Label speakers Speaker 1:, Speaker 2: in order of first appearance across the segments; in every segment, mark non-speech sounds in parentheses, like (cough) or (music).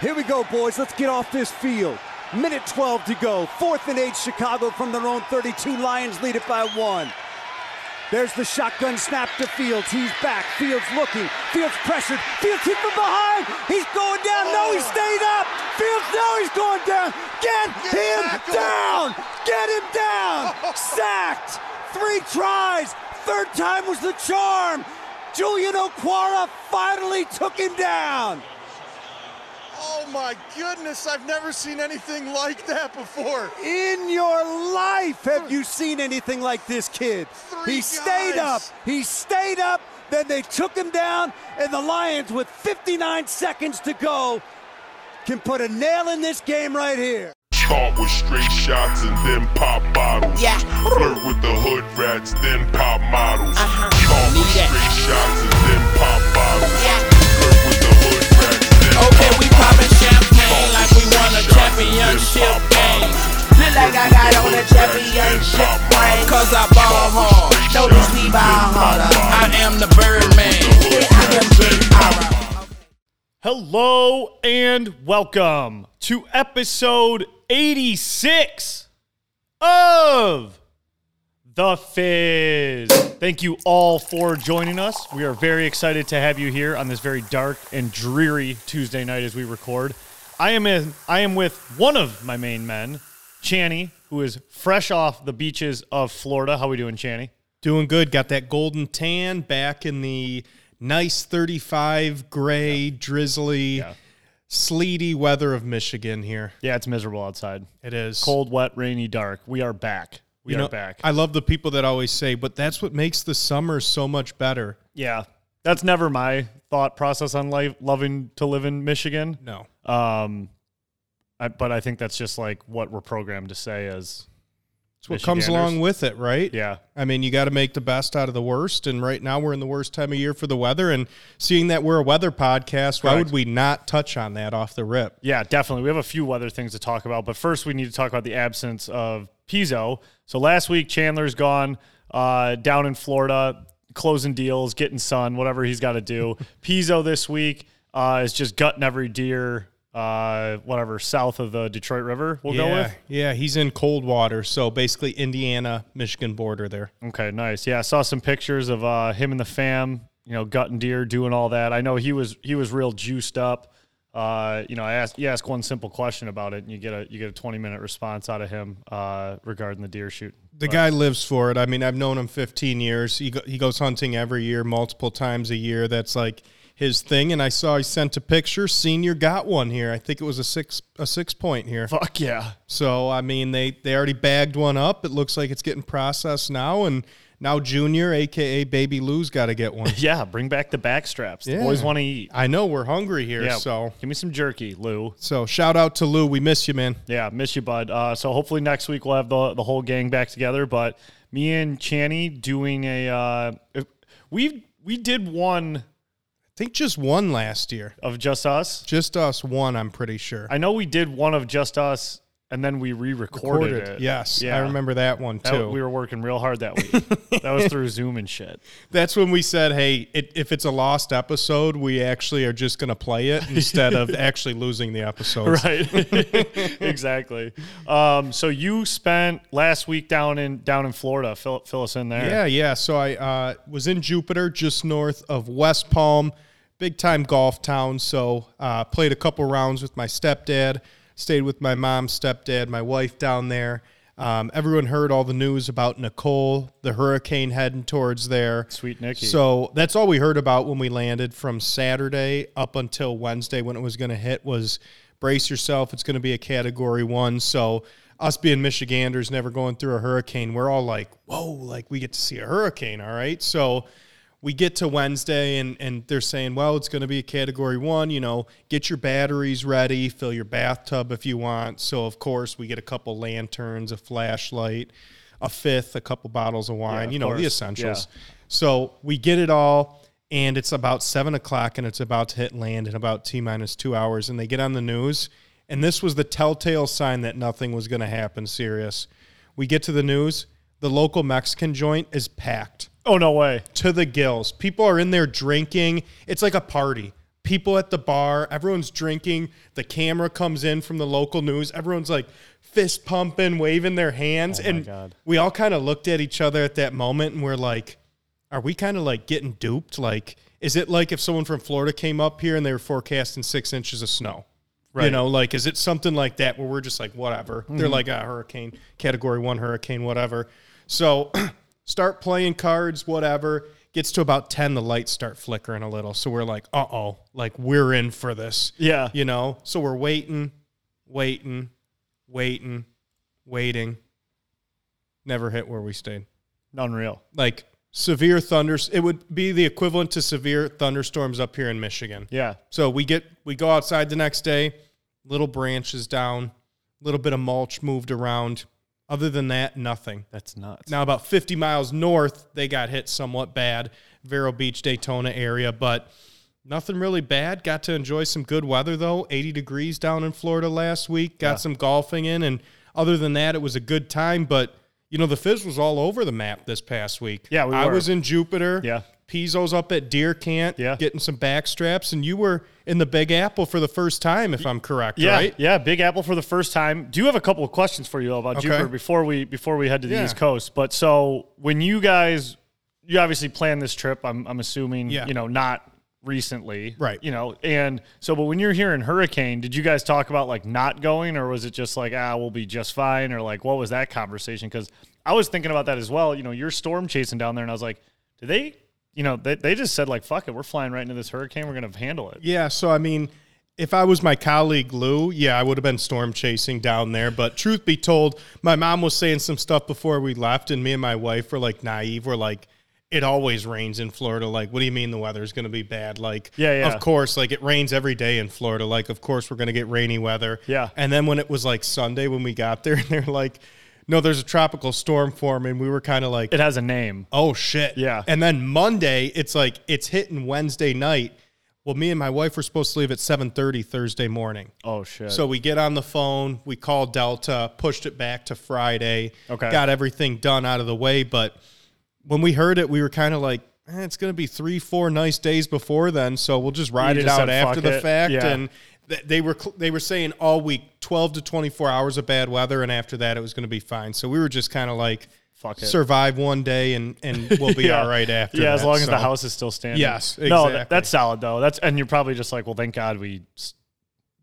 Speaker 1: Here we go, boys. Let's get off this field. Minute 12 to go. Fourth and eight, Chicago from their own 32. Lions lead it by one. There's the shotgun snap to Fields. He's back. Fields looking. Fields pressured. Fields hit from behind. He's going down. No, he stayed up. Fields, no, he's going down. Get, him down. Get him down. Sacked. Three tries. Third time was the charm. Julian O'Quara finally took him down.
Speaker 2: Oh my goodness, I've never seen anything like that before.
Speaker 1: In your life have you seen anything like this kid?
Speaker 2: Three
Speaker 1: he stayed up.
Speaker 2: guys.
Speaker 1: He stayed up. Then they took him down, and the Lions, with 59 seconds to go, can put a nail in this game right here.
Speaker 3: Caught with straight shots and then pop bottles.
Speaker 4: Yeah.
Speaker 3: Flirt with the hood rats, then pop models.
Speaker 4: Uh-huh.
Speaker 3: Caught
Speaker 4: Need
Speaker 3: with
Speaker 4: that.
Speaker 3: straight shots and then pop bottles.
Speaker 4: Yeah.
Speaker 3: Flirt with the hood rats, then
Speaker 4: Okay,
Speaker 3: pop
Speaker 4: we
Speaker 3: bottles.
Speaker 4: poppin' champagne like we won a
Speaker 3: Shots and
Speaker 4: championship
Speaker 3: then pop
Speaker 4: game.
Speaker 5: Look like I got on a championship ring.
Speaker 4: Cause I ball hard,
Speaker 5: No, this Levi harder.
Speaker 4: I am the Birdman.
Speaker 5: Yeah, I am Jay Ara.
Speaker 6: Hello and welcome to episode 86 of The Fizz. Thank you all for joining us. We are very excited to have you here on this very dark and dreary Tuesday night as we record. I am in I am with one of my main men, Channy, who is fresh off the beaches of Florida. How we doing, Channy?
Speaker 7: Doing good. Got that golden tan back in the nice 35 gray, drizzly, sleety weather of Michigan here.
Speaker 6: Yeah, it's miserable outside.
Speaker 7: It is
Speaker 6: Cold, wet, rainy, dark. We are back. We
Speaker 7: You
Speaker 6: are
Speaker 7: know,
Speaker 6: back.
Speaker 7: I love the people that always say, but that's what makes the summer so much better.
Speaker 6: Yeah. That's never my thought process on life, loving to live in Michigan.
Speaker 7: No.
Speaker 6: Um, I, but I think that's just like what we're programmed to say as
Speaker 7: It's what comes along with it, right?
Speaker 6: Yeah.
Speaker 7: I mean, you got to make the best out of the worst. And right now we're in the worst time of year for the weather. And seeing that we're a weather podcast, why
Speaker 6: Correct.
Speaker 7: would we not touch on that off the rip?
Speaker 6: Yeah, definitely. We have a few weather things to talk about, but first we need to talk about the absence of Pizzo. So last week Chandler's gone uh, down in Florida, closing deals, getting sun, whatever he's got to do.
Speaker 7: (laughs)
Speaker 6: Pizzo this week uh, is just gutting every deer, uh, whatever south of the Detroit River. We'll go with.
Speaker 7: yeah, he's in cold water. So basically, Indiana, Michigan border there.
Speaker 6: Okay, nice. Yeah, I saw some pictures of uh, him and the fam. You know, gutting deer, doing all that. I know he was he was real juiced up. Uh, you know, I asked you ask one simple question about it, and you get a you get a twenty minute response out of him uh, regarding the deer shooting.
Speaker 7: The guy lives for it. I mean, I've known him 15 years. He, go, he goes hunting every year, multiple times a year. That's like his thing. And I saw he sent a picture. Senior got one here. I think it was a six a six point here.
Speaker 6: Fuck yeah,
Speaker 7: So I mean, they they already bagged one up. It looks like it's getting processed now, and now Junior, aka Baby Lou's, got to get
Speaker 6: (laughs)
Speaker 7: one.
Speaker 6: yeah. Bring back the back straps. The
Speaker 7: Yeah.
Speaker 6: Boys want to eat.
Speaker 7: I know we're hungry here,
Speaker 6: Yeah.
Speaker 7: so
Speaker 6: give me some jerky, Lou.
Speaker 7: so shout out to Lou. We miss you, man.
Speaker 6: Yeah, miss you, bud. Uh, so hopefully next week we'll have the the whole gang back together. But me and Channy doing a uh, if- we we did one
Speaker 7: I think just one last year,
Speaker 6: of just us.
Speaker 7: just us one. I'm pretty sure.
Speaker 6: I know we did one of just us, and then we re-recorded it.
Speaker 7: Yes, I remember that one
Speaker 6: That-
Speaker 7: too.
Speaker 6: we were working real hard that week. that was through Zoom and
Speaker 7: (laughs)
Speaker 6: shit.
Speaker 7: That's when we said, "Hey, it, if it's a lost episode, we actually are just going to
Speaker 6: (laughs)
Speaker 7: play it instead of actually losing the episode."
Speaker 6: Right. (laughs) exactly. Um, so you spent last week down in down in Florida. Fill, fill us in there.
Speaker 7: Yeah, yeah. So I uh, was in Jupiter, just north of West Palm, big time golf town. So uh, played a couple rounds with my stepdad, stayed with my mom, stepdad, my wife down there. Um, everyone heard all the news about Nicole, the hurricane heading towards there.
Speaker 6: Sweet Nikki.
Speaker 7: So that's all we heard about when we landed from Saturday up until Wednesday when it was going to hit was brace yourself. It's going to be a category one. So us being Michiganders, never going through a hurricane, we're all like, whoa, like we get to see a hurricane. All right. So we get to Wednesday and, and they're saying, well, it's going to be a category one. You know, get your batteries ready, fill your bathtub if you want. So, of course, we get a couple lanterns, a flashlight, a fifth, a couple bottles of wine,
Speaker 6: of
Speaker 7: you know,
Speaker 6: course.
Speaker 7: the essentials. So we get it all, and it's about seven o'clock, and it's about to hit land in about T minus two hours. And they get on the news, and this was the telltale sign that nothing was going to happen serious. We get to the news, the local Mexican joint is packed
Speaker 6: Oh no way.
Speaker 7: to the gills. People are in there drinking. It's like a party. people at the bar, everyone's drinking. The camera comes in from the local news. Everyone's like fist pumping, waving their hands. and
Speaker 6: Oh, God.
Speaker 7: we all kind of looked at each other at that moment and we're like, are we kind of like getting duped? Like, is it like if someone from Florida came up here and they were forecasting six inches of snow? You
Speaker 6: Right.
Speaker 7: know, like, is it something like that where we're just like, whatever? They're like, ah, hurricane, category one hurricane, whatever. So (clears throat) start playing cards, whatever. Gets to about 10, the lights start flickering a little. So we're like, uh oh, like, we're in for this.
Speaker 6: Yeah.
Speaker 7: You know, so we're waiting, waiting, waiting, waiting. Never hit where we stayed
Speaker 6: Unreal.
Speaker 7: like severe thunders. It would be the equivalent to severe thunderstorms up here in Michigan.
Speaker 6: Yeah.
Speaker 7: So we get we go outside the next day, little branches down, little bit of mulch moved around. Other than that, nothing.
Speaker 6: That's nuts.
Speaker 7: Now about 50 miles north, they got hit somewhat bad, Vero Beach, Daytona area, but nothing really bad. Got to enjoy some good weather though. 80 degrees down in Florida last week. Got some golfing in and other than that, it was a good time, but you know, the fizz was all over the map this past week.
Speaker 6: Yeah, we
Speaker 7: I
Speaker 6: were.
Speaker 7: was in Jupiter.
Speaker 6: Yeah.
Speaker 7: Pizzo's up at Deer Camp,
Speaker 6: Yeah.
Speaker 7: getting some back straps, and you were in the Big Apple for the first time, if I'm correct,
Speaker 6: yeah,
Speaker 7: right?
Speaker 6: yeah, Big Apple for the first time. Do you have a couple of questions for you about
Speaker 7: Okay.
Speaker 6: Jupiter before we before we head to the
Speaker 7: Yeah.
Speaker 6: East Coast? But so when you guys, you obviously planned this trip. I'm I'm assuming
Speaker 7: Yeah.
Speaker 6: you know not recently,
Speaker 7: Right.
Speaker 6: You know, and so but when you're here in hurricane, did you guys talk about like not going, or was it just like ah we'll be just fine, or like what was that conversation? Because I was thinking about that as well. You know, you're storm chasing down there, and I was like, do they? You know, they, they just said like fuck it, we're flying right into this hurricane. We're gonna handle it.
Speaker 7: Yeah, so I mean, if I was my colleague Lou, yeah, I would have been storm chasing down there. But truth be told, my mom was saying some stuff before we left, and me and my wife were like naive. We're like, it always rains in Florida. Like, what do you mean the weather's going to be bad? Like,
Speaker 6: Yeah, yeah.
Speaker 7: of course, like it rains every day in Florida. Like, of course, we're going to get rainy weather.
Speaker 6: Yeah.
Speaker 7: And then when it was like Sunday when we got there, (laughs) and they're like, no, there's a tropical storm forming, we were kind of like,
Speaker 6: It has a name.
Speaker 7: Oh shit.
Speaker 6: Yeah.
Speaker 7: And then Monday, it's like it's hitting Wednesday night. Well, me and my wife were supposed to leave at 7:30 Thursday morning.
Speaker 6: Oh shit.
Speaker 7: So we get on the phone, we call Delta, pushed it back to Friday.
Speaker 6: Okay.
Speaker 7: Got everything done out of the way, but when we heard it, we were kind of like, eh, it's going to be 3 4 nice days before then, so we'll just ride
Speaker 6: You
Speaker 7: it
Speaker 6: just
Speaker 7: out
Speaker 6: said,
Speaker 7: after
Speaker 6: "Fuck
Speaker 7: the
Speaker 6: it."
Speaker 7: fact
Speaker 6: Yeah.
Speaker 7: and th- they were cl- they were saying all week 12 to 24 hours of bad weather and after that it was going to be fine. So we were just kind of like
Speaker 6: Fuck it.
Speaker 7: survive one day and and we'll be all right
Speaker 6: (laughs)
Speaker 7: after
Speaker 6: Yeah, as
Speaker 7: that.
Speaker 6: long as
Speaker 7: So-
Speaker 6: the house is still standing.
Speaker 7: Yes,
Speaker 6: No,
Speaker 7: exactly.
Speaker 6: that, that's solid though. That's and you're probably just like, well, thank God we s-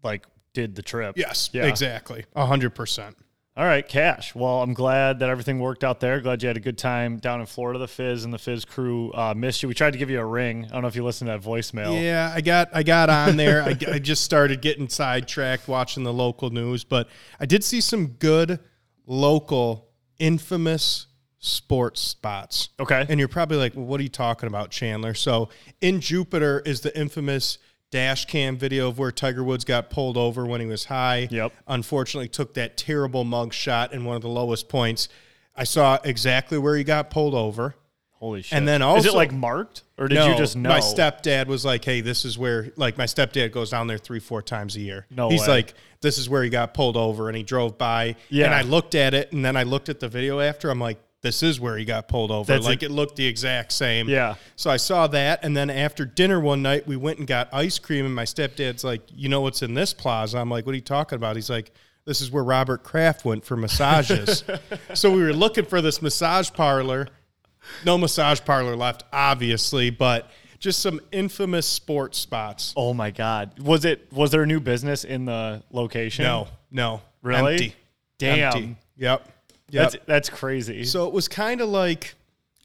Speaker 6: like did the trip.
Speaker 7: Yes,
Speaker 6: Yeah.
Speaker 7: exactly. 100%.
Speaker 6: All right, Cash. Well, I'm glad that everything worked out there. Glad you had a good time down in Florida. The Fizz and the Fizz crew uh, missed you. We tried to give you a ring. I don't know if you listened to that voicemail.
Speaker 7: Yeah, I got I got on there. I, I just started getting sidetracked watching the local news, but I did see some good local infamous sports spots.
Speaker 6: Okay.
Speaker 7: And you're probably like, well, what are you talking about, Chandler? So in Jupiter is the infamous dash cam video of where Tiger Woods got pulled over when he was high.
Speaker 6: Yep.
Speaker 7: Unfortunately, took that terrible mug shot in one of the lowest points. I saw exactly where he got pulled over.
Speaker 6: Holy shit.
Speaker 7: then
Speaker 6: is
Speaker 7: also-
Speaker 6: it like marked or did you just know?
Speaker 7: My stepdad was like, "Hey, this is where." Like my stepdad goes down there three, four times a year.
Speaker 6: No
Speaker 7: he's
Speaker 6: way.
Speaker 7: like, "This is where he got pulled over," and he drove by.
Speaker 6: Yeah.
Speaker 7: and I looked at it, and then I looked at the video after. I'm like, "This is where he got pulled over."
Speaker 6: That's
Speaker 7: like
Speaker 6: it.
Speaker 7: it looked the exact same.
Speaker 6: Yeah.
Speaker 7: So I saw that, and then after dinner one night, we went and got ice cream, and my stepdad's like, "You know what's in this plaza?" I'm like, "What are you talking about?" He's like. This is where Robert Kraft went for massages.
Speaker 6: (laughs)
Speaker 7: so we were looking for this massage parlor no massage parlor left, obviously, but just some infamous sports spots.
Speaker 6: Oh my God. Was it was there a new business in the location?
Speaker 7: No, no,
Speaker 6: Really?
Speaker 7: empty,
Speaker 6: Damn.
Speaker 7: empty. Yep, yep.
Speaker 6: That's that's crazy.
Speaker 7: so it was kind of like,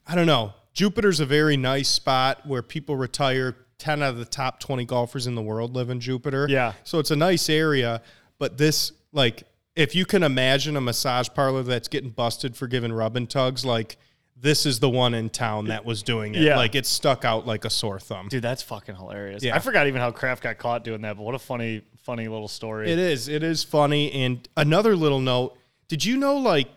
Speaker 7: I don't know. Jupiter's a very nice spot where people retire. Ten out of the top twenty golfers in the world live in Jupiter.
Speaker 6: Yeah.
Speaker 7: so it's a nice area. But this, like, if you can imagine a massage parlor that's getting busted for giving rub and tugs, like. This is the one in town that was doing it.
Speaker 6: Yeah.
Speaker 7: Like it stuck out like a sore thumb.
Speaker 6: Dude, that's fucking hilarious.
Speaker 7: Yeah.
Speaker 6: I forgot even how Kraft got caught doing that, but what a funny, funny little story.
Speaker 7: It is. It is funny. And another little note. Did you know like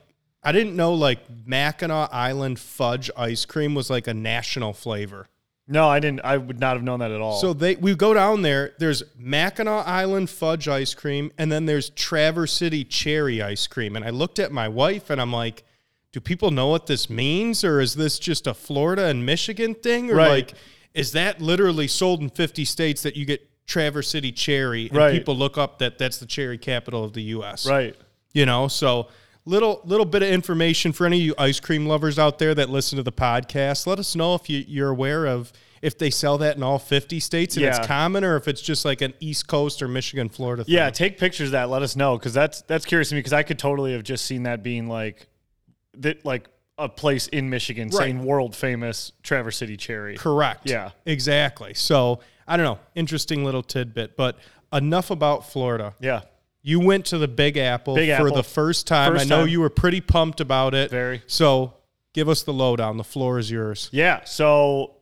Speaker 7: I didn't know like Mackinac Island fudge ice cream was like a national flavor.
Speaker 6: no, I didn't. I would not have known that at all.
Speaker 7: So they we go down there, there's Mackinac Island fudge ice cream and then there's Traverse City cherry ice cream. And I looked at my wife and I'm like, do people know what this means or is this just a Florida and Michigan thing or
Speaker 6: Right.
Speaker 7: like is that literally sold in 50 states that you get Traverse City cherry, and
Speaker 6: Right.
Speaker 7: people look up that that's the cherry capital of the U.S.
Speaker 6: Right.
Speaker 7: You know, so little little bit of information for any of you ice cream lovers out there that listen to the podcast. Let us know if you, you're aware of if they sell that in all 50 states and
Speaker 6: Yeah.
Speaker 7: it's common, or if it's just like an East Coast or Michigan, Florida. Thing.
Speaker 6: Yeah, take pictures of that. Let us know because that's that's curious to me because I could totally have just seen that being like that like a place in Michigan saying world famous Traverse City cherry.
Speaker 7: Correct.
Speaker 6: Yeah.
Speaker 7: Exactly. So I don't know. Interesting little tidbit, but enough about Florida.
Speaker 6: Yeah,
Speaker 7: You went to the Big Apple
Speaker 6: Big
Speaker 7: for
Speaker 6: Apple.
Speaker 7: the first time.
Speaker 6: First
Speaker 7: I know
Speaker 6: time.
Speaker 7: you were pretty pumped about it.
Speaker 6: Very.
Speaker 7: So give us the lowdown. The floor is yours.
Speaker 6: yeah. So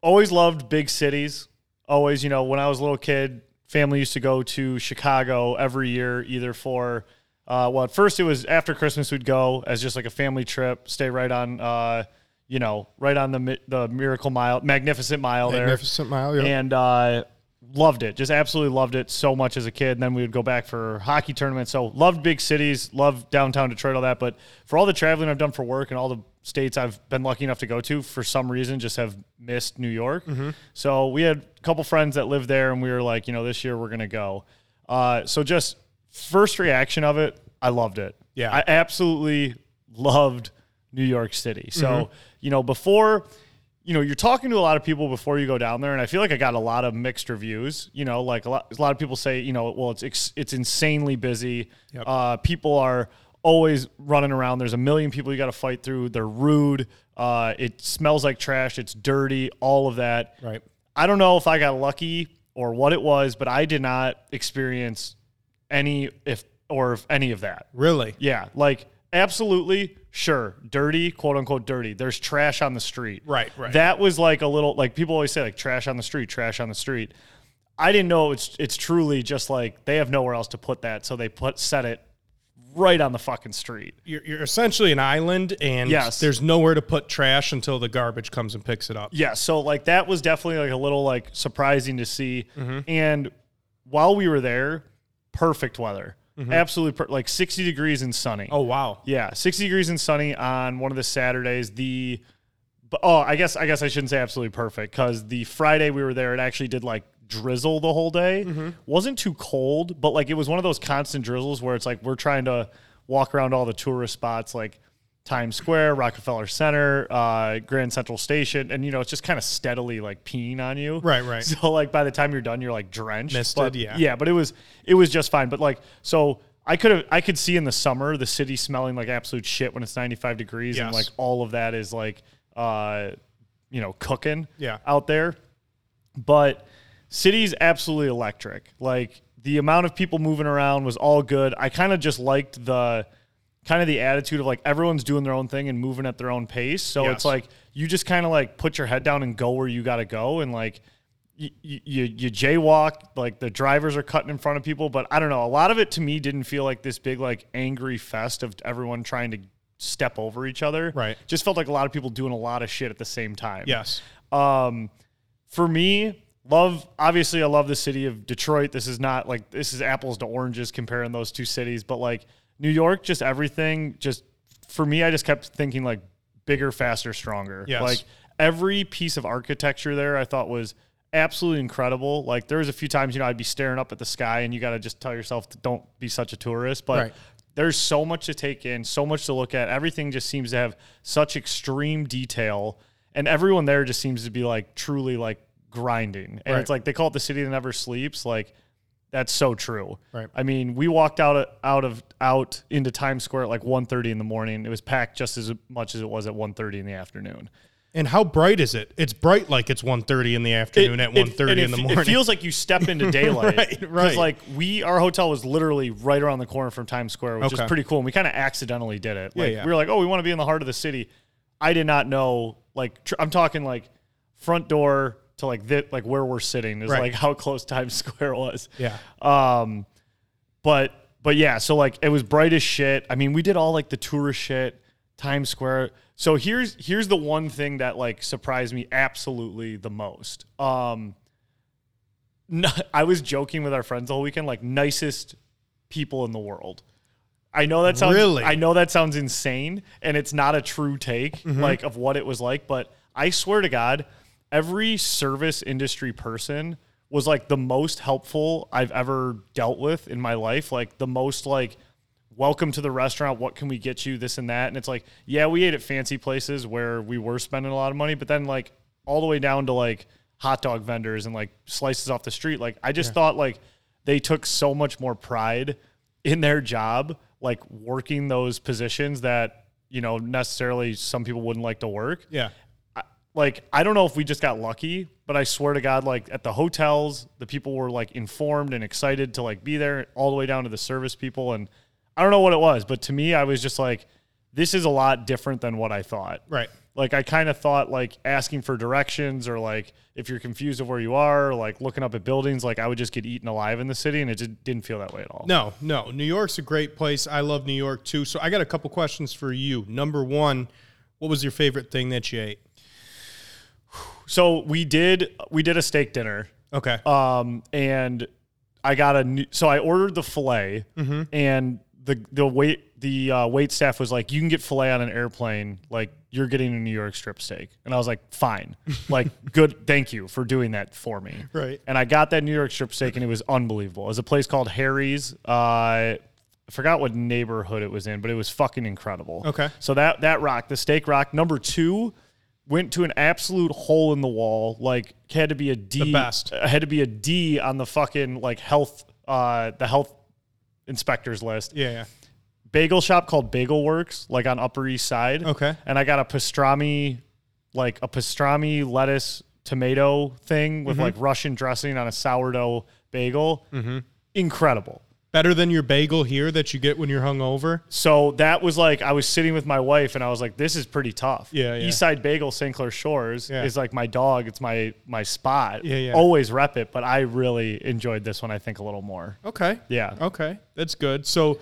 Speaker 6: always loved big cities. Always, you know, when I was a little kid, family used to go to Chicago every year, either for uh, well, at first it was after Christmas we'd go as just like a family trip, stay right on, uh, you know, right on the mi- the Miracle Mile, Magnificent Mile there.
Speaker 7: Magnificent mile. yeah.
Speaker 6: and uh, loved it. Just absolutely loved it so much as a kid. And then we would go back for hockey tournaments. So loved big cities, loved downtown Detroit, all that. But for all the traveling I've done for work and all the states I've been lucky enough to go to, for some reason, just have missed New York.
Speaker 7: Mm-hmm.
Speaker 6: So we had a couple friends that lived there, and we were like, you know, this year we're gonna go. Uh, so just first reaction of it, I loved it.
Speaker 7: Yeah.
Speaker 6: I absolutely loved New York City. So you know before you know, you're talking to a lot of people before you go down there, and I feel like I got a lot of mixed reviews. You know, like a lot, a lot of people say, you know, well, it's ex- it's insanely busy. Uh, people are always running around. There's a million people you got to fight through. They're rude. Uh, it smells like trash. It's dirty. All of that.
Speaker 7: Right.
Speaker 6: I don't know if I got lucky or what it was, but I did not experience any if or if any of that.
Speaker 7: Really?
Speaker 6: Yeah, like absolutely sure. Dirty, quote unquote dirty. There's trash on the street.
Speaker 7: Right, right.
Speaker 6: That was like a little like people always say like trash on the street, trash on the street. I didn't know it's it's truly just like they have nowhere else to put that, so they put set it right on the fucking street.
Speaker 7: You're, you're essentially an island, and
Speaker 6: Yes.
Speaker 7: there's nowhere to put trash until the garbage comes and picks it up.
Speaker 6: Yeah, so like that was definitely like a little like surprising to see.
Speaker 7: Mm-hmm.
Speaker 6: And while we were there, perfect weather. Absolutely per- like 60 degrees and sunny.
Speaker 7: Mm-hmm. Oh, wow.
Speaker 6: Yeah, 60 degrees and sunny on one of the Saturdays. The but oh, I guess I guess I shouldn't say absolutely perfect cuz the Friday we were there it actually did like drizzle the whole day.
Speaker 7: Mm-hmm.
Speaker 6: Wasn't too cold, but like it was one of those constant drizzles where it's like we're trying to walk around all the tourist spots like Times Square, Rockefeller Center, uh, Grand Central Station, and you know it's just kind of steadily like peeing on you.
Speaker 7: Right,
Speaker 6: (laughs)
Speaker 7: right.
Speaker 6: So like by the time you're done, you're like drenched.
Speaker 7: Misted,
Speaker 6: but-
Speaker 7: yeah.
Speaker 6: yeah, but it was it was just fine. But like so I could have I could see in the summer the city smelling like absolute shit when it's 95 degrees and
Speaker 7: Yes.
Speaker 6: like all of that is like uh you know cooking
Speaker 7: Yeah.
Speaker 6: out there. But city's absolutely electric. Like the amount of people moving around was all good. I kind of just liked the kind of the attitude of like everyone's doing their own thing and moving at their own pace. So
Speaker 7: Yes.
Speaker 6: it's like you just kind of like put your head down and go where you got to go and like you, you you jaywalk like the drivers are cutting in front of people but i don't know a lot of it to me didn't feel like this big like angry fest of everyone trying to step over each other
Speaker 7: Right.
Speaker 6: just felt like a lot of people doing a lot of shit at the same time
Speaker 7: Yes.
Speaker 6: um, for me, love obviously I love the city of Detroit. This is not like this is apples to oranges comparing those two cities, but like New York, just everything, just for me, I just kept thinking like bigger, faster, stronger.
Speaker 7: Yes.
Speaker 6: Like every piece of architecture there I thought was absolutely incredible. Like there was a few times, you know, I'd be staring up at the sky and you gotta just tell yourself don't be such a tourist. But
Speaker 7: Right.
Speaker 6: there's so much to take in, so much to look at. Everything just seems to have such extreme detail, and everyone there just seems to be like truly like grinding. And it's
Speaker 7: Right.
Speaker 6: like they call it the city that never sleeps. Like that's so true.
Speaker 7: Right.
Speaker 6: I mean, we walked out out of out into Times Square at like 1:30 in the morning. It was packed just as much as it was at 1:30 in the afternoon.
Speaker 7: And how bright is it? It's bright like it's 1.30 in the afternoon at
Speaker 6: It- it-
Speaker 7: 1.30
Speaker 6: and
Speaker 7: in
Speaker 6: it-
Speaker 7: the morning.
Speaker 6: It feels like you step
Speaker 7: (laughs)
Speaker 6: into daylight.
Speaker 7: Right,
Speaker 6: 'Cause,
Speaker 7: right.
Speaker 6: Like we, our hotel was literally right around the corner from Times Square, which
Speaker 7: Okay.
Speaker 6: is pretty cool. And we kind of accidentally did it.
Speaker 7: Yeah,
Speaker 6: Like
Speaker 7: yeah.
Speaker 6: we were like, oh, we want to be in the heart of the city. I did not know. Like tr- I'm talking like front door to like that, like where we're sitting is
Speaker 7: Right.
Speaker 6: like (laughs) how close Times Square was.
Speaker 7: yeah.
Speaker 6: Um, but but yeah, so like it was bright as shit. I mean, we did all like the tourist shit, Times Square. So here's here's the one thing that like surprised me absolutely the most. Um, n- I was joking with our friends all weekend, like nicest people in the world. I know that sounds
Speaker 7: Really?
Speaker 6: I know that sounds insane, and it's not a true take like of what it was like. But I swear to God, every service industry person was like the most helpful I've ever dealt with in my life. Like the most like welcome to the restaurant, what can we get you, this and that. And it's like, yeah, we ate at fancy places where we were spending a lot of money, but then like all the way down to like hot dog vendors and like slices off the street. Like I just thought like they took so much more pride in their job, like working those positions that, you know, necessarily some people wouldn't like to work
Speaker 7: Yeah.
Speaker 6: like I don't know if we just got lucky, but I swear to God, like at the hotels, the people were like informed and excited to like be there, all the way down to the service people, and I don't know what it was, but to me, I was just like, this is a lot different than what I thought.
Speaker 7: Right.
Speaker 6: Like I kind of thought like asking for directions or like if you're confused of where you are, or, like looking up at buildings, like I would just get eaten alive in the city, and it just didn't feel that way at all.
Speaker 7: No, no. New York's a great place. I love New York too. So I got a couple questions for you. Number one, what was your favorite thing that you ate?
Speaker 6: So we did we did a steak dinner
Speaker 7: Okay.
Speaker 6: um, and I got a new, so I ordered the filet,
Speaker 7: Mm-hmm.
Speaker 6: and the the wait the uh, wait staff was like, "You can get filet on an airplane, like you're getting a New York strip steak," and I was like,
Speaker 7: (laughs)
Speaker 6: "Fine, like good, thank you for doing that for me."
Speaker 7: Right.
Speaker 6: And I got that New York strip steak, and it was unbelievable. It was a place called Harry's. Uh, I forgot what neighborhood it was in, but it was fucking incredible.
Speaker 7: Okay.
Speaker 6: So that that rocked. The steak rocked. Number two went to an absolute hole in the wall. Like had to be a D.
Speaker 7: The best.
Speaker 6: I had to be a D on the fucking like health, uh, the health inspectors list.
Speaker 7: yeah, yeah.
Speaker 6: Bagel shop called Bagel Works, like on Upper East Side.
Speaker 7: Okay.
Speaker 6: And I got a pastrami, like a pastrami lettuce tomato thing
Speaker 7: Mm-hmm.
Speaker 6: with like Russian dressing on a sourdough bagel. Incredible.
Speaker 7: Better than your bagel here that you get when you're hungover.
Speaker 6: So that was like I was sitting with my wife and I was like, this is pretty tough.
Speaker 7: Yeah, yeah.
Speaker 6: East Side Bagel St. Clair Shores
Speaker 7: Yeah.
Speaker 6: is like my dog. It's my my spot.
Speaker 7: Yeah, yeah.
Speaker 6: Always rep it, but I really enjoyed this one, I think, a little more.
Speaker 7: Okay.
Speaker 6: Yeah.
Speaker 7: Okay. That's good. So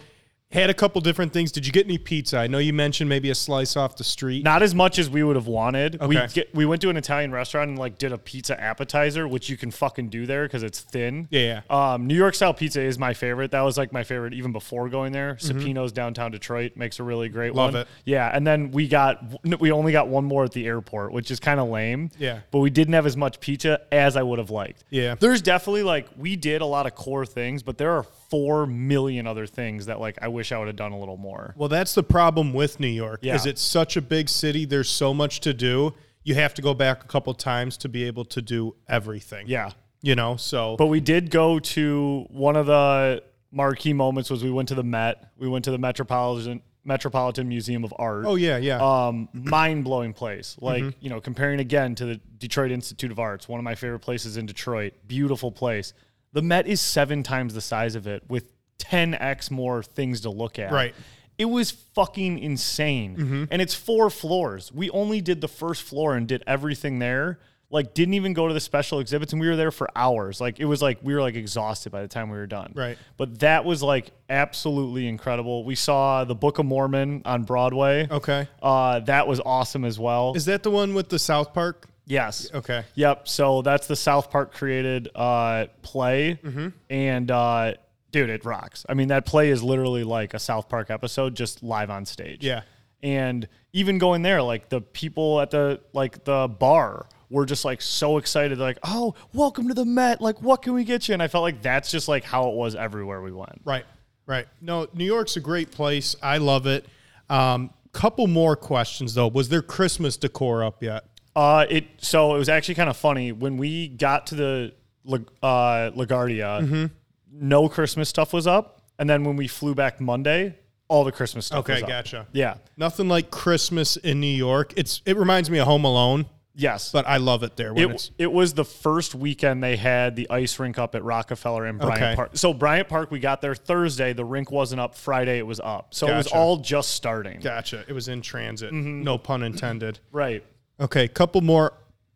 Speaker 7: had a couple different things. Did you get any pizza? I know you mentioned maybe a slice off the street.
Speaker 6: Not as much as we would have wanted. We
Speaker 7: Okay.
Speaker 6: get, we went to an Italian restaurant and like did a pizza appetizer, which you can fucking do there because it's thin.
Speaker 7: Yeah,
Speaker 6: Um, New York style pizza is my favorite. That was like my favorite even before going there. Sapino's downtown Detroit makes a really great
Speaker 7: Mm-hmm. Love
Speaker 6: one.
Speaker 7: it.
Speaker 6: Yeah, and then we got we only got one more at the airport, which is kind of lame.
Speaker 7: Yeah.
Speaker 6: but we didn't have as much pizza as I would have liked.
Speaker 7: Yeah.
Speaker 6: there's definitely like we did a lot of core things, but there are four million other things that like I wish I would have done a little more.
Speaker 7: Well, that's the problem with New York
Speaker 6: Yeah.
Speaker 7: is it's such a big city. There's so much to do. You have to go back a couple times to be able to do everything.
Speaker 6: Yeah,
Speaker 7: You know, so
Speaker 6: But we did go to one of the marquee moments was we went to the Met. We went to the Metropolitan Metropolitan Museum of Art.
Speaker 7: oh yeah, yeah. Mm-hmm.
Speaker 6: Um, mind blowing place. Like you know, comparing again to the Detroit Institute of Arts, one of my favorite places in Detroit. Beautiful place. The Met is seven times the size of it, with ten x more things to look at.
Speaker 7: Right. Mm-hmm.
Speaker 6: It was fucking insane, and it's four floors. We only did the first floor and did everything there. Like, didn't even go to the special exhibits, and we were there for hours. Like, it was like we were like exhausted by the time we were done.
Speaker 7: Right.
Speaker 6: But that was like absolutely incredible. We saw the Book of Mormon on Broadway.
Speaker 7: okay.
Speaker 6: Uh, that was awesome as well.
Speaker 7: Is that the one with the South Park?
Speaker 6: yes.
Speaker 7: Okay.
Speaker 6: Yep. So that's the South Park created uh, play,
Speaker 7: Mm-hmm.
Speaker 6: and uh, dude, it rocks. I mean, that play is literally like a South Park episode, just live on stage.
Speaker 7: Yeah.
Speaker 6: And even going there, like the people at the like the bar were just like so excited, They're like, "Oh, welcome to the Met! Like, what can we get you?" And I felt like that's just like how it was everywhere we went.
Speaker 7: Right. Right. No, New York's a great place. I love it. Um, couple more questions though. Was there Christmas decor up yet?
Speaker 6: Uh, it so it was actually kind of funny when we got to the La, uh, LaGuardia.
Speaker 7: Mm-hmm.
Speaker 6: No Christmas stuff was up, and then when we flew back Monday, all the Christmas stuff.
Speaker 7: Okay,
Speaker 6: was up.
Speaker 7: gotcha.
Speaker 6: Yeah.
Speaker 7: Nothing like Christmas in New York. It's it reminds me of Home Alone,
Speaker 6: Yes.
Speaker 7: but I love it there when it's
Speaker 6: it, it was the first weekend they had the ice rink up at Rockefeller and Bryant
Speaker 7: Okay.
Speaker 6: Park. So Bryant Park, we got there Thursday. The rink wasn't up. Friday, it was up. So it was
Speaker 7: Gotcha.
Speaker 6: all just starting.
Speaker 7: Gotcha. It was in transit.
Speaker 6: Mm-hmm.
Speaker 7: No pun intended.
Speaker 6: Right.
Speaker 7: Okay, couple more.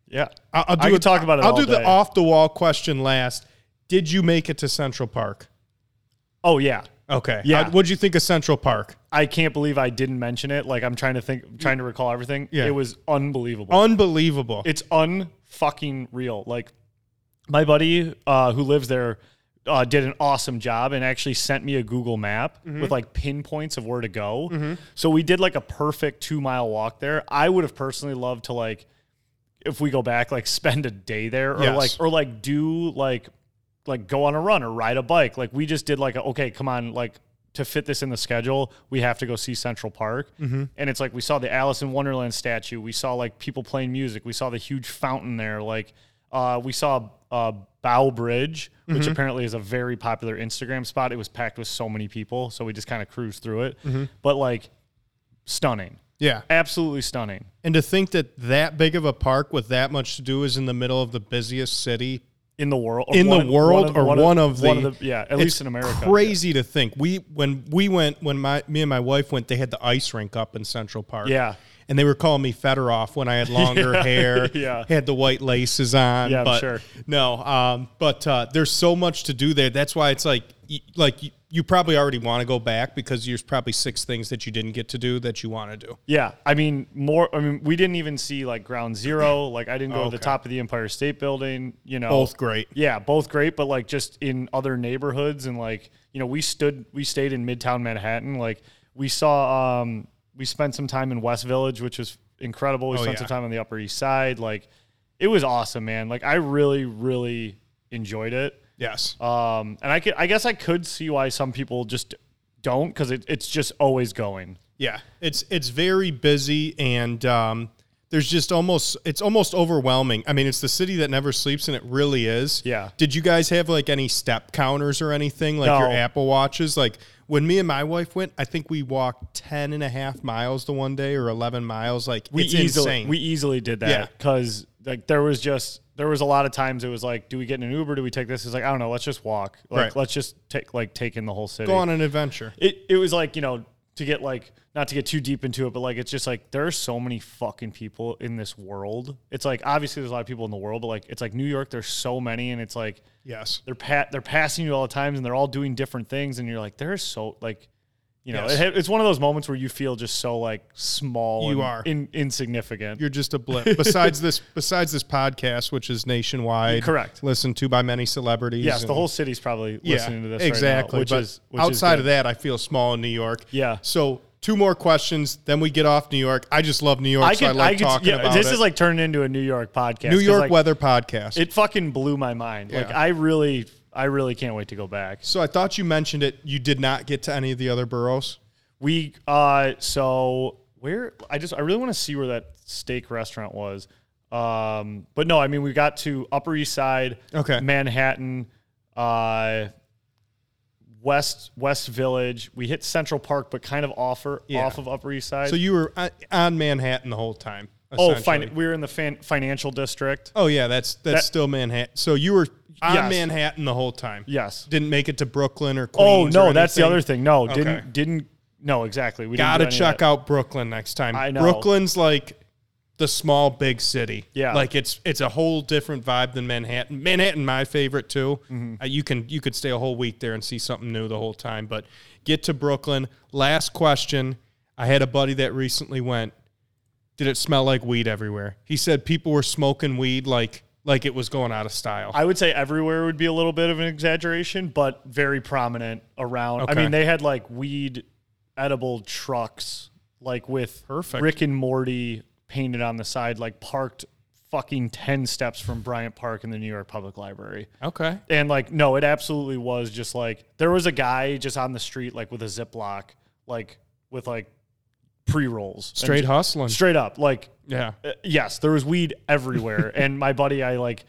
Speaker 6: Yeah.
Speaker 7: I- I'll do
Speaker 6: I
Speaker 7: a-
Speaker 6: could talk about it.
Speaker 7: I'll
Speaker 6: all
Speaker 7: do the
Speaker 6: day.
Speaker 7: off the wall question last. Did you make it to Central Park?
Speaker 6: Oh yeah.
Speaker 7: Okay.
Speaker 6: Yeah.
Speaker 7: How- what'd you think of Central Park?
Speaker 6: I can't believe I didn't mention it. Like I'm trying to think, trying to recall everything.
Speaker 7: Yeah.
Speaker 6: It was unbelievable.
Speaker 7: Unbelievable.
Speaker 6: It's unfucking real. Like my buddy uh, who lives there uh, did an awesome job and actually sent me a Google map with like pinpoints of where to go. So we did like a perfect two mile walk there. I would have personally loved to like if we go back, like spend a day there or
Speaker 7: Yes.
Speaker 6: like or like do like like go on a run or ride a bike. Like we just did like a, okay, come on, like to fit this in the schedule, we have to go see Central Park. And it's like we saw the Alice in Wonderland statue. We saw like people playing music. We saw the huge fountain there. Like uh, we saw uh, Bow Bridge, which apparently is a very popular Instagram spot. It was packed with so many people, so we just kind of cruised through it. But like stunning,
Speaker 7: Yeah.
Speaker 6: absolutely stunning.
Speaker 7: And to think that that big of a park with that much to do is in the middle of the busiest city
Speaker 6: in the world or
Speaker 7: in
Speaker 6: one-
Speaker 7: the world
Speaker 6: of-
Speaker 7: or one, of, the,
Speaker 6: yeah at
Speaker 7: It's
Speaker 6: least in america
Speaker 7: crazy to think we when we went when my me and my wife went they had the ice rink up in central park
Speaker 6: Yeah.
Speaker 7: and they were calling me Fedorov when I had longer hair,
Speaker 6: (laughs) yeah.
Speaker 7: had the white laces on.
Speaker 6: Yeah, I'm
Speaker 7: but
Speaker 6: sure.
Speaker 7: No, um, but uh, there's so much to do there. That's why it's like, y- like you, you probably already want to go back because there's probably six things that you didn't get to do that you want to do.
Speaker 6: yeah i mean more i mean we didn't even see like ground
Speaker 7: (laughs)
Speaker 6: zero like i didn't go to the
Speaker 7: Okay.
Speaker 6: top of the empire state building you know
Speaker 7: Both great.
Speaker 6: yeah both great but like just in other neighborhoods and like you know we stood we stayed in midtown manhattan like we saw um we spent some time in west village which was incredible we
Speaker 7: Oh,
Speaker 6: spent some
Speaker 7: yeah.
Speaker 6: time on the upper east side like it was awesome man like i really really enjoyed it
Speaker 7: Yes.
Speaker 6: Um, and I could, I guess I could see why some people just don't because it, it's just always going.
Speaker 7: Yeah, it's it's very busy and um, there's just almost it's almost overwhelming. I mean, it's the city that never sleeps, and it really is.
Speaker 6: Yeah.
Speaker 7: Did you guys have like any step counters or anything like your
Speaker 6: No.
Speaker 7: Apple watches? Like when me and my wife went, I think we walked 10 and a half miles the one day or 11 miles. Like
Speaker 6: We
Speaker 7: it's
Speaker 6: easily
Speaker 7: insane.
Speaker 6: we easily did
Speaker 7: Yeah.
Speaker 6: that because like there was just there was a lot of times it was like, do we get in an Uber? Do we take this? It's like I don't know. Let's just walk. Like
Speaker 7: Right.
Speaker 6: let's just take like take in the whole city.
Speaker 7: go on an adventure.
Speaker 6: It it was like you know to get like not to get too deep into it, but like it's just like there are so many fucking people in this world. It's like obviously there's a lot of people in the world, but like it's like New York. There's so many, and it's like
Speaker 7: Yes.
Speaker 6: they're pa- they're passing you all the times and they're all doing different things and you're like there's so like you know
Speaker 7: Yes.
Speaker 6: it, it's one of those moments where you feel just so like small
Speaker 7: You
Speaker 6: and
Speaker 7: are.
Speaker 6: in, insignificant
Speaker 7: You're just
Speaker 6: (laughs)
Speaker 7: a blip. Besides this, besides this podcast, which is nationwide,
Speaker 6: Correct.
Speaker 7: Listened to by many celebrities.
Speaker 6: yes the
Speaker 7: and-
Speaker 6: whole city's probably listening to this
Speaker 7: exactly.
Speaker 6: right now,
Speaker 7: but
Speaker 6: which is which
Speaker 7: outside
Speaker 6: is
Speaker 7: of that, I feel small in New York.
Speaker 6: Yeah.
Speaker 7: So two more questions, then we get off New York. I just love New York,
Speaker 6: I
Speaker 7: so
Speaker 6: could,
Speaker 7: I like
Speaker 6: I could,
Speaker 7: talking
Speaker 6: yeah,
Speaker 7: about
Speaker 6: this
Speaker 7: it.
Speaker 6: is like turned into a New York podcast.
Speaker 7: New
Speaker 6: 'cause,
Speaker 7: York
Speaker 6: like,
Speaker 7: weather podcast.
Speaker 6: It fucking blew my mind. Like
Speaker 7: Yeah.
Speaker 6: I really, I really can't wait to go back.
Speaker 7: so I thought you mentioned it. You did not get to any of the other boroughs.
Speaker 6: We uh so where I just I really want to see where that steak restaurant was. Um but no, I mean we got to Upper East Side,
Speaker 7: Okay.
Speaker 6: Manhattan, uh West West Village. We hit Central Park but kind of offer
Speaker 7: Yeah.
Speaker 6: off of Upper East Side.
Speaker 7: So you were on- on Manhattan the whole time.
Speaker 6: Oh,
Speaker 7: essentially.
Speaker 6: fin- we were in the fan- financial district.
Speaker 7: Oh yeah, that's that's
Speaker 6: That-
Speaker 7: still Manhattan. So you were on
Speaker 6: Yes.
Speaker 7: Manhattan the whole time.
Speaker 6: Yes.
Speaker 7: Didn't make it to Brooklyn or
Speaker 6: Oh
Speaker 7: Queens.
Speaker 6: no,
Speaker 7: or
Speaker 6: that's the
Speaker 7: anything.
Speaker 6: other thing. No,
Speaker 7: Okay.
Speaker 6: didn't didn't no, exactly. We
Speaker 7: Gotta
Speaker 6: didn't do any of
Speaker 7: check
Speaker 6: that.
Speaker 7: out Brooklyn next time.
Speaker 6: I know.
Speaker 7: Brooklyn's like the small big city.
Speaker 6: Yeah.
Speaker 7: like it's it's a whole different vibe than Manhattan. Manhattan, my favorite too.
Speaker 6: Mm-hmm.
Speaker 7: Uh, you can you could stay a whole week there and see something new the whole time. But get to Brooklyn. Last question. I had a buddy that recently went. Did it smell like weed everywhere? He said people were smoking weed like like it was going out of style.
Speaker 6: I would say everywhere would be a little bit of an exaggeration, but very prominent around. I
Speaker 7: Okay.
Speaker 6: mean, they had like weed edible trucks, like with
Speaker 7: Perfect.
Speaker 6: Rick and Morty painted on the side, like parked fucking 10 steps from Bryant Park in the New York Public Library.
Speaker 7: okay.
Speaker 6: And like, no, it absolutely was just like there was a guy just on the street, like with a Ziploc, like with like pre rolls.
Speaker 7: Straight hustling.
Speaker 6: Straight up. Like,
Speaker 7: yeah.
Speaker 6: uh, yes, there was weed (laughs) everywhere. and my buddy, I like,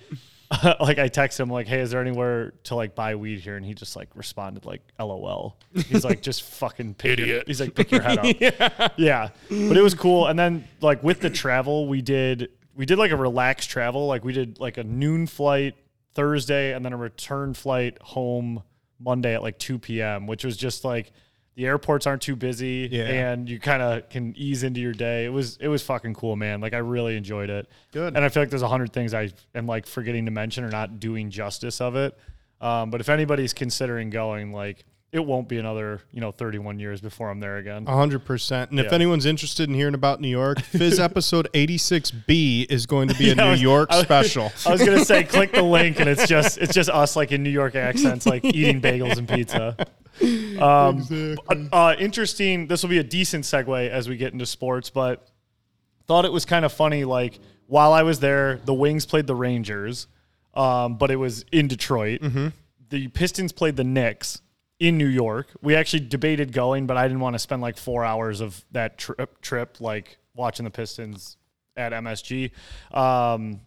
Speaker 6: (laughs) like I text him like, "Hey, is there anywhere to like buy weed here?" And he just like responded like, "LOL." He's like, "Just (laughs) fucking pick idiot." he's like, "Pick your head up." (laughs) yeah. but it was cool. And then like with the travel, we did we did like a relaxed travel. Like we did like a noon flight Thursday, and then a return flight home Monday at like two p.m., which was just like. The airports aren't too busy,
Speaker 7: Yeah.
Speaker 6: and you kind of can ease into your day. It was it was fucking cool, man. Like I really enjoyed it.
Speaker 7: Good.
Speaker 6: And I feel like there's a hundred things I am like forgetting to mention or not doing justice of it. Um, but if anybody's considering going, like it won't be another you know 31 years before I'm there again.
Speaker 7: A hundred percent. And if
Speaker 6: Yeah.
Speaker 7: anyone's interested in hearing about New
Speaker 6: (laughs)
Speaker 7: York, Fizz episode eighty six B is going to be a
Speaker 6: I
Speaker 7: New
Speaker 6: was-
Speaker 7: York
Speaker 6: I was- (laughs) Oh.
Speaker 7: special.
Speaker 6: I was gonna say click the link and it's just it's just us like in New York accents like eating bagels and pizza. Um, but, uh, interesting. This will be a decent segue as we get into sports, but thought it was kind of funny like While I was there, the Wings played the Rangers, um, but it was in Detroit. The Pistons played the Knicks in New York. We actually debated going, but I didn't want to spend like four hours of that trip, trip like watching the Pistons at MSG. Um,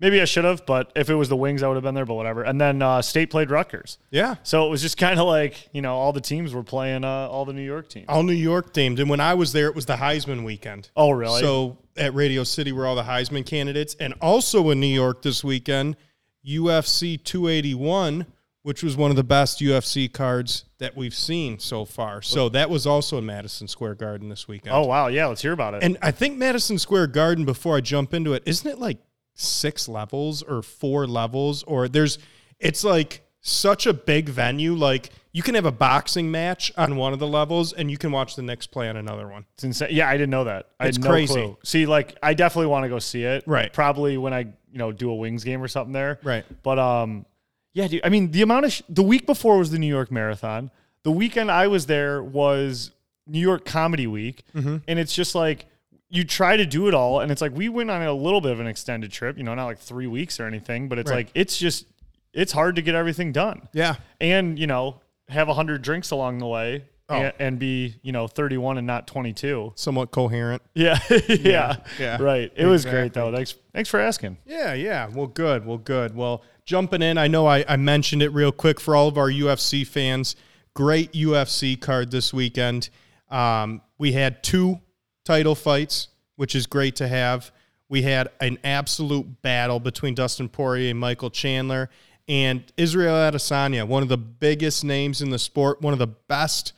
Speaker 6: maybe I should have, but if it was the Wings, I would have been there. But whatever. And then uh, State played Rutgers.
Speaker 7: Yeah.
Speaker 6: So it was just (laughs) kind of like you know all the teams were playing uh, all the New York teams.
Speaker 7: all New York themed. And when I was there, it was the Heisman weekend.
Speaker 6: Oh, really?
Speaker 7: So at Radio City were all the Heisman candidates. And also in New York this weekend, UFC 281, which was one of the best UFC cards that we've seen so far. So that was also in Madison Square Garden this weekend.
Speaker 6: Oh wow, yeah, let's hear about it.
Speaker 7: And I think Madison Square Garden, before I jump into it, isn't it like six levels or four levels? Or there's, it's like such a big venue. Like you can have a boxing match on one of the levels and you can watch the next play on another one.
Speaker 6: It's insane. Yeah, I didn't know that. I
Speaker 7: It's
Speaker 6: had no
Speaker 7: crazy.
Speaker 6: clue. See, like I definitely want to go see it.
Speaker 7: Right.
Speaker 6: Probably when I you know do a Wings game or something there.
Speaker 7: Right.
Speaker 6: But um, yeah, dude. I mean, the amount of sh- the week before was the New York Marathon. The weekend I was there was New York Comedy Week,
Speaker 7: Mm-hmm.
Speaker 6: and it's just like you try to do it all, and it's like we went on a little bit of an extended trip. You know, not like three weeks or anything, but it's
Speaker 7: Right.
Speaker 6: like it's just it's hard to get everything done
Speaker 7: Yeah.
Speaker 6: and you know have 100 drinks along the way
Speaker 7: Oh.
Speaker 6: and, and be you know 31 and not 22
Speaker 7: Somewhat coherent.
Speaker 6: (laughs) yeah (laughs) yeah,
Speaker 7: yeah.
Speaker 6: right it was great though thanks thanks for asking
Speaker 7: Yeah, yeah. Well, good. Well, good. Well, jumping in, I know I, I mentioned it real quick for all of our UFC fans. Great UFC card this weekend. Um, we had two title fights, which is great to have. We had an absolute battle between Dustin Poirier and Michael Chandler, and Israel Adesanya, one of the biggest names in the sport, one of the best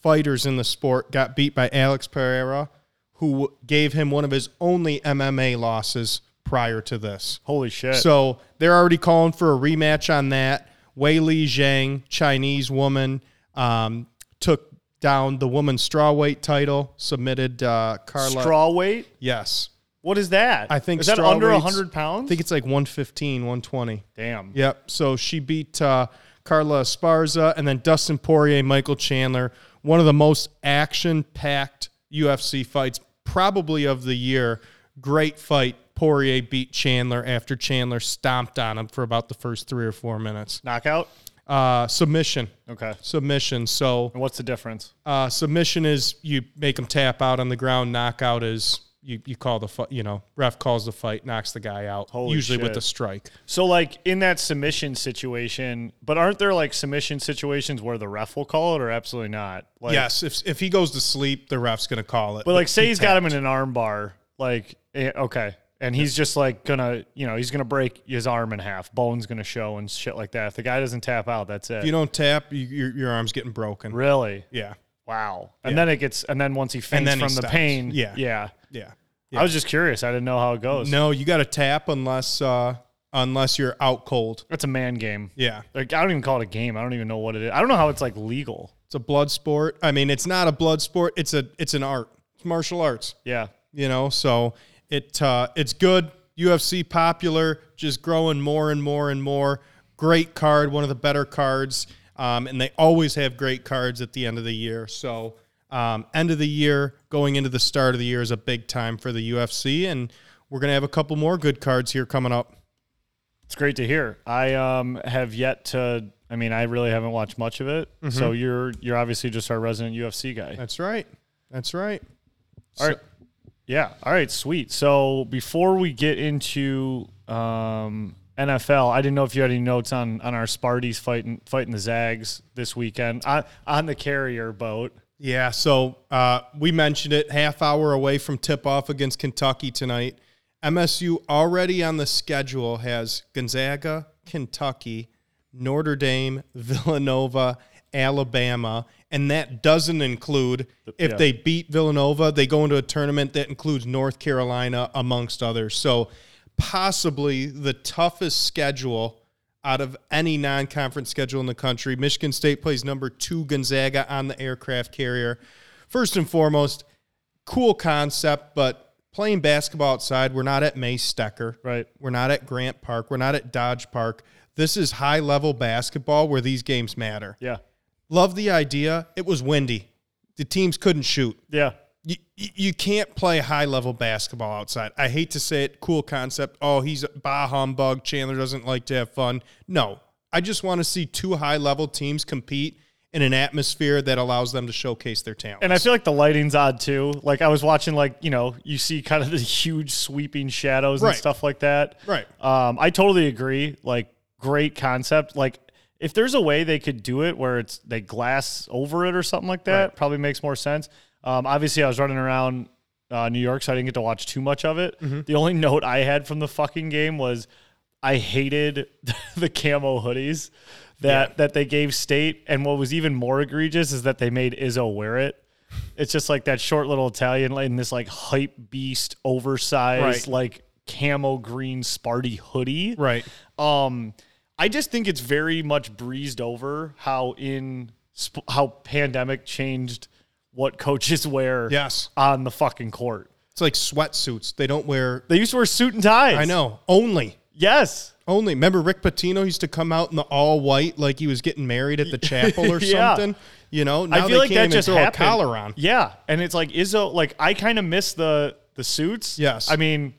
Speaker 7: fighters in the sport got beat by Alex Pereira, who w- gave him one of his only MMA losses prior to this.
Speaker 6: holy shit
Speaker 7: So they're already calling for a rematch on that. Wei Li Zhang, Chinese woman, um, took down the woman's strawweight title, submitted uh, Carla.
Speaker 6: straw weight
Speaker 7: Yes.
Speaker 6: what is that
Speaker 7: I think
Speaker 6: is that
Speaker 7: straw
Speaker 6: under
Speaker 7: weight's-
Speaker 6: 100 pounds
Speaker 7: I think it's like 115, 120.
Speaker 6: damn
Speaker 7: Yep. So she beat uh, Carla Esparza and then Dustin Poirier, Michael Chandler. One of the most action packed UFC fights, probably of the year. Great fight. Poirier beat Chandler after Chandler stomped on him for about the first three or four minutes.
Speaker 6: knockout
Speaker 7: Uh, submission.
Speaker 6: okay
Speaker 7: Submission. So
Speaker 6: and what's the difference
Speaker 7: uh, submission is you make him tap out on the ground. Knockout is you, you call the fight, you know, ref calls the fight, knocks the guy out,
Speaker 6: Holy
Speaker 7: usually
Speaker 6: shit.
Speaker 7: with a strike.
Speaker 6: so like in that submission situation but aren't there like submission situations where the ref will call it or absolutely not like
Speaker 7: yes, if, if he goes to sleep, the ref's going to call it.
Speaker 6: But like, say he's got him in an arm bar, like eh, okay, and he's just like gonna, you know, he's gonna break his arm in half, bone's gonna show and shit like that. If the guy doesn't tap out, that's it.
Speaker 7: If you don't tap, you, your, your arm's getting broken.
Speaker 6: really?
Speaker 7: Yeah,
Speaker 6: Wow. And then it gets, and then once he faints
Speaker 7: then he
Speaker 6: from the
Speaker 7: stops.
Speaker 6: pain,
Speaker 7: Yeah.
Speaker 6: yeah.
Speaker 7: yeah.
Speaker 6: I was just curious. I didn't know how it goes.
Speaker 7: No, you got to tap unless uh, unless you're out cold.
Speaker 6: that's a man game.
Speaker 7: Yeah,
Speaker 6: Like I don't even call it a game. I don't even know what it is. I don't know how it's like legal.
Speaker 7: it's a blood sport. I mean, it's not a blood sport. It's a it's an art. It's martial arts.
Speaker 6: Yeah.
Speaker 7: You know, so it uh, it's good. UFC popular, just growing more and more and more. Great card, one of the better cards, um, and they always have great cards at the end of the year. So um, end of the year, going into the start of the year is a big time for the UFC, and we're gonna have a couple more good cards here coming up.
Speaker 6: It's great to hear. I um, have yet to. I mean, I really haven't watched much of it.
Speaker 7: Mm-hmm.
Speaker 6: So you're you're obviously just our resident UFC guy.
Speaker 7: That's right. That's right.
Speaker 6: All right. Yeah. All right. Sweet. So before we get into um, NFL, I didn't know if you had any notes on on our Sparties fighting fighting the Zags this weekend on, on the carrier boat.
Speaker 7: Yeah, so uh, we mentioned it half hour away from tip off against Kentucky tonight. MSU already on the schedule has Gonzaga, Kentucky, Notre Dame, (laughs) Villanova, Alabama, and that doesn't include if
Speaker 6: yeah.
Speaker 7: they beat Villanova, they go into a tournament that includes North Carolina amongst others. So possibly the toughest schedule out of any non-conference schedule in the country. Michigan State plays number 2 Gonzaga on the aircraft carrier. First and foremost, cool concept, but playing basketball outside, we're not at Mace Stecker.
Speaker 6: Right.
Speaker 7: We're not at Grant Park. We're not at Dodge Park. This is high level basketball where these games matter.
Speaker 6: Yeah.
Speaker 7: Love the idea. It was windy. The teams couldn't shoot.
Speaker 6: Yeah.
Speaker 7: You, y- you can't play high level basketball outside. I hate to say it, cool concept. Oh, he's a bah humbug. Chandler doesn't like to have fun. No, I just want to see two high level teams compete in an atmosphere that allows them to showcase their talent.
Speaker 6: And I feel like the lighting's odd too. Like I was watching, like you know, you see kind of the (laughs) huge sweeping shadows
Speaker 7: Right.
Speaker 6: and stuff like that.
Speaker 7: Right.
Speaker 6: Um, I totally agree. Like great concept. Like if there's a way they could do it where it's they glass over it or something like that, probably makes more sense. Um, obviously, I was running around uh, New York, so I didn't get to watch too much of it.
Speaker 7: Mm-hmm.
Speaker 6: The only (laughs) note I had from the fucking game was I hated (laughs) the camo hoodies that that they gave State, and what was even more egregious is that they made Izzo wear it. It's just like that short little Italian in this like hype beast oversized
Speaker 7: Right.
Speaker 6: like camo green Sparty hoodie.
Speaker 7: right.
Speaker 6: Um, I just think it's very much breezed over how in sp- how pandemic changed what coaches (laughs) wear.
Speaker 7: Yes.
Speaker 6: on the fucking court,
Speaker 7: It's like sweatsuits. They don't wear.
Speaker 6: they used to wear suit and ties.
Speaker 7: I know. Only.
Speaker 6: Yes.
Speaker 7: Only. Remember Rick Patino used to come out in the all white like he was getting married at the chapel or
Speaker 6: (laughs) Yeah.
Speaker 7: something. You know, now
Speaker 6: I feel
Speaker 7: they
Speaker 6: like
Speaker 7: can't
Speaker 6: that
Speaker 7: even
Speaker 6: just
Speaker 7: throw
Speaker 6: happened.
Speaker 7: a collar on.
Speaker 6: Yeah, and it's like Izzo. Like I kind of miss the the suits.
Speaker 7: Yes.
Speaker 6: I mean,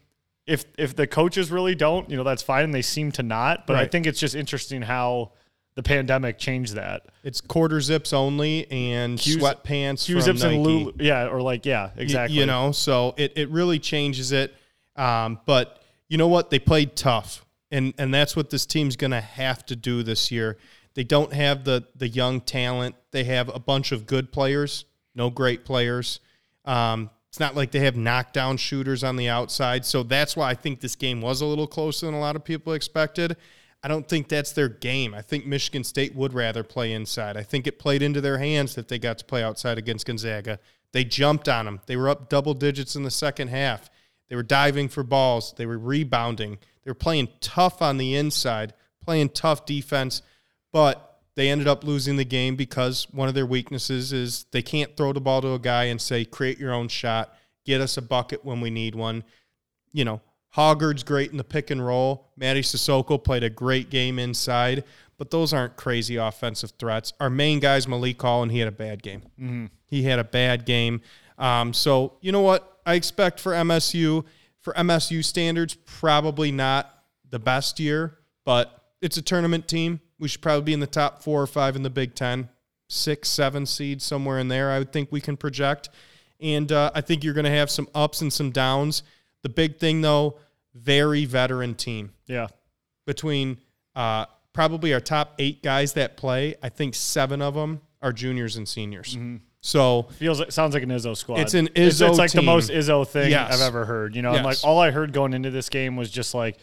Speaker 6: if if the coaches really don't, you know, that's fine. And they seem to not. But I
Speaker 7: Right.
Speaker 6: think it's just interesting how the pandemic changed that.
Speaker 7: It's quarter zips only and sweatpants.
Speaker 6: Q
Speaker 7: from
Speaker 6: zips and
Speaker 7: Nike.
Speaker 6: Lulu. Yeah, or like yeah,
Speaker 7: Y-
Speaker 6: exactly.
Speaker 7: You know, so it, it really changes it. Um, but you know what? They played tough, and and that's what this team's going to have to do this year. They don't have the the young talent. They have a bunch of good players, no great players. Um, it's not like they have knockdown shooters on the outside, so that's why I think this game was a little closer than a lot of people expected. I don't think that's their game. I think Michigan State would rather play inside. I think it played into their hands that they got to play outside against Gonzaga. They jumped on them. They were up double digits in the second half. They were diving for balls. They were rebounding. They were playing tough on the inside, playing tough defense, but they ended up losing the game because one of their weaknesses is they can't throw the ball to a guy and say, create your own shot, get us a bucket when we need one you know, Hoggard's great in the pick and roll. Matty Sissoko played a great game inside, but those aren't crazy offensive threats. Our main guy's Malik Hall, and he had a bad game. He had a bad game. Um, so you know what I expect for MSU for MSU standards, probably not the best year, but it's a tournament team. We should probably be in the top four or five in the Big Ten, six, seven seed somewhere in there. I would think we can project, and uh, I think you're going to have some ups and some downs. The big thing though, very veteran team
Speaker 6: Yeah.
Speaker 7: between uh, probably our top eight guys that play. I think seven of them are juniors and seniors. So
Speaker 6: Feels like, sounds like an Izzo squad.
Speaker 7: It's an
Speaker 6: It's,
Speaker 7: Izzo
Speaker 6: it's like
Speaker 7: team.
Speaker 6: the most Izzo thing
Speaker 7: Yes.
Speaker 6: I've ever heard. You know, and like
Speaker 7: Yes.
Speaker 6: all I heard going into this game was just like,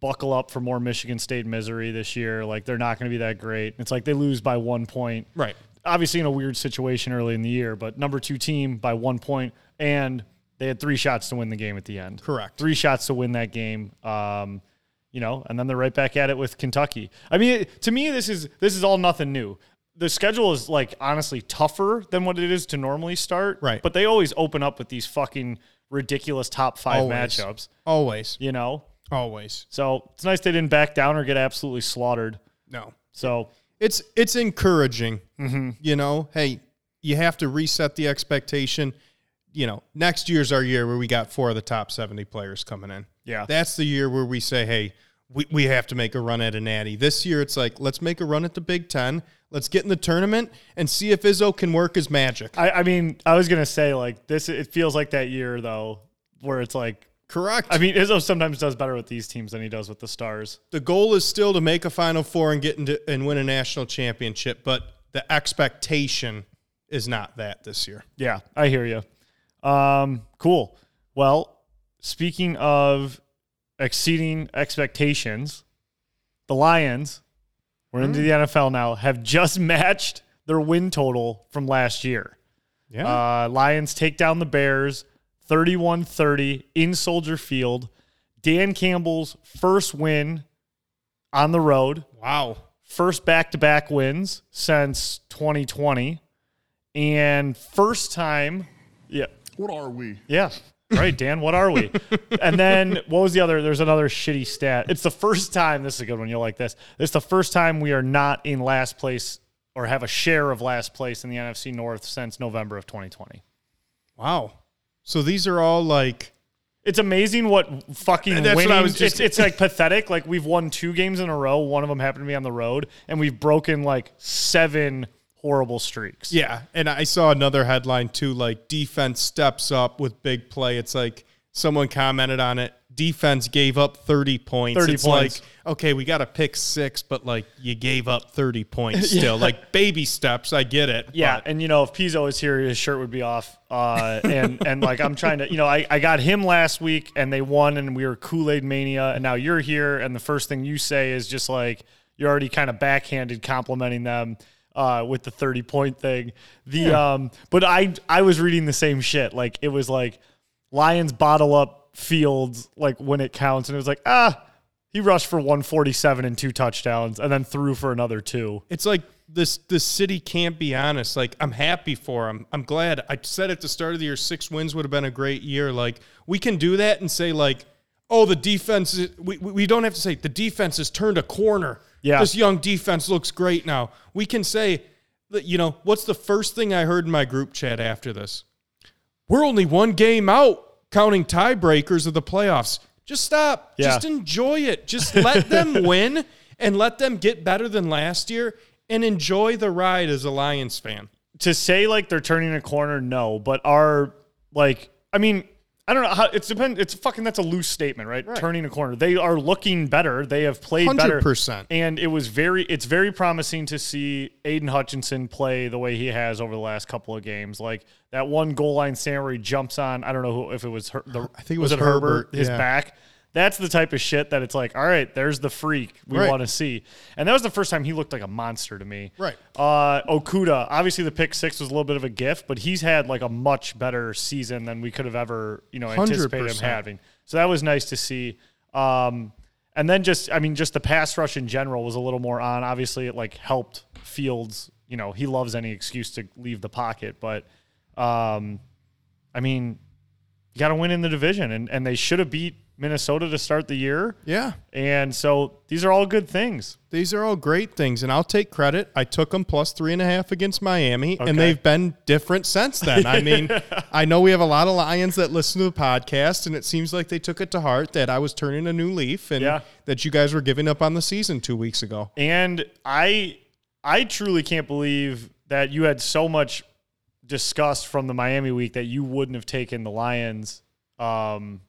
Speaker 6: buckle up for more Michigan State misery this year. Like they're not going to be that great. It's like they lose by one point.
Speaker 7: right,
Speaker 6: Obviously in a weird situation early in the year, but number two team by one point, and they had three shots to win the game at the end.
Speaker 7: Correct.
Speaker 6: Three shots to win that game. Um, you know, and then they're right back at it with Kentucky. I mean, it- to me, this is this is all nothing new. The schedule is like honestly tougher than what it is to normally start.
Speaker 7: Right.
Speaker 6: But they always open up with these fucking ridiculous top five
Speaker 7: Always.
Speaker 6: matchups.
Speaker 7: always,
Speaker 6: You know,
Speaker 7: always.
Speaker 6: so it's nice they didn't back down or get absolutely slaughtered.
Speaker 7: No,
Speaker 6: So
Speaker 7: it's it's encouraging.
Speaker 6: Mm-hmm.
Speaker 7: You know, hey, you have to reset the expectation. You know, next year's our year where we got four of the top seventy players coming in.
Speaker 6: Yeah.
Speaker 7: that's the year where we say, hey, we, we have to make a run at a natty. This year, it's like let's make a run at the Big Ten. Let's get in the tournament and see if Izzo can work his magic.
Speaker 6: I, I mean, I was gonna say like this. It feels like that year though, where it's like,
Speaker 7: Correct.
Speaker 6: I mean, Izzo sometimes does better with these teams than he does with the Stars.
Speaker 7: the goal is still to make a Final Four and get into and win a national championship, but the expectation is not that this year.
Speaker 6: Yeah, I hear you. Um, cool. Well, speaking of exceeding expectations, the Lions, we're into the NFL now, have just (laughs) matched their win total from last year.
Speaker 7: Yeah.
Speaker 6: Uh, Lions take down the Bears 31 30 in Soldier Field. Dan Campbell's first win on the road
Speaker 7: wow.
Speaker 6: first back-to-back wins since 2020 and first time yeah
Speaker 3: What are we?
Speaker 6: yeah right dan what
Speaker 3: (laughs)
Speaker 6: are we and then what was the other there's another shitty stat it's the first time this is a good one you'll like this it's the first time we are not in last place or have a share of last place in the nfc north since november of 2020
Speaker 7: Wow. So these are all like
Speaker 6: It's amazing what fucking
Speaker 7: That's what I
Speaker 6: winning.
Speaker 7: was just-
Speaker 6: it's, it's like pathetic. Like we've won two games in a row. One of them happened to be on the road, and we've broken like seven horrible streaks.
Speaker 7: Yeah, and I saw another headline too, like defense steps up with big play. It's like someone commented on it. Defense gave up thirty points.
Speaker 6: 30
Speaker 7: it's
Speaker 6: points.
Speaker 7: like okay, we got to pick six, but like you gave up thirty
Speaker 6: (laughs)
Speaker 7: points still. Like baby steps, I get it.
Speaker 6: Yeah,
Speaker 7: but-
Speaker 6: and you know if Pizzo was here, his shirt would be off. Uh, and and like I'm trying to, you know, I, I got him last week, and they won, and we were Kool Aid mania, and now you're here, and the first thing you say is just like you're already kind of backhanded complimenting them uh, with the 30 point thing. The um, but I I was reading the same shit. Like it was like Lions bottle up Fields like when it counts, and it was like ah. He rushed for 147 and two touchdowns, and then threw for another two.
Speaker 7: it's like this. The city can't be honest. Like I'm happy for them. I'm glad. I said at the start of the year, six wins would have been a great year. Like we can do that and say like. Oh, the defense! Is, we, we we don't have to say the defense has turned a corner.
Speaker 6: Yeah.
Speaker 7: This young defense looks great now. We can say, that, you know, what's the first thing I heard in my group chat after this? We're only one game out counting tiebreakers of the playoffs. Just stop.
Speaker 6: Yeah.
Speaker 7: Just enjoy it. Just let (laughs) them win and let them get better than last year and enjoy the ride as a Lions fan.
Speaker 6: to say like they're turning a corner, no, but are like I mean, I don't know how it's depend it's fucking that's a loose statement, right? Turning a corner. They are looking better. They have played better.
Speaker 7: 100%.
Speaker 6: And it was very it's very promising to see Aiden Hutchinson play the way he has over the last couple of games. Like that one goal line stand where he jumps on, I don't know who if it was her, the, I
Speaker 7: think it was Herbert,
Speaker 6: his
Speaker 7: yeah.
Speaker 6: back. That's the type of shit that it's like, all right, there's the freak we
Speaker 7: Right.
Speaker 6: want to see. And that was the first time he looked like a monster to me.
Speaker 7: Right.
Speaker 6: Uh, Okuda, obviously the pick six was a little bit of a gift, but he's had like a much better season than we could have ever, you know, anticipated him
Speaker 7: 100%.
Speaker 6: having. So that was nice to see. Um, and then just, I mean, just the pass rush in general was a little more on. Obviously, it like helped Fields. You know, he loves any excuse to leave the pocket, but um, I mean, you got to win in the division, and, and they should have beat Minnesota to start the year.
Speaker 7: Yeah.
Speaker 6: And so these are all good things.
Speaker 7: These are all great things, and I'll take credit. I took them plus three and a half against Miami,
Speaker 6: Okay.
Speaker 7: and they've been different since then. (laughs) I mean, I know we have a lot of Lions that listen to the podcast, and it seems like they took it to heart that I was turning a new leaf and
Speaker 6: Yeah.
Speaker 7: that you guys were giving up on the season two weeks ago.
Speaker 6: And I I truly can't believe that you had so much disgust from the Miami week that you wouldn't have taken the Lions um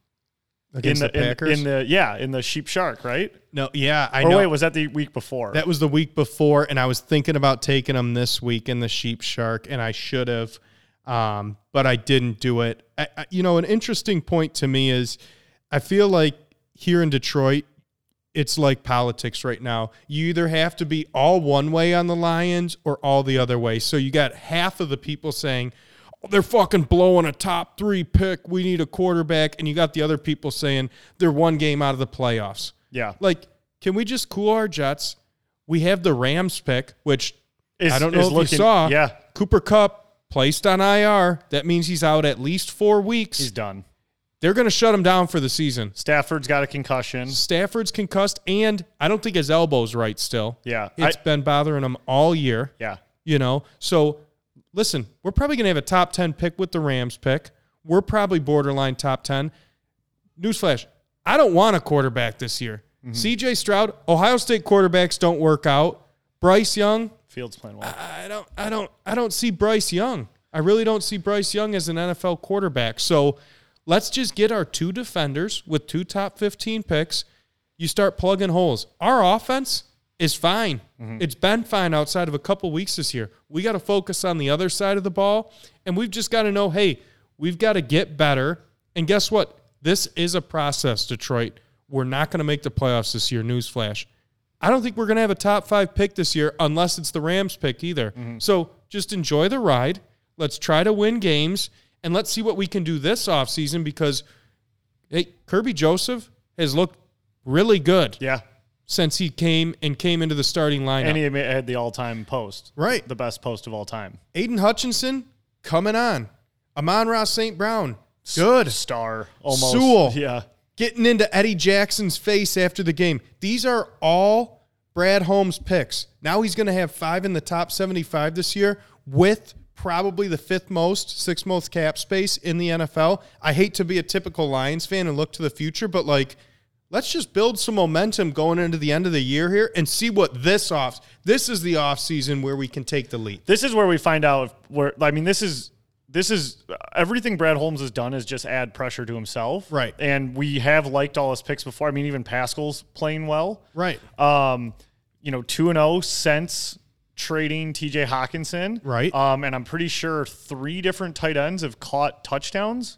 Speaker 6: in
Speaker 7: Against
Speaker 6: the,
Speaker 7: the,
Speaker 6: in-
Speaker 7: Packers?
Speaker 6: in, the yeah, in the sheep shark, right?
Speaker 7: no, yeah, I
Speaker 6: Or
Speaker 7: know.
Speaker 6: wait, was that the week before?
Speaker 7: That was the week before, and I was thinking about taking them this week in the Sheep Shark, and I should have, um, but I didn't do it. I, I, you know, an interesting point to me is I feel like here in Detroit, it's like politics right now. You either have to be all one way on the Lions or all the other way. So you got half of the people saying, "Oh, they're fucking blowing a top three pick. We need a quarterback. And you got the other people saying they're one game out of the playoffs.
Speaker 6: yeah.
Speaker 7: Like, can we just cool our jets? We have the Rams pick, which
Speaker 6: Is-
Speaker 7: I don't know
Speaker 6: is
Speaker 7: if
Speaker 6: looking-
Speaker 7: you saw.
Speaker 6: Yeah.
Speaker 7: Cooper Cup placed on IR. That means he's out at least four weeks.
Speaker 6: He's done.
Speaker 7: They're going to shut him down for the season.
Speaker 6: Stafford's got a concussion.
Speaker 7: Stafford's concussed, and I don't think his elbow's right still.
Speaker 6: Yeah.
Speaker 7: it's
Speaker 6: I-
Speaker 7: been bothering him all year
Speaker 6: Yeah.
Speaker 7: you know. So listen, we're probably going to have a top 10 pick with the Rams pick. We're probably borderline top 10. Newsflash, I don't want a quarterback this year. CJ Stroud, Ohio State quarterbacks don't work out. Bryce Young,
Speaker 6: Fields playing well.
Speaker 7: I don't I don't I don't see Bryce Young. I really don't see Bryce Young as an NFL quarterback. So let's just get our two defenders with two top 15 picks. You start plugging holes. Our offense is fine. It's been fine outside of a couple weeks this year. We got to focus on the other side of the ball and we've just got to know, hey, we've got to get better. And guess what? This is a process, Detroit. We're not going to make the playoffs this year, newsflash. I don't think we're going to have a top five pick this year unless it's the Rams pick either.
Speaker 6: Mm-hmm.
Speaker 7: So just enjoy the ride. Let's try to win games and let's see what we can do this offseason because, hey, Kirby Joseph has looked really good
Speaker 6: yeah.
Speaker 7: since he came and came into the starting lineup.
Speaker 6: And he had the all time post.
Speaker 7: Right.
Speaker 6: The best post of all time.
Speaker 7: Aiden Hutchinson coming on. Amon Ross St. Brown, good.
Speaker 6: Star almost.
Speaker 7: Sewell.
Speaker 6: Yeah.
Speaker 7: getting into Eddie Jackson's face after the game. These are all Brad Holmes picks. Now he's going to have five in the top 75 this year with probably the fifth most, sixth most cap space in the NFL. I hate to be a typical Lions fan and look to the future, but like, let's just build some momentum going into the end of the year here and see what this off. This is the off season where we can take the lead.
Speaker 6: This is where we find out if where I mean this is this is everything Brad Holmes has done is just add pressure to himself.
Speaker 7: Right.
Speaker 6: And we have liked all his picks before. I mean even Pascal's playing well.
Speaker 7: Right.
Speaker 6: Um, you know, 2 and 0 since trading TJ Hawkinson.
Speaker 7: Right.
Speaker 6: Um, and I'm pretty sure three different tight ends have caught touchdowns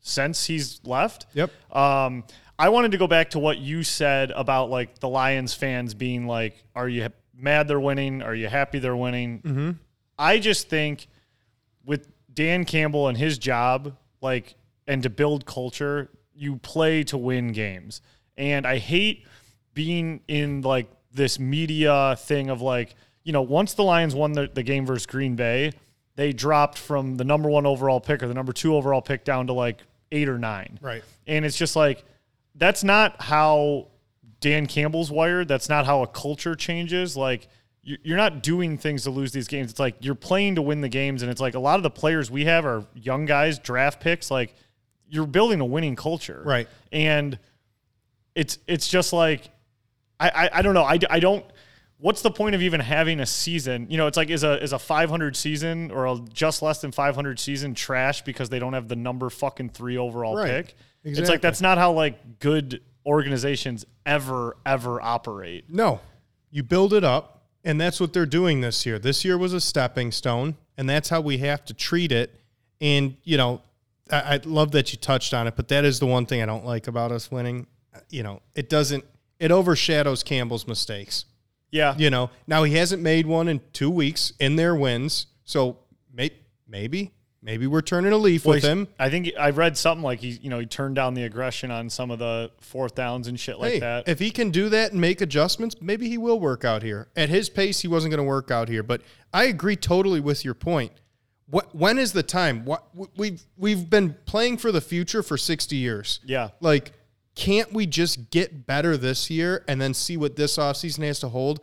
Speaker 6: since he's left.
Speaker 7: Mm-hmm. Yep.
Speaker 6: Um, I wanted to go back to what you said about like the Lions fans being like, "Are you mad they're winning? Are you happy they're winning?" Mm-hmm. I just think with Dan Campbell and his job, like, and to build culture, you play to win games. And I hate being in like this media thing of like, you know, once the Lions won the, the game versus Green Bay, they dropped from the number one overall pick or the number two overall pick down to like eight or nine.
Speaker 7: Right.
Speaker 6: And it's just like, that's not how Dan Campbell's wired. That's not how a culture changes. Like, you- you're not doing things to lose these games. It's like you're playing to win the games. And it's like a lot of the players we have are young guys, draft picks. Like, you're building a winning culture.
Speaker 7: Right.
Speaker 6: And it's it's just like, I, I, I don't know. I, d- I don't. What's the point of even having a season? You know, it's like is a is a 500 season or a just less than 500 season trash because they don't have the number fucking three overall
Speaker 7: Right.
Speaker 6: pick. It's
Speaker 7: Exactly.
Speaker 6: like that's not how like good organizations ever ever operate.
Speaker 7: No, you build it up, and that's what they're doing this year. This year was a stepping stone, and that's how we have to treat it. And you know, I, I love that you touched on it, but that is the one thing I don't like about us winning. You know, it doesn't it overshadows Campbell's mistakes.
Speaker 6: Yeah.
Speaker 7: You know, now he hasn't made one in two weeks in their wins, so may, maybe maybe we're turning a leaf with
Speaker 6: Well,
Speaker 7: him.
Speaker 6: I think I read something like he, you know, he turned down the aggression on some of the fourth downs and shit like
Speaker 7: hey,
Speaker 6: that.
Speaker 7: if he can do that and make adjustments, maybe he will work out here. At his pace, he wasn't going to work out here. But I agree totally with your point. What, when is the time? What we've we've been playing for the future for sixty years.
Speaker 6: Yeah.
Speaker 7: Like, can't we just get better this year and then see what this offseason has to hold?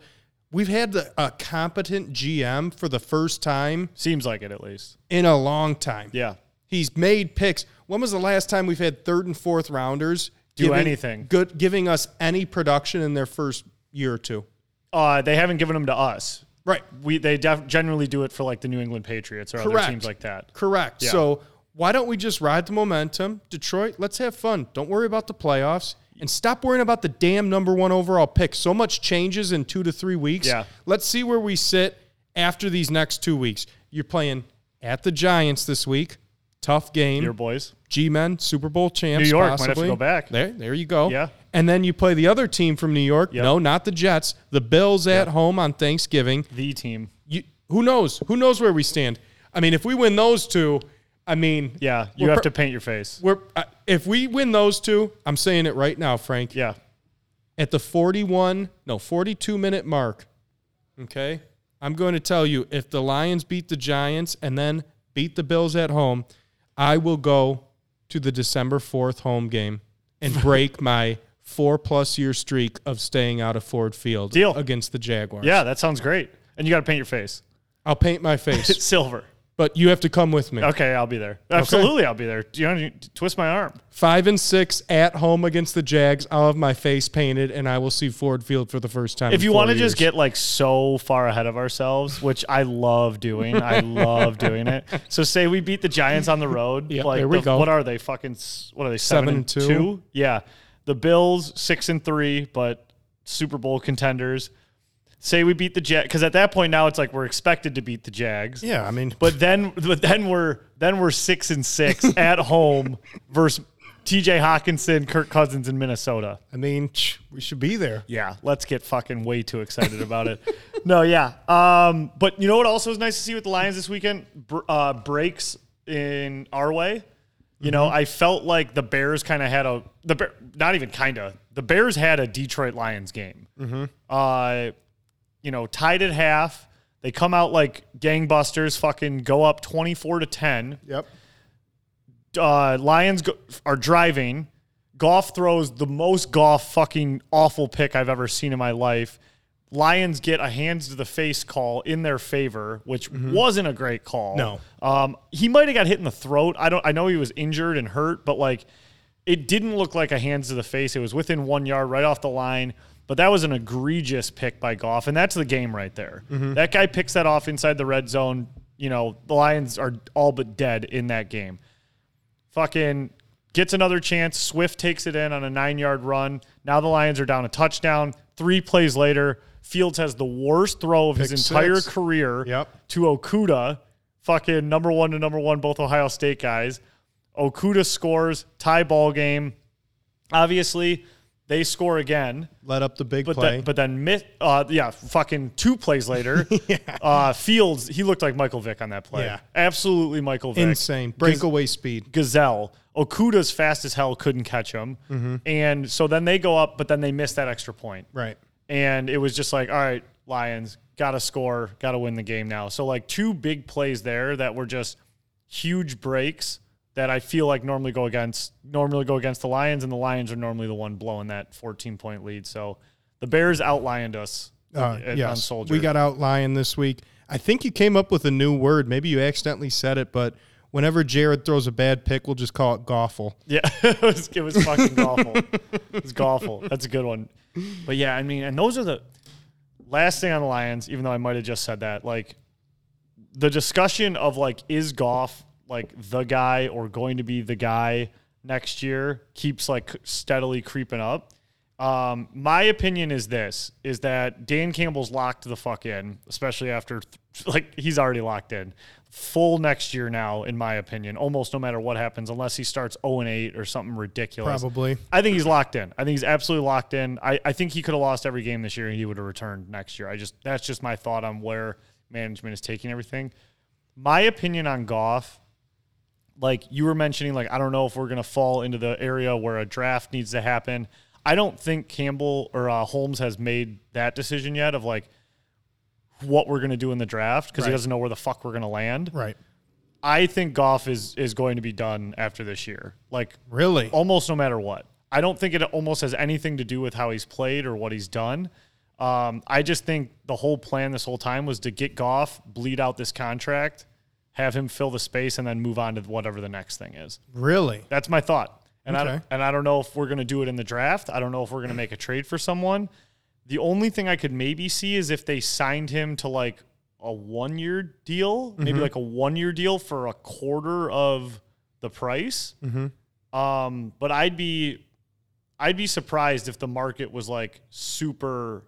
Speaker 7: We've had the, a competent GM for the first time
Speaker 6: Seems like it at least.
Speaker 7: in a long time.
Speaker 6: Yeah.
Speaker 7: He's made picks. When was the last time we've had third and fourth rounders do
Speaker 6: anything.
Speaker 7: Good, giving us any production in their first year or two.
Speaker 6: Uh, they haven't given them to us.
Speaker 7: Right.
Speaker 6: We they def- generally do it for like the New England Patriots or
Speaker 7: Correct.
Speaker 6: other teams like that.
Speaker 7: Correct. So why don't we just ride the momentum? Detroit, let's have fun. Don't worry about the playoffs and stop worrying about the damn number one overall pick. So much changes in two to three weeks.
Speaker 6: Yeah.
Speaker 7: Let's see where we sit after these next two weeks. You're playing at the Giants this week. Tough game.
Speaker 6: Your boys.
Speaker 7: G Men, Super Bowl champs.
Speaker 6: New York might have to
Speaker 7: possibly.
Speaker 6: go back.
Speaker 7: There, there you go.
Speaker 6: Yeah.
Speaker 7: And then you play the other team from New York. No, not the Jets. The Bills at home on Thanksgiving.
Speaker 6: The team.
Speaker 7: You, who knows? Who knows where we stand? I mean, if we win those two, I mean,
Speaker 6: Yeah. You
Speaker 7: we're
Speaker 6: have
Speaker 7: pr-
Speaker 6: to paint your face.
Speaker 7: We're uh, if we win those two, I'm saying it right now, Frank.
Speaker 6: Yeah.
Speaker 7: At the 41, no, 42 minute mark. Okay, I'm going to tell you if the Lions beat the Giants and then beat the Bills at home, I will go to the December 4th home game (laughs) and break my four plus year streak of staying out of Ford Field
Speaker 6: Deal.
Speaker 7: against the Jaguars.
Speaker 6: Yeah, that sounds great. And you got to paint your
Speaker 7: (laughs)
Speaker 6: face.
Speaker 7: I'll paint my (laughs) face,
Speaker 6: Silver.
Speaker 7: but you have to come with me.
Speaker 6: Okay, I'll be there. Absolutely, I'll be there. Do you want to twist my arm?
Speaker 7: Five and six at home against the Jags. I'll have my face painted, and I will see Ford Field for the first time.
Speaker 6: If
Speaker 7: in
Speaker 6: you
Speaker 7: four
Speaker 6: want to just
Speaker 7: years.
Speaker 6: get like so far ahead of ourselves, which I love doing, I love doing
Speaker 7: (laughs)
Speaker 6: it. So say we beat the Giants on the road.
Speaker 7: Yeah,
Speaker 6: like
Speaker 7: there we
Speaker 6: the-
Speaker 7: go.
Speaker 6: What are they fucking? s- What are they? Seven,
Speaker 7: Seven
Speaker 6: and
Speaker 7: and two.
Speaker 6: Yeah, the Bills six and three, but Super Bowl contenders. Say we beat the Jag because at that point now it's like we're expected to beat the Jags.
Speaker 7: yeah, I mean,
Speaker 6: But then, but then we're then we're six and six at home versus T.J. Hawkinson, Kirk Cousins in Minnesota.
Speaker 7: I mean, tch, we should be there.
Speaker 6: Yeah, let's get fucking way too excited about it. (laughs) no, yeah. Um, but you know what? Also, is nice to see with the Lions this weekend Br- uh, breaks in our way. You know, I felt like the Bears kind of had a the Bear, not even kind of the Bears had a Detroit Lions game. Uh, you know, tied at half. They come out like gangbusters, fucking go up twenty four to ten
Speaker 7: Yep.
Speaker 6: uh, Lions go- are driving. Goff throws the most golf fucking awful pick I've ever seen in my life. Lions get a hands to the face call in their favor, which wasn't a great call.
Speaker 7: No.
Speaker 6: um, he might have got hit in the throat. I don't. I know he was injured and hurt, but like, it didn't look like a hands to the face. It was within one yard, right off the line. But that was an egregious pick by Goff, and that's the game right there. That guy picks that off inside the red zone. You know, the Lions are all but dead in that game fucking gets another chance. Swift takes it in on a nine yard run. Now the Lions are down a touchdown. Three plays later, Fields has the worst throw of
Speaker 7: Pick
Speaker 6: his entire
Speaker 7: six.
Speaker 6: career
Speaker 7: Yep.
Speaker 6: to Okuda, fucking number one to number one, both Ohio State guys. Okuda scores, tie ball game. Obviously, they score again.
Speaker 7: Let up the big
Speaker 6: But
Speaker 7: play.
Speaker 6: then, but then, mi- uh, yeah, fucking two plays
Speaker 7: (laughs)
Speaker 6: later, uh, Fields he looked like Michael Vick on that play.
Speaker 7: Yeah.
Speaker 6: absolutely Michael Vick.
Speaker 7: Insane breakaway speed.
Speaker 6: Gazelle. Okuda's fast as hell, couldn't catch him.
Speaker 7: Mm-hmm.
Speaker 6: And so then they go up, but then they miss that extra point.
Speaker 7: Right.
Speaker 6: And it was just like, all right, Lions, got to score, got to win the game now. So, like, two big plays there that were just huge breaks that I feel like normally go against normally go against the Lions and the Lions are normally the one blowing that 14 point lead. So the Bears outlined us
Speaker 7: Uh,
Speaker 6: at- on
Speaker 7: yes.
Speaker 6: Soldier.
Speaker 7: We got out lying this week. I think you came up with a new word. Maybe you accidentally said it, but whenever Jared throws a bad pick, we'll just call it goffle.
Speaker 6: Yeah, (laughs) it was it was fucking awful. It was awful. That's a good one. But yeah, I mean, and those are the last thing on the Lions. Even though I might have just said that, like the discussion of like is Goff like the guy or going to be the guy next year keeps like steadily creeping up. Um, my opinion is this: is that Dan Campbell's locked the fuck in, especially after like he's already locked in full next year now. In my opinion, almost no matter what happens, unless he starts zero and eight or something ridiculous.
Speaker 7: Probably.
Speaker 6: I think he's locked in. I think he's absolutely locked in. I, I think he could have lost every game this year and he would have returned next year. I just that's just my thought on where management is taking everything. My opinion on Goff, like you were mentioning, like I don't know if we're gonna fall into the area where a draft needs to happen. I don't think Campbell or uh, Holmes has made that decision yet of like what we're gonna do in the draft because he
Speaker 7: Right.
Speaker 6: doesn't know where the fuck we're gonna land.
Speaker 7: Right.
Speaker 6: I think Goff is is going to be done after this year. Like
Speaker 7: Really?
Speaker 6: almost no matter what. I don't think it almost has anything to do with how he's played or what he's done. Um, I just think the whole plan this whole time was to get Goff, bleed out this contract, have him fill the space, and then move on to whatever the next thing is.
Speaker 7: Really?
Speaker 6: That's my thought. And I
Speaker 7: Okay.
Speaker 6: don't, and I don't know if we're going to do it in the draft. I don't know if we're going to make a trade for someone. The only thing I could maybe see is if they signed him to like a one year deal,
Speaker 7: Mm-hmm.
Speaker 6: maybe like a one year deal for a quarter of the price.
Speaker 7: Mm-hmm.
Speaker 6: Um, but I'd be I'd be surprised if the market was like super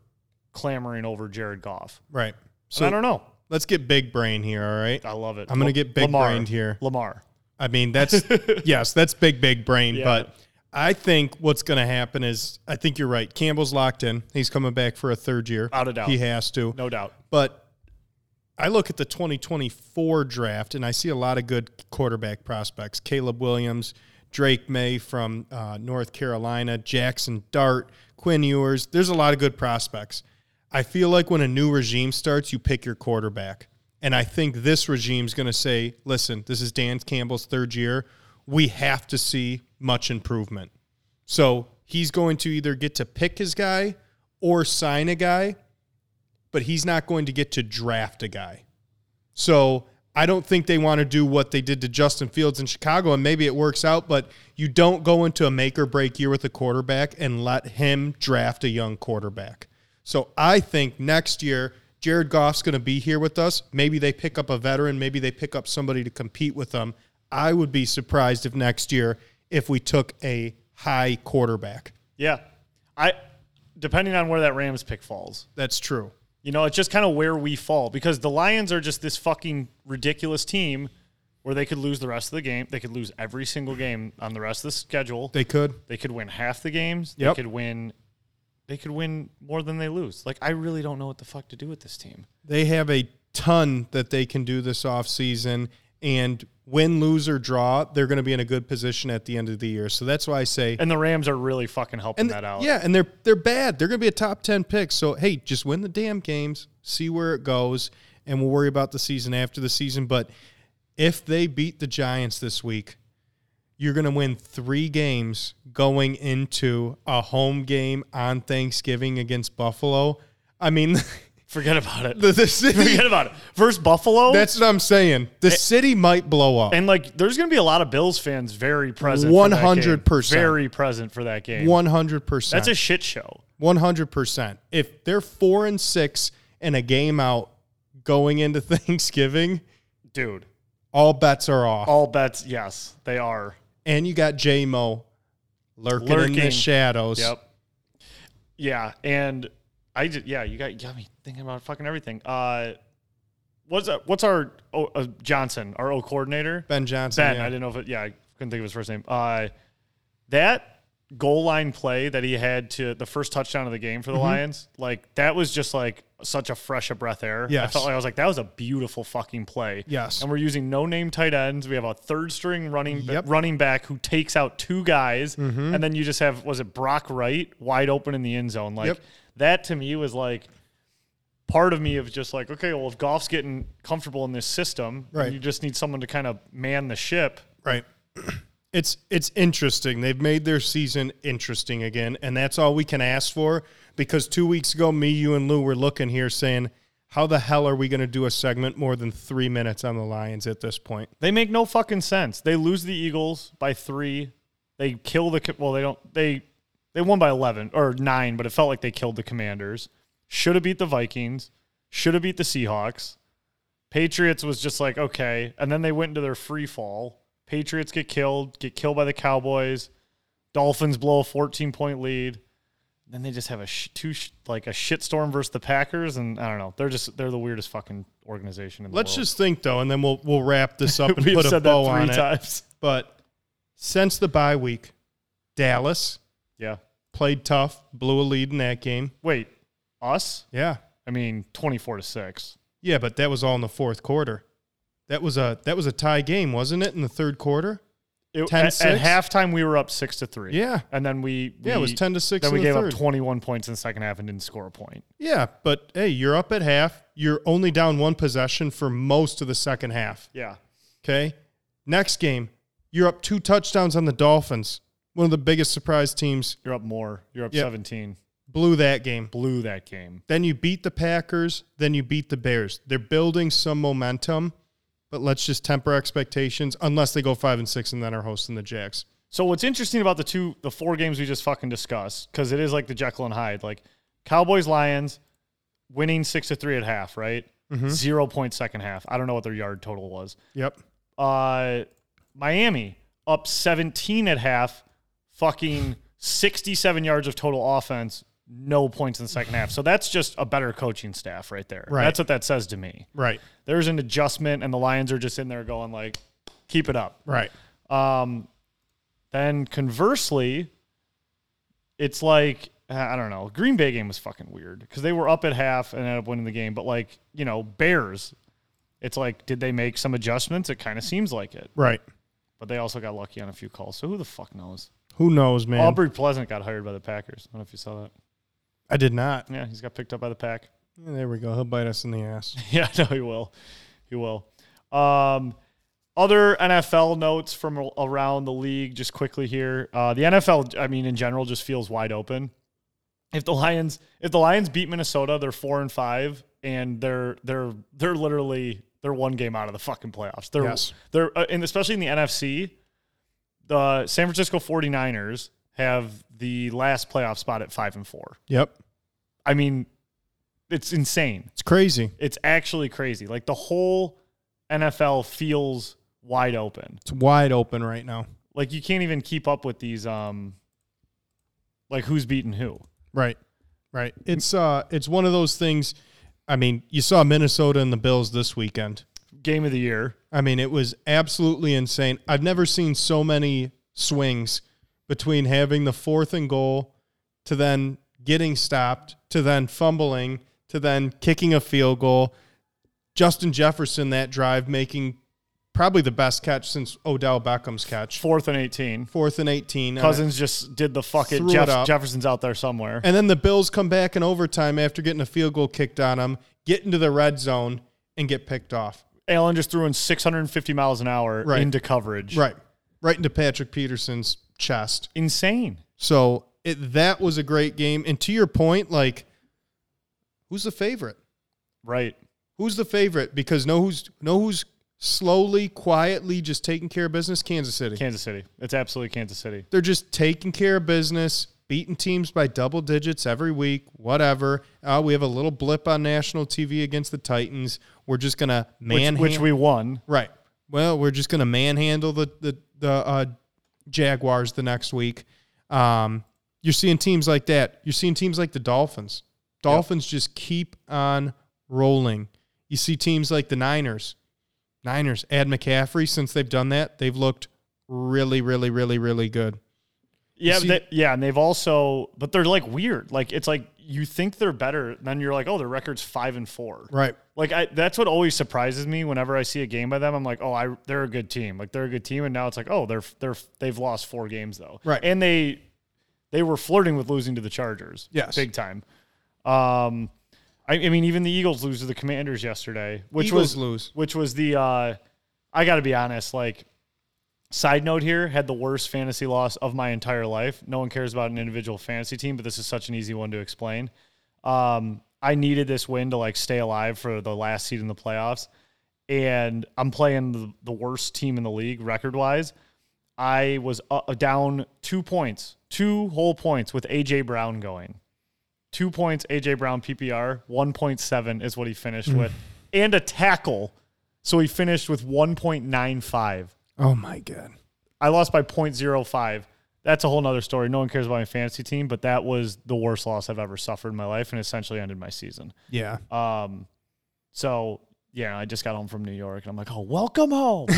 Speaker 6: clamoring over Jared Goff.
Speaker 7: Right.
Speaker 6: So I don't know.
Speaker 7: Let's get big brain here, all right?
Speaker 6: I love it.
Speaker 7: I'm gonna
Speaker 6: L-
Speaker 7: get big
Speaker 6: Lamar.
Speaker 7: brained here.
Speaker 6: Lamar.
Speaker 7: I mean, (laughs) that's yes, that's big, big brain.
Speaker 6: Yeah.
Speaker 7: But I think what's going to happen is I think you're right. Campbell's locked in. He's coming back for a third year.
Speaker 6: Out of doubt.
Speaker 7: He has to.
Speaker 6: No doubt.
Speaker 7: But I look at the 2024 draft and I see a lot of good quarterback prospects. Caleb Williams, Drake May from uh, North Carolina, Jackson Dart, Quinn Ewers. There's a lot of good prospects. I feel like when a new regime starts, you pick your quarterback. And I think this regime's going to say, listen, this is Dan Campbell's third year. We have to see much improvement. So he's going to either get to pick his guy or sign a guy but he's not going to get to draft a guy. So I don't think they want to do what they did to Justin Fields in Chicago, and maybe it works out, but you don't go into a make or break year with a quarterback and let him draft a young quarterback. So I think next year, Jared Goff's going to be here with us. Maybe they pick up a veteran, maybe they pick up somebody to compete with them. I would be surprised if next year, if we took a high quarterback.
Speaker 6: Yeah. I depending on where that Rams pick falls.
Speaker 7: That's true.
Speaker 6: You know, it's just kind of where we fall because the Lions are just this fucking ridiculous team where they could lose the rest of the game. They could lose every single game on the rest of the schedule.
Speaker 7: They could.
Speaker 6: They could win half the games.
Speaker 7: Yep.
Speaker 6: They could win they could win more than they lose. Like I really don't know what the fuck to do with this team.
Speaker 7: they have a ton that they can do this offseason and win lose or draw they're going to be in a good position at the end of the year so that's why i say
Speaker 6: And the Rams are really fucking helping
Speaker 7: and
Speaker 6: that out.
Speaker 7: yeah and they're they're bad they're going to be a top 10 pick so hey just win the damn games see where it goes and we'll worry about the season after the season but if they beat the giants this week you're going to win three games going into a home game on Thanksgiving against Buffalo. I mean, (laughs)
Speaker 6: Forget about it.
Speaker 7: the, the city.
Speaker 6: (laughs) Forget about it. First Buffalo.
Speaker 7: That's what I'm saying. The city might blow up.
Speaker 6: Oh. and like there's going to be a lot of Bills fans very present. for that game.
Speaker 7: 100%.
Speaker 6: Very present for that game.
Speaker 7: One hundred percent.
Speaker 6: That's a shit show.
Speaker 7: One hundred percent. If they're four and six and a game out going into (laughs) Thanksgiving,
Speaker 6: Dude.
Speaker 7: all bets are off.
Speaker 6: All bets yes, they are.
Speaker 7: and you got J Mo lurking, in
Speaker 6: Lurking.
Speaker 7: the shadows.
Speaker 6: Yep. Yeah, and I did. Yeah, you got you got me thinking about fucking everything. Uh, what's uh, what's our oh, uh, Johnson, our O coordinator
Speaker 7: Ben Johnson.
Speaker 6: Ben?
Speaker 7: yeah.
Speaker 6: I didn't know if it. Yeah, I couldn't think of his first name. Uh, that goal line play that he had to the first touchdown of the game
Speaker 7: Mm-hmm.
Speaker 6: for the Lions, like that was just like such a fresh of breath air. I
Speaker 7: Yes.
Speaker 6: felt like I was like that was a beautiful fucking play.
Speaker 7: Yes.
Speaker 6: and we're using no name tight ends. We have a third string running
Speaker 7: Yep. Mm-hmm.
Speaker 6: running back who takes out two guys, and then you just have was it Brock Wright wide open in the end zone. Like
Speaker 7: Yep.
Speaker 6: that to me was like part of me of just like okay, well if golf's getting comfortable in this system, and
Speaker 7: Right.
Speaker 6: you just need someone to kind of man the ship.
Speaker 7: Right. (clears throat) It's it's interesting. They've made their season interesting again, and that's all we can ask for. Because two weeks ago, me, you, and Lou were looking here saying, "How the hell are we going to do a segment more than three minutes on the Lions at this point?"
Speaker 6: They make no fucking sense. They lose the Eagles by three. They kill the well. They don't. They they won by eleven or nine, but it felt like they killed the Commanders. Should have beat the Vikings. Should have beat the Seahawks. Patriots was just like okay, and then they went into their free fall. Patriots get killed. Get killed by the Cowboys. Dolphins blow a fourteen point lead. Then they just have a sh- two sh- like a shitstorm versus the Packers, and I don't know. They're just they're the weirdest fucking organization in the world.
Speaker 7: Let's just (laughs) think though, and then we'll we'll
Speaker 6: (laughs)
Speaker 7: wrap this up and
Speaker 6: We've
Speaker 7: put a
Speaker 6: said
Speaker 7: bow
Speaker 6: that
Speaker 7: on
Speaker 6: three
Speaker 7: it.
Speaker 6: times.
Speaker 7: But since the bye week, Dallas
Speaker 6: Yeah.
Speaker 7: played tough, blew a lead in that game.
Speaker 6: Wait, us?
Speaker 7: Yeah,
Speaker 6: I mean, twenty-four to six.
Speaker 7: yeah, but that was all in the fourth quarter. That was a that was a tie game, wasn't it? In the third quarter.
Speaker 6: It,
Speaker 7: 10
Speaker 6: at, at
Speaker 7: six?
Speaker 6: halftime, we were up six to three.
Speaker 7: Yeah.
Speaker 6: and then we,
Speaker 7: Yeah, it
Speaker 6: we-
Speaker 7: was 10 to six
Speaker 6: Then
Speaker 7: in
Speaker 6: we
Speaker 7: the
Speaker 6: gave
Speaker 7: third.
Speaker 6: up twenty-one points in the second half and didn't score a point.
Speaker 7: Yeah, but hey, you're up at half. You're only down one possession for most of the second half.
Speaker 6: Yeah,
Speaker 7: Okay. Next game, you're up two touchdowns on the Dolphins. One of the biggest surprise teams
Speaker 6: you're up more. You're up
Speaker 7: Yeah.
Speaker 6: seventeen.
Speaker 7: blew that game.
Speaker 6: Blew that game.
Speaker 7: Then you beat the Packers. Then you beat the Bears. They're building some momentum, but let's just temper expectations unless they go five and six and then are hosting the Jacks.
Speaker 6: So what's interesting about the two, the four games we just fucking discussed, because it is like the Jekyll and Hyde, like Cowboys Lions winning six to three at half, right?
Speaker 7: Mm-hmm.
Speaker 6: Zero point second half. I don't know what their yard total was.
Speaker 7: Yep.
Speaker 6: uh, Miami up 17 at half, fucking 67 yards of total offense, no points in the second half. So that's just a better coaching staff right there.
Speaker 7: Right.
Speaker 6: That's what that says to me.
Speaker 7: Right.
Speaker 6: There's an adjustment, and the Lions are just in there going like, keep it up.
Speaker 7: Right.
Speaker 6: Um, then conversely, it's like I don't know. Green Bay game was fucking weird because they were up at half and ended up winning the game. But like you know, Bears, it's like did they make some adjustments? It kind of seems like it,
Speaker 7: Right.
Speaker 6: but they also got lucky on a few calls. So who the fuck knows?
Speaker 7: Who knows, man?
Speaker 6: Aubrey Pleasant got hired by the Packers. I don't know if you saw that.
Speaker 7: I did not.
Speaker 6: Yeah, he's got picked up by the Pack.
Speaker 7: There we go. He'll bite us in the ass.
Speaker 6: (laughs) Yeah, no, he will. He will. Um, other NFL notes from a- around the league, just quickly here. Uh, the NFL, I mean, in general, just feels wide open. If the Lions, if the Lions beat Minnesota, they're four and five, and they're they're they're literally they're one game out of the fucking playoffs. They're
Speaker 7: Yes.
Speaker 6: they're uh, and especially in the NFC, the San Francisco 49ers have the last playoff spot at five and four.
Speaker 7: Yep.
Speaker 6: I mean, it's insane
Speaker 7: It's crazy.
Speaker 6: it's actually crazy. Like the whole NFL feels wide open.
Speaker 7: It's wide open right now.
Speaker 6: Like you can't even keep up with these um like who's beating who.
Speaker 7: Right. Right. It's uh it's one of those things I mean, you saw Minnesota and the Bills this weekend.
Speaker 6: Game of the year.
Speaker 7: I mean, it was absolutely insane. I've never seen so many swings between having the fourth and goal to then getting stopped to then fumbling to then kicking a field goal. Justin Jefferson that drive making probably the best catch since Odell Beckham's catch.
Speaker 6: Fourth and eighteen.
Speaker 7: Fourth and 18. on it.
Speaker 6: Cousins just did the fuck it.
Speaker 7: Threw it
Speaker 6: Jeff,
Speaker 7: up.
Speaker 6: Jefferson's out there somewhere.
Speaker 7: And then the Bills come back in overtime after getting a field goal kicked on them, get into the red zone, and get picked off.
Speaker 6: Allen just threw in 650 miles an hour
Speaker 7: Right.
Speaker 6: into coverage.
Speaker 7: Right. Right into Patrick Peterson's chest.
Speaker 6: Insane.
Speaker 7: So it, that was a great game. And to your point, like, Who's the favorite?
Speaker 6: Right.
Speaker 7: Who's the favorite? Because know who's know who's slowly, quietly just taking care of business. Kansas City.
Speaker 6: Kansas City. It's absolutely Kansas City.
Speaker 7: They're just taking care of business, beating teams by double digits every week, whatever. Uh, we have a little blip on national TV against the Titans. We're just gonna
Speaker 6: Which,
Speaker 7: manhandle.
Speaker 6: which we won.
Speaker 7: right. Well, we're just gonna manhandle the the the uh, Jaguars the next week. Um, you're seeing teams like that. You're seeing teams like the Dolphins. Dolphins just keep on rolling. You see teams like the Niners. Niners add McCaffrey. Since they've done that, they've looked really, really, really, really good.
Speaker 6: Yeah,
Speaker 7: see-
Speaker 6: they- yeah, and they've also, but they're like weird. Like it's like you think they're better, then you're like, oh, their record's five and four.
Speaker 7: Right.
Speaker 6: Like I, that's what always surprises me whenever I see a game by them. I'm like, oh, I they're a good team. Like they're a good team, and now it's like, oh, they're they're they've lost four games though.
Speaker 7: Right.
Speaker 6: And they they were flirting with losing to the Chargers.
Speaker 7: Yes.
Speaker 6: Big time. Um, I, I mean, even the Eagles lose to the Commanders yesterday, which
Speaker 7: Eagles
Speaker 6: was
Speaker 7: lose.
Speaker 6: which was the. Uh, I got to be honest, like. Side note here, had the worst fantasy loss of my entire life. No one cares about an individual fantasy team, but this is such an easy one to explain um, I needed this win to like stay alive for the last seed in the playoffs. And I'm playing the, the worst team in the league record wise. I was uh, down two points, two whole points with AJ Brown going. Two points, AJ Brown PPR, 1.7 is what he
Speaker 7: Mm.
Speaker 6: finished with, and a tackle. So he finished with 1.95.
Speaker 7: Oh my god.
Speaker 6: I lost by 0.05. That's a whole nother story. No one cares about my fantasy team, but that was the worst loss I've ever suffered in my life and essentially ended my season.
Speaker 7: Yeah.
Speaker 6: Um, so, yeah, I just got home from New York and I'm like, oh, welcome
Speaker 7: (laughs)
Speaker 6: home.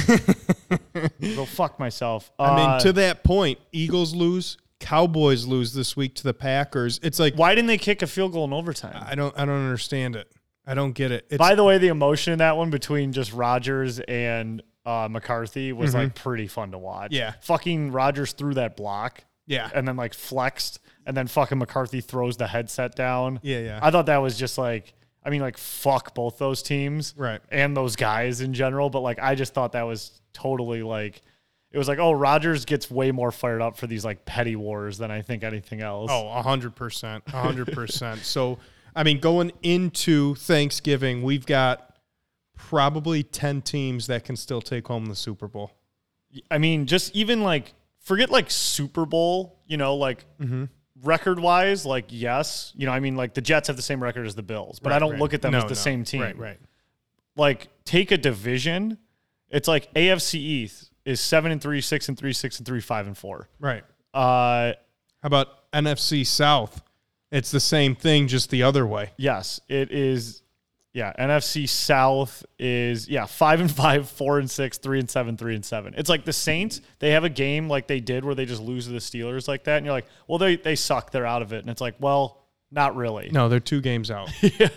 Speaker 6: Go fuck myself.
Speaker 7: I mean,
Speaker 6: Uh,
Speaker 7: to that point, Eagles lose, Cowboys lose this week to the Packers. It's like
Speaker 6: why didn't they kick a field goal in overtime?
Speaker 7: I don't I don't understand it. I don't get it. It's,
Speaker 6: By the way, the emotion in that one between just Rogers and uh, McCarthy was like pretty fun to watch.
Speaker 7: Mm-hmm. Yeah.
Speaker 6: Fucking Rogers threw that block.
Speaker 7: yeah.
Speaker 6: and then like flexed, and then fucking McCarthy throws the headset down.
Speaker 7: Yeah, yeah.
Speaker 6: I thought that was just like, I mean, like fuck both those teams,
Speaker 7: Right.
Speaker 6: and those guys in general. But like, I just thought that was totally like, it was like, oh, Rogers gets way more fired up for these like petty wars than I think anything else.
Speaker 7: Oh, a hundred percent, a hundred percent. So, I mean, going into Thanksgiving, we've got probably ten teams that can still take home the Super Bowl.
Speaker 6: I mean, just even like forget like Super Bowl, you know, like
Speaker 7: Mm-hmm.
Speaker 6: record wise, like yes, you know, I mean, like the Jets have the same record as the Bills, but I don't look at them
Speaker 7: No,
Speaker 6: as the
Speaker 7: no.
Speaker 6: same team,
Speaker 7: Right, right.
Speaker 6: like take a division, it's like AFC East is seven and three, six and three, six and three, five and four.
Speaker 7: Right.
Speaker 6: Uh,
Speaker 7: How about NFC South? It's the same thing, just the other way.
Speaker 6: yes, it is. Yeah, NFC South is yeah five and five, four and six, three and seven, three and seven. It's like the Saints. They have a game like they did where they just lose to the Steelers like that, and you're like, well, they they suck. They're out of it, and it's like, well, not really.
Speaker 7: No, they're two games (laughs) out.
Speaker 6: yeah,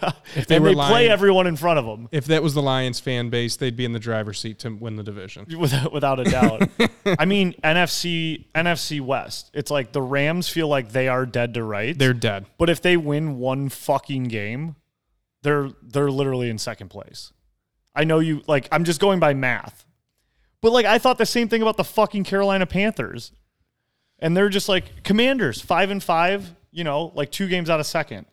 Speaker 6: (laughs)
Speaker 7: they
Speaker 6: and
Speaker 7: were
Speaker 6: they play
Speaker 7: lying-
Speaker 6: everyone in front of them.
Speaker 7: if that was the Lions fan base, they'd be in the driver's seat to win the division.
Speaker 6: without, without a
Speaker 7: (laughs)
Speaker 6: doubt. I mean, NFC NFC West. It's like the Rams feel like they are dead to rights.
Speaker 7: They're dead.
Speaker 6: but if they win one fucking game, they're they're literally in second place. I know you like I'm just going by math. But like I thought the same thing about the fucking Carolina Panthers. And they're just like Commanders, 5 and 5, you know, like two games out of second.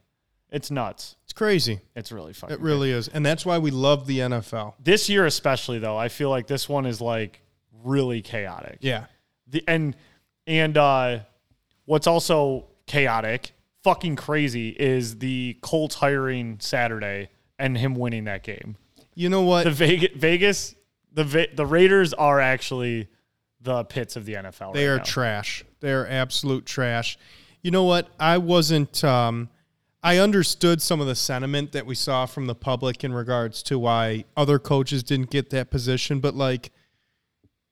Speaker 6: It's nuts.
Speaker 7: It's crazy.
Speaker 6: It's really fucking
Speaker 7: It really is. And that's why we love the NFL.
Speaker 6: This year especially though, I feel like this one is like really chaotic.
Speaker 7: Yeah.
Speaker 6: the and and uh what's also chaotic fucking crazy is the colts hiring saturday and him winning that game
Speaker 7: You know what?
Speaker 6: the vegas, vegas the Ve- the raiders are actually the pits of the nfl
Speaker 7: They
Speaker 6: right
Speaker 7: are
Speaker 6: now.
Speaker 7: trash. They are absolute trash. You know what? I wasn't. Um, I understood some of the sentiment that we saw from the public in regards to why other coaches didn't get that position, but like,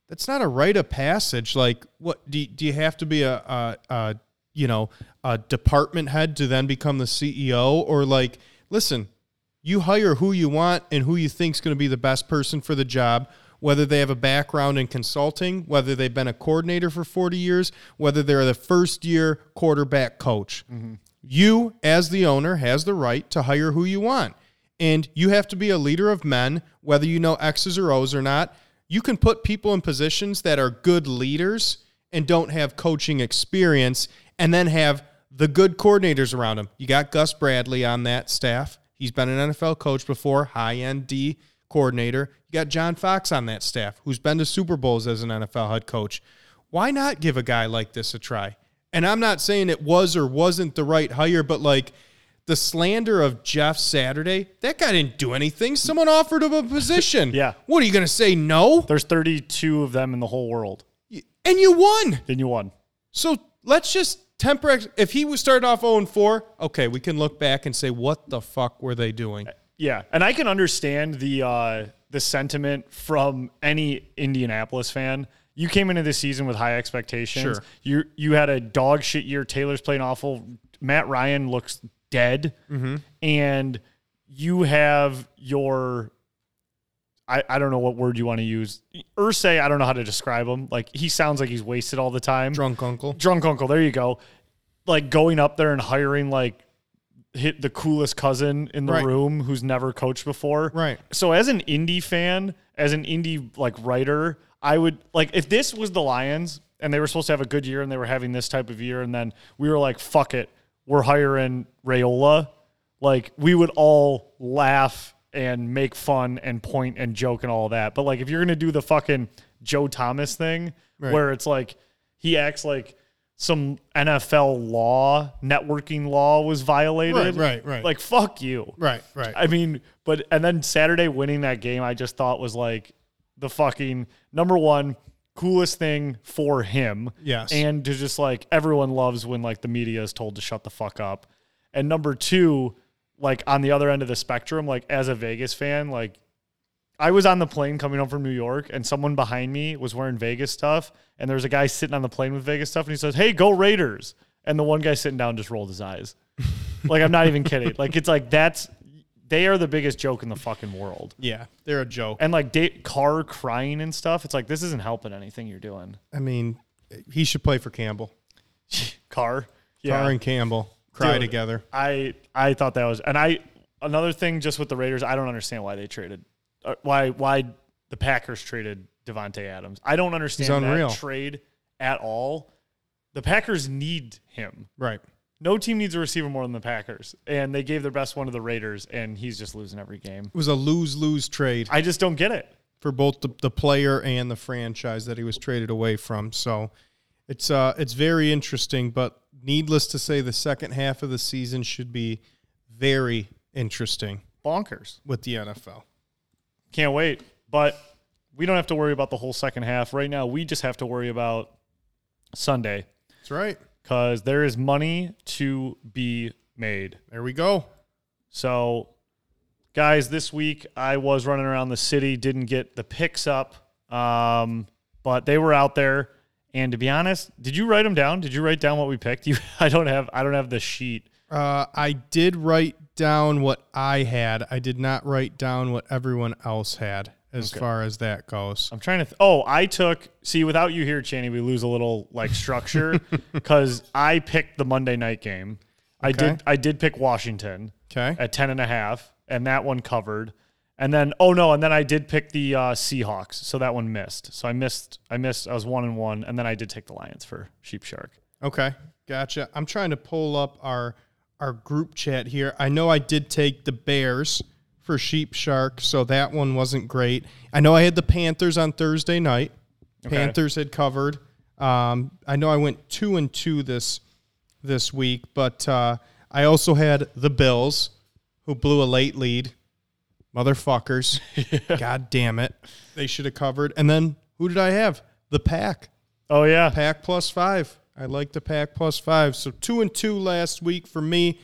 Speaker 7: that's not a rite of passage. Like, what do you, do you have to be a, a, a you know a department head to then become the CEO or like listen, you hire who you want and who you think's going to be the best person for the job whether they have a background in consulting whether they've been a coordinator for 40 years whether they're the first year quarterback coach you as the owner has the right to hire who you want and you have to be a leader of men whether you know x's or o's or not you can put people in positions that are good leaders and don't have coaching experience and then have the good coordinators around them. You got Gus Bradley on that staff. He's been an NFL coach before, high end D coordinator. You got John Fox on that staff, who's been to Super Bowls as an NFL head coach. Why not give a guy like this a try? And I'm not saying it was or wasn't the right hire, but like the slander of Jeff Saturday, that guy didn't do anything. Someone offered him a (laughs) position.
Speaker 6: Yeah.
Speaker 7: What are you going to say? No?
Speaker 6: There's 32 of them in the whole world.
Speaker 7: And you won.
Speaker 6: Then you won.
Speaker 7: So let's just temper. ex- If he was started off 0 and 4, okay, we can look back and say, what the fuck were they doing?
Speaker 6: Yeah, and I can understand the uh, the sentiment from any Indianapolis fan. You came into this season with high expectations.
Speaker 7: Sure.
Speaker 6: You you had a dog shit year. Taylor's playing awful. Matt Ryan looks dead,
Speaker 7: Mm-hmm.
Speaker 6: and you have your. I, I don't know what word you want to use. Ursay, I don't know how to describe him. Like he sounds like he's wasted all the time
Speaker 7: Drunk uncle.
Speaker 6: drunk uncle. There you go. Like going up there and hiring like hit the coolest cousin in the
Speaker 7: Right.
Speaker 6: room who's never coached before.
Speaker 7: Right.
Speaker 6: So as an indie fan, as an indie like writer, I would like if this was the Lions and they were supposed to have a good year and they were having this type of year and then we were like fuck it, we're hiring Rayola, like we would all laugh and make fun and point and joke and all that. But like if you're going to do the fucking Joe Thomas thing where it's like he acts like some NFL law, networking law was violated.
Speaker 7: Right, right, right.
Speaker 6: Like fuck you.
Speaker 7: Right, right.
Speaker 6: I mean, but and then Saturday winning that game, I just thought was like the fucking number one coolest thing for him.
Speaker 7: Yes.
Speaker 6: and to just like everyone loves when like the media is told to shut the fuck up, and number two, like on the other end of the spectrum, like as a Vegas fan, like. I was on the plane coming home from New York, and someone behind me was wearing Vegas stuff. And there was a guy sitting on the plane with Vegas stuff, and he says, "Hey, go Raiders!" And the one guy sitting down just rolled his eyes. Like I'm not even kidding. Like it's like that's they are the biggest joke in the fucking world.
Speaker 7: Yeah, they're a joke.
Speaker 6: And like da- car crying and stuff. It's like this isn't helping anything you're doing. (laughs)
Speaker 7: I mean, he should play for Campbell.
Speaker 6: Car, yeah.
Speaker 7: Carr and Campbell cry
Speaker 6: Dude.
Speaker 7: together.
Speaker 6: I I thought that was and I another thing just with the Raiders. I don't understand why they traded, uh, why why the Packers traded Devonte Adams. I don't understand
Speaker 7: unreal.
Speaker 6: that trade at all. The Packers need him.
Speaker 7: Right.
Speaker 6: No team needs a receiver more than the Packers, and they gave their best one to the Raiders, and he's just losing every game.
Speaker 7: It was a lose lose trade
Speaker 6: I just don't get it.
Speaker 7: for both the, the player and the franchise that he was traded away from. So it's uh it's very interesting, but needless to say, the second half of the season should be very interesting
Speaker 6: Bonkers.
Speaker 7: with the NFL.
Speaker 6: Can't wait. But we don't have to worry about the whole second half. Right now, we just have to worry about Sunday
Speaker 7: That's right.
Speaker 6: because there is money to be made.
Speaker 7: There we go.
Speaker 6: So, guys, this week I was running around the city, didn't get the picks up, um, but they were out there. And to be honest, did you write them down? Did you write down what we picked? (laughs) You, I don't have, I don't have the sheet.
Speaker 7: Uh, I did write down what I had. I did not write down what everyone else had as far as that goes.
Speaker 6: I'm trying to. Th- oh, I took. See, without you here, Channy, we lose a little like structure because I picked the Monday night game. I did. I did pick Washington
Speaker 7: Okay.
Speaker 6: at ten and a half, and that one covered. And then, oh no, and then I did pick the uh, Seahawks, so that one missed. So I missed. I missed. I was one and one, and then I did take the Lions for Sheep Shark.
Speaker 7: Okay, gotcha. I'm trying to pull up our our group chat here. I know I did take the Bears for Sheep Shark, so that one wasn't great. I know I had the Panthers on Thursday night. Panthers had covered. Um, I know I went two and two this this week, but uh, I also had the Bills, who blew a late lead. Motherfuckers! God damn it! They should have covered. And then who did I have? The Pack.
Speaker 6: Oh yeah,
Speaker 7: Pack plus five. I like the pack plus five. So two and two last week for me.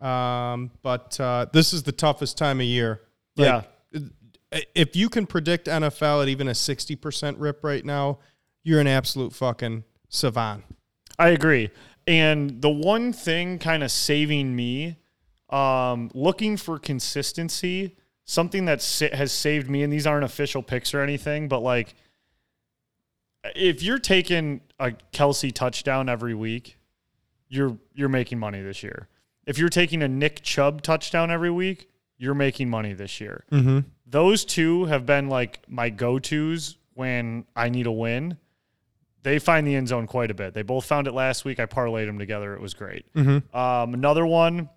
Speaker 7: Um, but uh, this is the toughest time of year.
Speaker 6: yeah.
Speaker 7: I- If you can predict NFL at even a 60% rip right now, you're an absolute fucking savant.
Speaker 6: I agree. And the one thing kind of saving me, um, looking for consistency, something that sa- has saved me, and these aren't official picks or anything, but like if you're taking a Kelsey touchdown every week, you're you're making money this year. If you're taking a Nick Chubb touchdown every week, you're making money this year. Those two have been like my go tos when I need a win they find the end zone quite a bit. They both found it last week. I parlayed them together. It was great. Um, another one,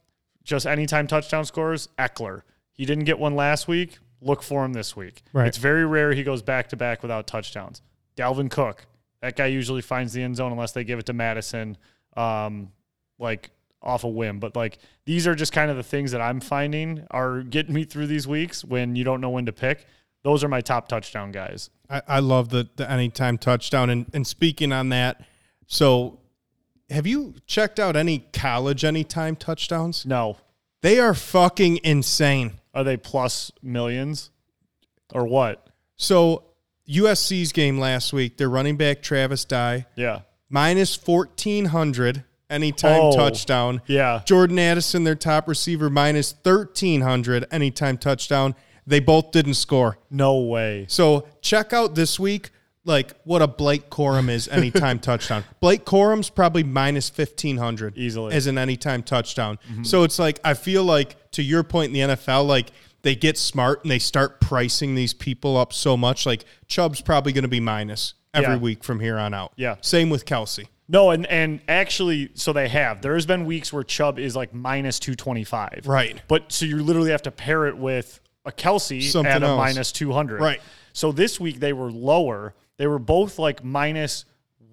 Speaker 6: just anytime touchdown scores, Eckler. He didn't get one last week. Look for him this week.
Speaker 7: Right.
Speaker 6: It's very rare he goes back to back without touchdowns. Dalvin Cook. That guy usually finds the end zone unless they give it to Madison, um, like off a whim. But like these are just kind of the things that I'm finding are getting me through these weeks when you don't know when to pick. Those are my top touchdown guys.
Speaker 7: I, I love the, the anytime touchdown. And, and speaking on that, so have you checked out any college anytime touchdowns?
Speaker 6: No,
Speaker 7: They are fucking insane.
Speaker 6: are they plus millions or what?
Speaker 7: So USC's game last week, their running back Travis Dye
Speaker 6: Yeah,
Speaker 7: minus fourteen hundred anytime
Speaker 6: Oh,
Speaker 7: touchdown.
Speaker 6: yeah.
Speaker 7: Jordan Addison, their top receiver, minus thirteen hundred anytime touchdown. They both didn't score.
Speaker 6: no way.
Speaker 7: So check out this week, like what a Blake Corum is
Speaker 6: (laughs)
Speaker 7: anytime touchdown. Blake Corum's probably minus fifteen hundred
Speaker 6: Easily. Mm-hmm.
Speaker 7: as an anytime touchdown. So it's like I feel like to your point in the NFL, like they get smart and they start pricing these people up so much. Like Chubb's probably going to be minus every
Speaker 6: Yeah.
Speaker 7: week from here on out.
Speaker 6: Yeah.
Speaker 7: Same with Kelsey.
Speaker 6: No, and and actually, so they have. There has been weeks where Chubb is like minus two twenty five.
Speaker 7: Right.
Speaker 6: But so you literally have to pair it with a Kelsey
Speaker 7: Something
Speaker 6: at a
Speaker 7: else.
Speaker 6: minus two hundred.
Speaker 7: Right.
Speaker 6: So this week they were lower. They were both like minus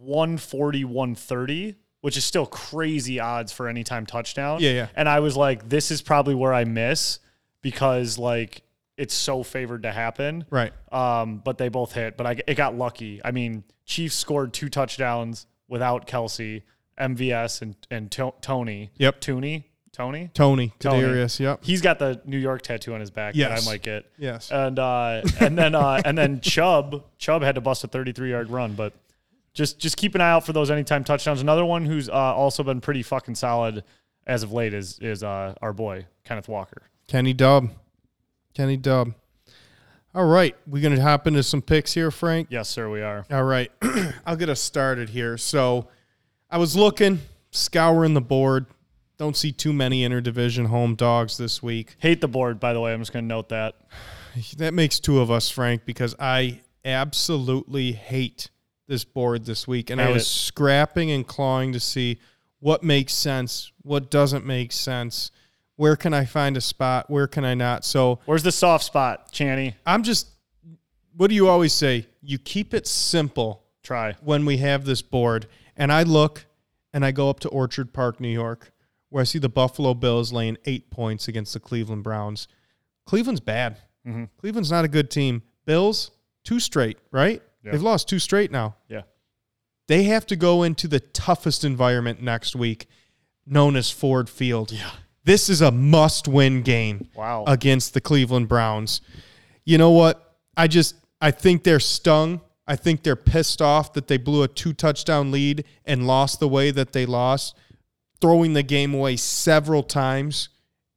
Speaker 6: 140, 130, which is still crazy odds for any time touchdown.
Speaker 7: Yeah, yeah.
Speaker 6: And I was like, this is probably where I miss because like it's so favored to happen.
Speaker 7: Right.
Speaker 6: Um, but they both hit. But I, it got lucky. I mean, Chiefs scored two touchdowns without Kelsey, MVS, and and to- Tony.
Speaker 7: Yep.
Speaker 6: Tooney. Tony.
Speaker 7: Tony,
Speaker 6: Tony.
Speaker 7: Kadarius. Yep.
Speaker 6: He's got the New York tattoo on his back that
Speaker 7: Yes.
Speaker 6: I might get.
Speaker 7: Yes.
Speaker 6: And uh, and then uh, and
Speaker 7: (laughs)
Speaker 6: then Chubb Chubb had to bust a 33 yard run, but just just keep an eye out for those anytime touchdowns. Another one who's uh, also been pretty fucking solid as of late is is uh, our boy Kenneth Walker.
Speaker 7: Kenny Dub. Kenny Dub. All right, we're going to hop into some picks here, Frank.
Speaker 6: Yes, sir, we are.
Speaker 7: All right. (clears throat) I'll get us started here. So I was looking, scouring the board. Don't see too many interdivision home dogs this week.
Speaker 6: Hate the board, by the way. I'm just gonna note that.
Speaker 7: That makes two of us, Frank, because I absolutely hate this board this week. And I
Speaker 6: Hate
Speaker 7: was
Speaker 6: it.
Speaker 7: scrapping and clawing to see what makes sense, what doesn't make sense, where can I find a spot, where can I not. So
Speaker 6: Where's the soft spot, Channy?
Speaker 7: I'm just, what do you always say? You keep it simple
Speaker 6: Try.
Speaker 7: when we have this board and I look and I go up to Orchard Park, New York, where I see the Buffalo Bills laying eight points against the Cleveland Browns. Cleveland's bad. Cleveland's not a good team. Bills, two straight, right? They've lost two straight now.
Speaker 6: Yeah.
Speaker 7: They have to go into the toughest environment next week, known as Ford Field. Yeah. This is a must win game
Speaker 6: Wow.
Speaker 7: against the Cleveland Browns. You know what? I just I think they're stung. I think they're pissed off that they blew a two touchdown lead and lost the way that they lost, throwing the game away several times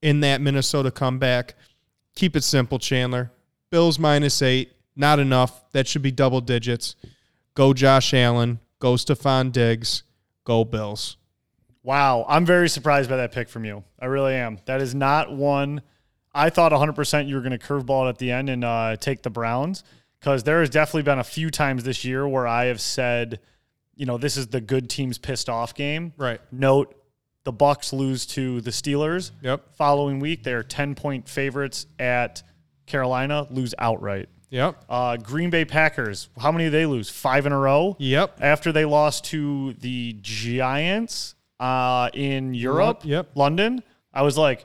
Speaker 7: in that Minnesota comeback. Keep it simple, Chandler. Bills minus eight, not enough. That should be double digits. Go Josh Allen. Go Stephon Diggs. Go Bills.
Speaker 6: Wow, I'm very surprised by that pick from you. I really am. That is not one I thought 100% you were going to curveball it at the end and uh, take the Browns because there has definitely been a few times this year where I have said, you know, this is the good team's pissed off game.
Speaker 7: Right.
Speaker 6: Note the Bucks lose to the Steelers.
Speaker 7: Yep.
Speaker 6: Following week, they are 10 point favorites at Carolina, lose outright.
Speaker 7: Yep.
Speaker 6: Uh, Green Bay Packers, how many did they lose? Five in a row?
Speaker 7: Yep.
Speaker 6: After they lost to the Giants uh, in Europe,
Speaker 7: yep.
Speaker 6: London, I was like,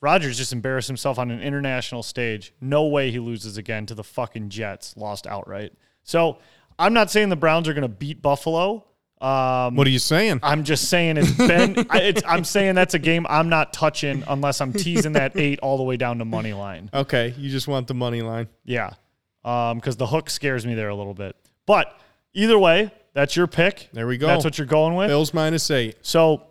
Speaker 6: Rodgers just embarrassed himself on an international stage. No way he loses again to the fucking Jets, lost outright. So I'm not saying the Browns are going to beat Buffalo. Um,
Speaker 7: What are you saying?
Speaker 6: I'm just saying it's been. (laughs) I, it's, I'm saying that's a game I'm not touching unless I'm teasing that eight all the way down to money line.
Speaker 7: Okay, you just want the money line.
Speaker 6: Yeah. Um, because the hook scares me there a little bit. But either way, that's your pick.
Speaker 7: There we go.
Speaker 6: That's what you're going with.
Speaker 7: Bills minus eight.
Speaker 6: So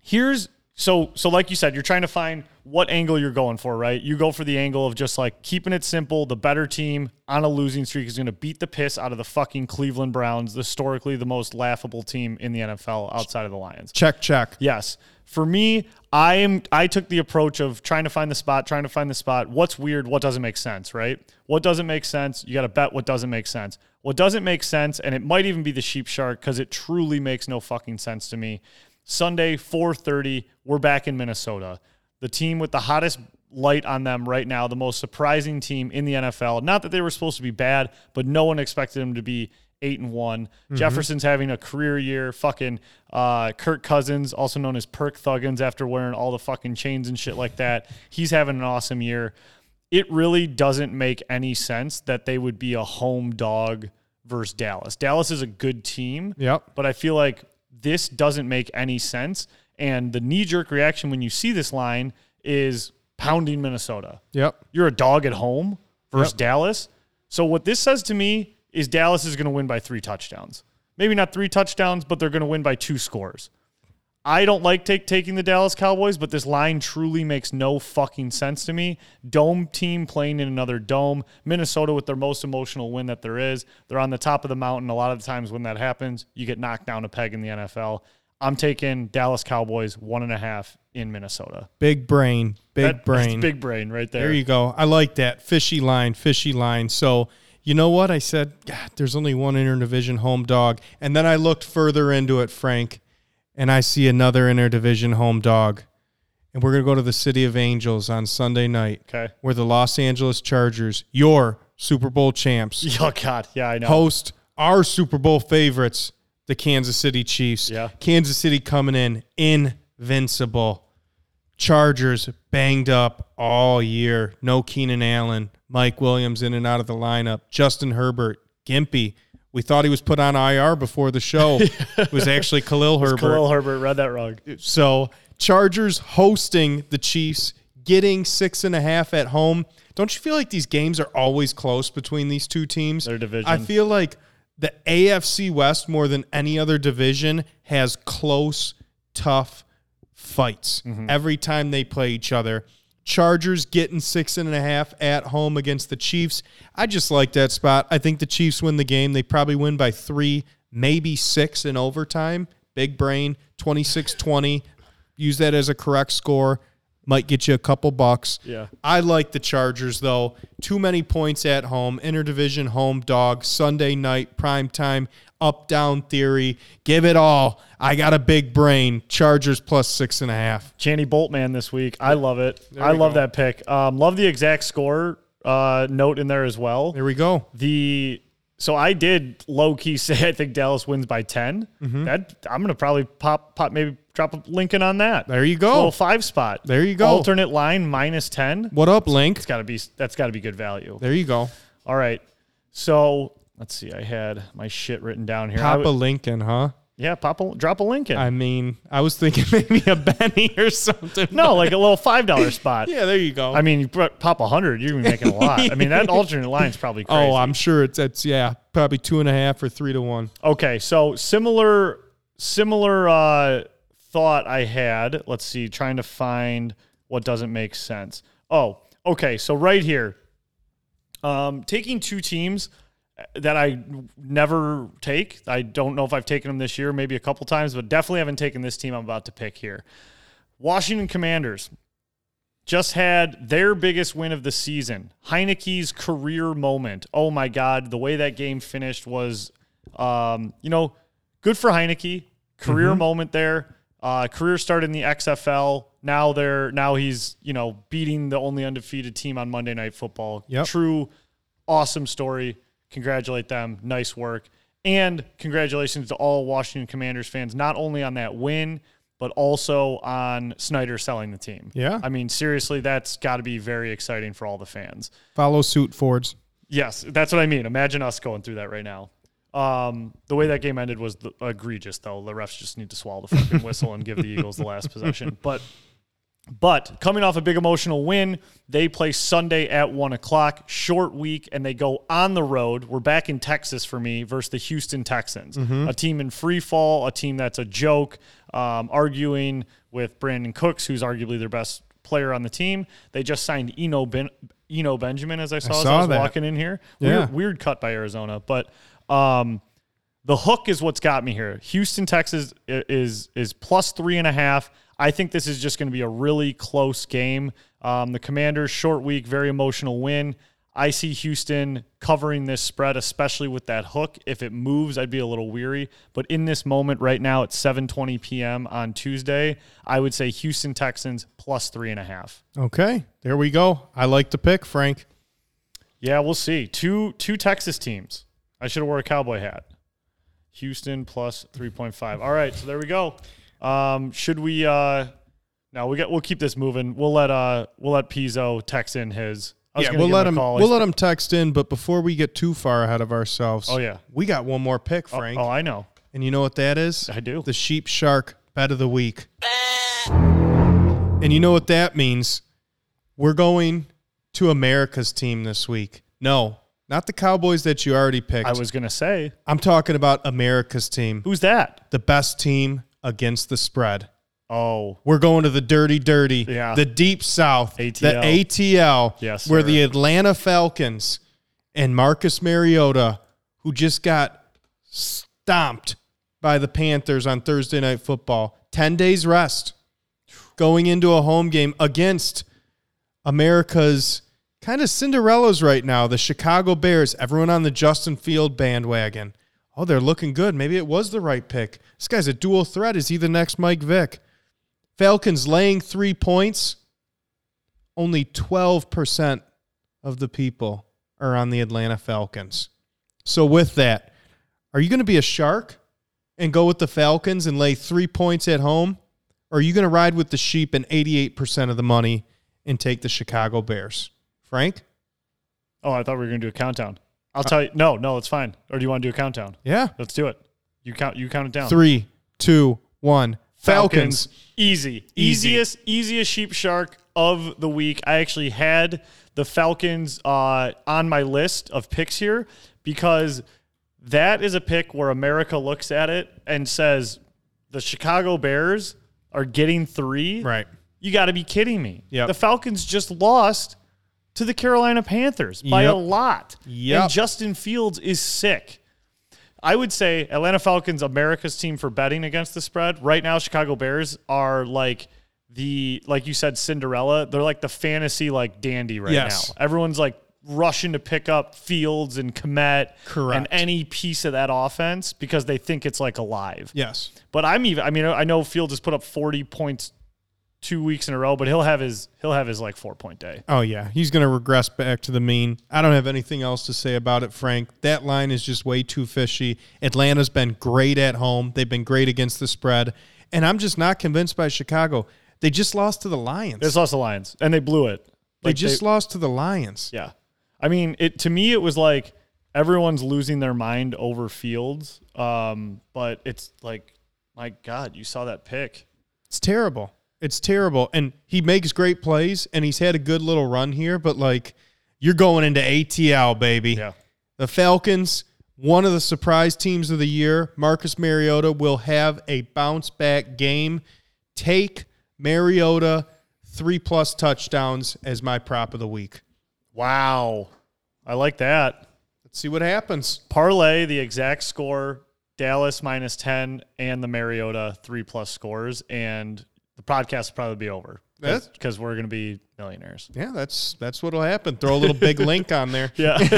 Speaker 6: here's so so like you said, you're trying to find what angle you're going for, right? You go for the angle of just like keeping it simple. The better team on a losing streak is going to beat the piss out of the fucking Cleveland Browns, historically the most laughable team in the NFL outside of the Lions.
Speaker 7: Check, check.
Speaker 6: Yes. For me, I am I took the approach of trying to find the spot, trying to find the spot. What's weird, what doesn't make sense, right? What doesn't make sense, you got to bet what doesn't make sense. What doesn't make sense, and it might even be the sheep shark cuz it truly makes no fucking sense to me. Sunday 4:30, we're back in Minnesota. the team with the hottest light on them right now, the most surprising team in the NFL. Not that they were supposed to be bad, but no one expected them to be eight and one. Jefferson's having a career year. Fucking uh, Kirk Cousins, also known as Perk Thuggins, after wearing all the fucking chains and shit like that, he's having an awesome year. It really doesn't make any sense that they would be a home dog versus Dallas. Dallas is a good team.
Speaker 7: Yep.
Speaker 6: But I feel like this doesn't make any sense. And the knee jerk reaction when you see this line is pounding Minnesota.
Speaker 7: Yep.
Speaker 6: You're a dog at home versus
Speaker 7: Yep.
Speaker 6: Dallas. So what this says to me is Dallas is going to win by three touchdowns. Maybe not three touchdowns, but they're going to win by two scores. I don't like take, taking the Dallas Cowboys, but this line truly makes no fucking sense to me. Dome team playing in another dome. Minnesota with their most emotional win that there is. They're on the top of the mountain. A lot of the times when that happens, you get knocked down a peg in the NFL. I'm taking Dallas Cowboys one and a half in Minnesota.
Speaker 7: Big brain. Big
Speaker 6: That- that's
Speaker 7: brain.
Speaker 6: Big brain right there.
Speaker 7: There you go. I like that. Fishy line, fishy line. So, you know what? I said, God, there's only one interdivision home dog. And then I looked further into it, Frank, and I see another interdivision home dog. And we're going to go to the City of Angels on Sunday night,
Speaker 6: Okay.
Speaker 7: where the Los Angeles Chargers, your Super
Speaker 6: (laughs)
Speaker 7: Bowl champs,
Speaker 6: Oh God, yeah, I know.
Speaker 7: host our Super Bowl favorites, the Kansas City Chiefs.
Speaker 6: Yeah.
Speaker 7: Kansas City coming in invincible. Chargers banged up all year. No Keenan Allen. Mike Williams in and out of the lineup. Justin Herbert, Gimpy. We thought he was put on IR before
Speaker 6: (laughs)
Speaker 7: the show. it was actually Khalil Herbert.
Speaker 6: Khalil Herbert read that wrong.
Speaker 7: So Chargers hosting the Chiefs, getting six and a half at home. Don't you feel like these games are always close between these two teams?
Speaker 6: Their division.
Speaker 7: I feel like the AFC West more than any other division has close, tough fights
Speaker 6: Mm-hmm.
Speaker 7: every time they play each other. Chargers getting six and a half at home against the Chiefs. I just like that spot. I think the Chiefs win the game. They probably win by three, maybe six in overtime. Big brain, 26 20. Use that as a correct score. Might get you a couple bucks.
Speaker 6: Yeah.
Speaker 7: I like the Chargers, though. Too many points at home. Interdivision home dog. Sunday night, prime time, up down theory. Give it all. I got a big brain. Chargers plus six and a half.
Speaker 6: Channy Boltman this week. I love it. I love that pick. Um, love the exact score uh, note in there as well.
Speaker 7: There we go.
Speaker 6: the so I did low key (laughs) say I think Dallas wins by 10
Speaker 7: Mm-hmm.
Speaker 6: That I'm gonna probably pop pop maybe drop a Lincoln on that.
Speaker 7: There you go.
Speaker 6: Little five spot.
Speaker 7: There you go.
Speaker 6: Alternate line minus ten.
Speaker 7: What up, Link?
Speaker 6: It's gotta be that's gotta be good value.
Speaker 7: There you go.
Speaker 6: All right. So let's see. I had my shit written down here. I
Speaker 7: Papa
Speaker 6: w-
Speaker 7: Lincoln, huh?
Speaker 6: yeah, pop a, drop a Lincoln.
Speaker 7: I mean, I was thinking (laughs) maybe a Benny or something.
Speaker 6: no, like a little five
Speaker 7: (laughs)
Speaker 6: dollar spot.
Speaker 7: Yeah, there you go.
Speaker 6: I mean, you pr- pop a hundred, you're gonna be making a lot. I mean,
Speaker 7: (laughs)
Speaker 6: that alternate line's probably crazy.
Speaker 7: oh, I'm sure it's, it's, yeah, probably two and a half or three to one.
Speaker 6: Okay, so similar similar uh, thought I had. Let's see, trying to find what doesn't make sense. Oh, okay, so right here, um, taking two teams uh, that I never take. I don't know if I've taken them this year, maybe a couple times, but definitely haven't taken this team I'm about to pick here. Washington Commanders just had their biggest win of the season. Heineke's career moment. Oh my God, the way that game finished was, um, you know, good for Heineke. Career moment there. Uh, career start in the XFL. Now they're now he's you know beating the only undefeated team on Monday Night Football.
Speaker 7: Yep.
Speaker 6: True, awesome story. Congratulate them. Nice work. And congratulations to all Washington Commanders fans, not only on that win, but also on Snyder selling the team.
Speaker 7: Yeah.
Speaker 6: I mean, seriously, that's got to be very exciting for all the fans.
Speaker 7: Follow suit, Fords.
Speaker 6: Yes, that's what I mean. Imagine us going through that right now. Um, the way that game ended was th- egregious, though. The refs just need to swallow the
Speaker 7: (laughs)
Speaker 6: fucking whistle and give the Eagles the last possession. But, but coming off a big emotional win, they play Sunday at one o'clock, short week, and they go on the road. We're back in Texas for me versus the Houston Texans,
Speaker 7: Mm-hmm.
Speaker 6: a team in free fall, a team that's a joke, um, arguing with Brandon Cooks, who's arguably their best player on the team. They just signed Eno ben- Eno Benjamin, as I saw, as I
Speaker 7: saw
Speaker 6: was
Speaker 7: that.
Speaker 6: walking in here.
Speaker 7: Yeah.
Speaker 6: Weird, weird cut by Arizona, but um, the hook is what's got me here. Houston, Texas i- is is plus three and a half. I think this is just going to be a really close game. Um, the Commanders short week, very emotional win. I see Houston covering this spread, especially with that hook. If it moves, I'd be a little weary. But in this moment right now at 7.20 p.m. on Tuesday, I would say Houston Texans plus three and a half.
Speaker 7: Okay, there we go. I like the pick, Frank.
Speaker 6: Yeah, we'll see. Two two Texas teams. I should have wore a cowboy hat. Houston plus three point five. All right, so there we go. Um, should we? Uh, no, we got. We'll keep this moving. We'll let uh, we'll let Pizzo text in his. I was
Speaker 7: Yeah,
Speaker 6: gonna
Speaker 7: we'll
Speaker 6: give
Speaker 7: let
Speaker 6: a
Speaker 7: him.
Speaker 6: call.
Speaker 7: We'll let him text in, but before we get too far ahead of ourselves,
Speaker 6: Oh, yeah.
Speaker 7: we got one more pick, Frank.
Speaker 6: Oh, I know.
Speaker 7: And you know what that is?
Speaker 6: I do.
Speaker 7: The sheep shark bet of the week. And you know what that means? We're going to America's team this week. No, not the Cowboys that you already picked.
Speaker 6: I was gonna say,
Speaker 7: I'm talking about America's team,
Speaker 6: who's that?
Speaker 7: the best team against the spread.
Speaker 6: Oh,
Speaker 7: We're going to the dirty, dirty,
Speaker 6: Yeah.
Speaker 7: the deep south, the
Speaker 6: ATL.
Speaker 7: ATL,
Speaker 6: Yes,
Speaker 7: where
Speaker 6: sir.
Speaker 7: the Atlanta Falcons and Marcus Mariota, who just got stomped by the Panthers on Thursday Night Football, 10 days rest, going into a home game against America's kind of Cinderellas right now, the Chicago Bears, everyone on the Justin Field bandwagon. Oh, they're looking good. Maybe it was the right pick. This guy's a dual threat. Is he the next Mike Vick? Falcons laying three points. Only 12% of the people are on the Atlanta Falcons. So, with that, are you going to be a shark and go with the Falcons and lay three points at home? Or are you going to ride with the sheep and 88% of the money and take the Chicago Bears? Frank?
Speaker 6: oh, I thought we were gonna do a countdown. I'll tell you. No, no, it's fine. Or do you want to do a countdown?
Speaker 7: Uh. Yeah.
Speaker 6: Let's do it. You count. You count it down.
Speaker 7: Three, two, one. Falcons.
Speaker 6: Easy.
Speaker 7: Easy.
Speaker 6: Easiest easiest sheep shark of the week. I actually had the Falcons uh, on my list of picks here because that is a pick where America looks at it and says the Chicago Bears are getting 3.
Speaker 7: Right.
Speaker 6: You got to be kidding me.
Speaker 7: Yep.
Speaker 6: The Falcons just lost to the Carolina Panthers by
Speaker 7: Yep.
Speaker 6: a lot.
Speaker 7: Yep.
Speaker 6: And Justin Fields is sick. I would say Atlanta Falcons, America's team for betting against the spread. Right now, Chicago Bears are like the, like you said, Cinderella. They're like the fantasy, like dandy right
Speaker 7: Yes.
Speaker 6: now. Everyone's like rushing to pick up Fields and Komet and
Speaker 7: Correct.
Speaker 6: any piece of that offense because they think it's like alive.
Speaker 7: Yes.
Speaker 6: But I'm even. I mean, I know Fields has put up 40 points two weeks in a row, but he'll have his he'll have his like four point day.
Speaker 7: Oh yeah, he's going to regress back to the mean. I don't have anything else to say about it, Frank. That line is just way too fishy. Atlanta's been great at home. They've been great against the spread, and I'm just not convinced by Chicago. They just lost to the Lions.
Speaker 6: They just lost the Lions, and they blew it.
Speaker 7: they
Speaker 6: Like,
Speaker 7: just lost to the Lions.
Speaker 6: yeah. I mean, it to me it was like everyone's losing their mind over Fields, um, but it's like, my God, you saw that pick.
Speaker 7: It's terrible. It's terrible. And he makes great plays, and he's had a good little run here. But like, you're going into ATL, baby.
Speaker 6: Yeah.
Speaker 7: The Falcons, one of the surprise teams of the year. Marcus Mariota will have a bounce back game. Take Mariota three plus touchdowns as my prop of the week.
Speaker 6: Wow, I like that.
Speaker 7: Let's see what happens.
Speaker 6: parlay the exact score Dallas minus 10 and the Mariota three plus scores and the podcast will probably be over
Speaker 7: That's-
Speaker 6: because we're going to be millionaires.
Speaker 7: Yeah, that's that's what'll happen. Throw a little
Speaker 6: (laughs)
Speaker 7: big link on there.
Speaker 6: Yeah. big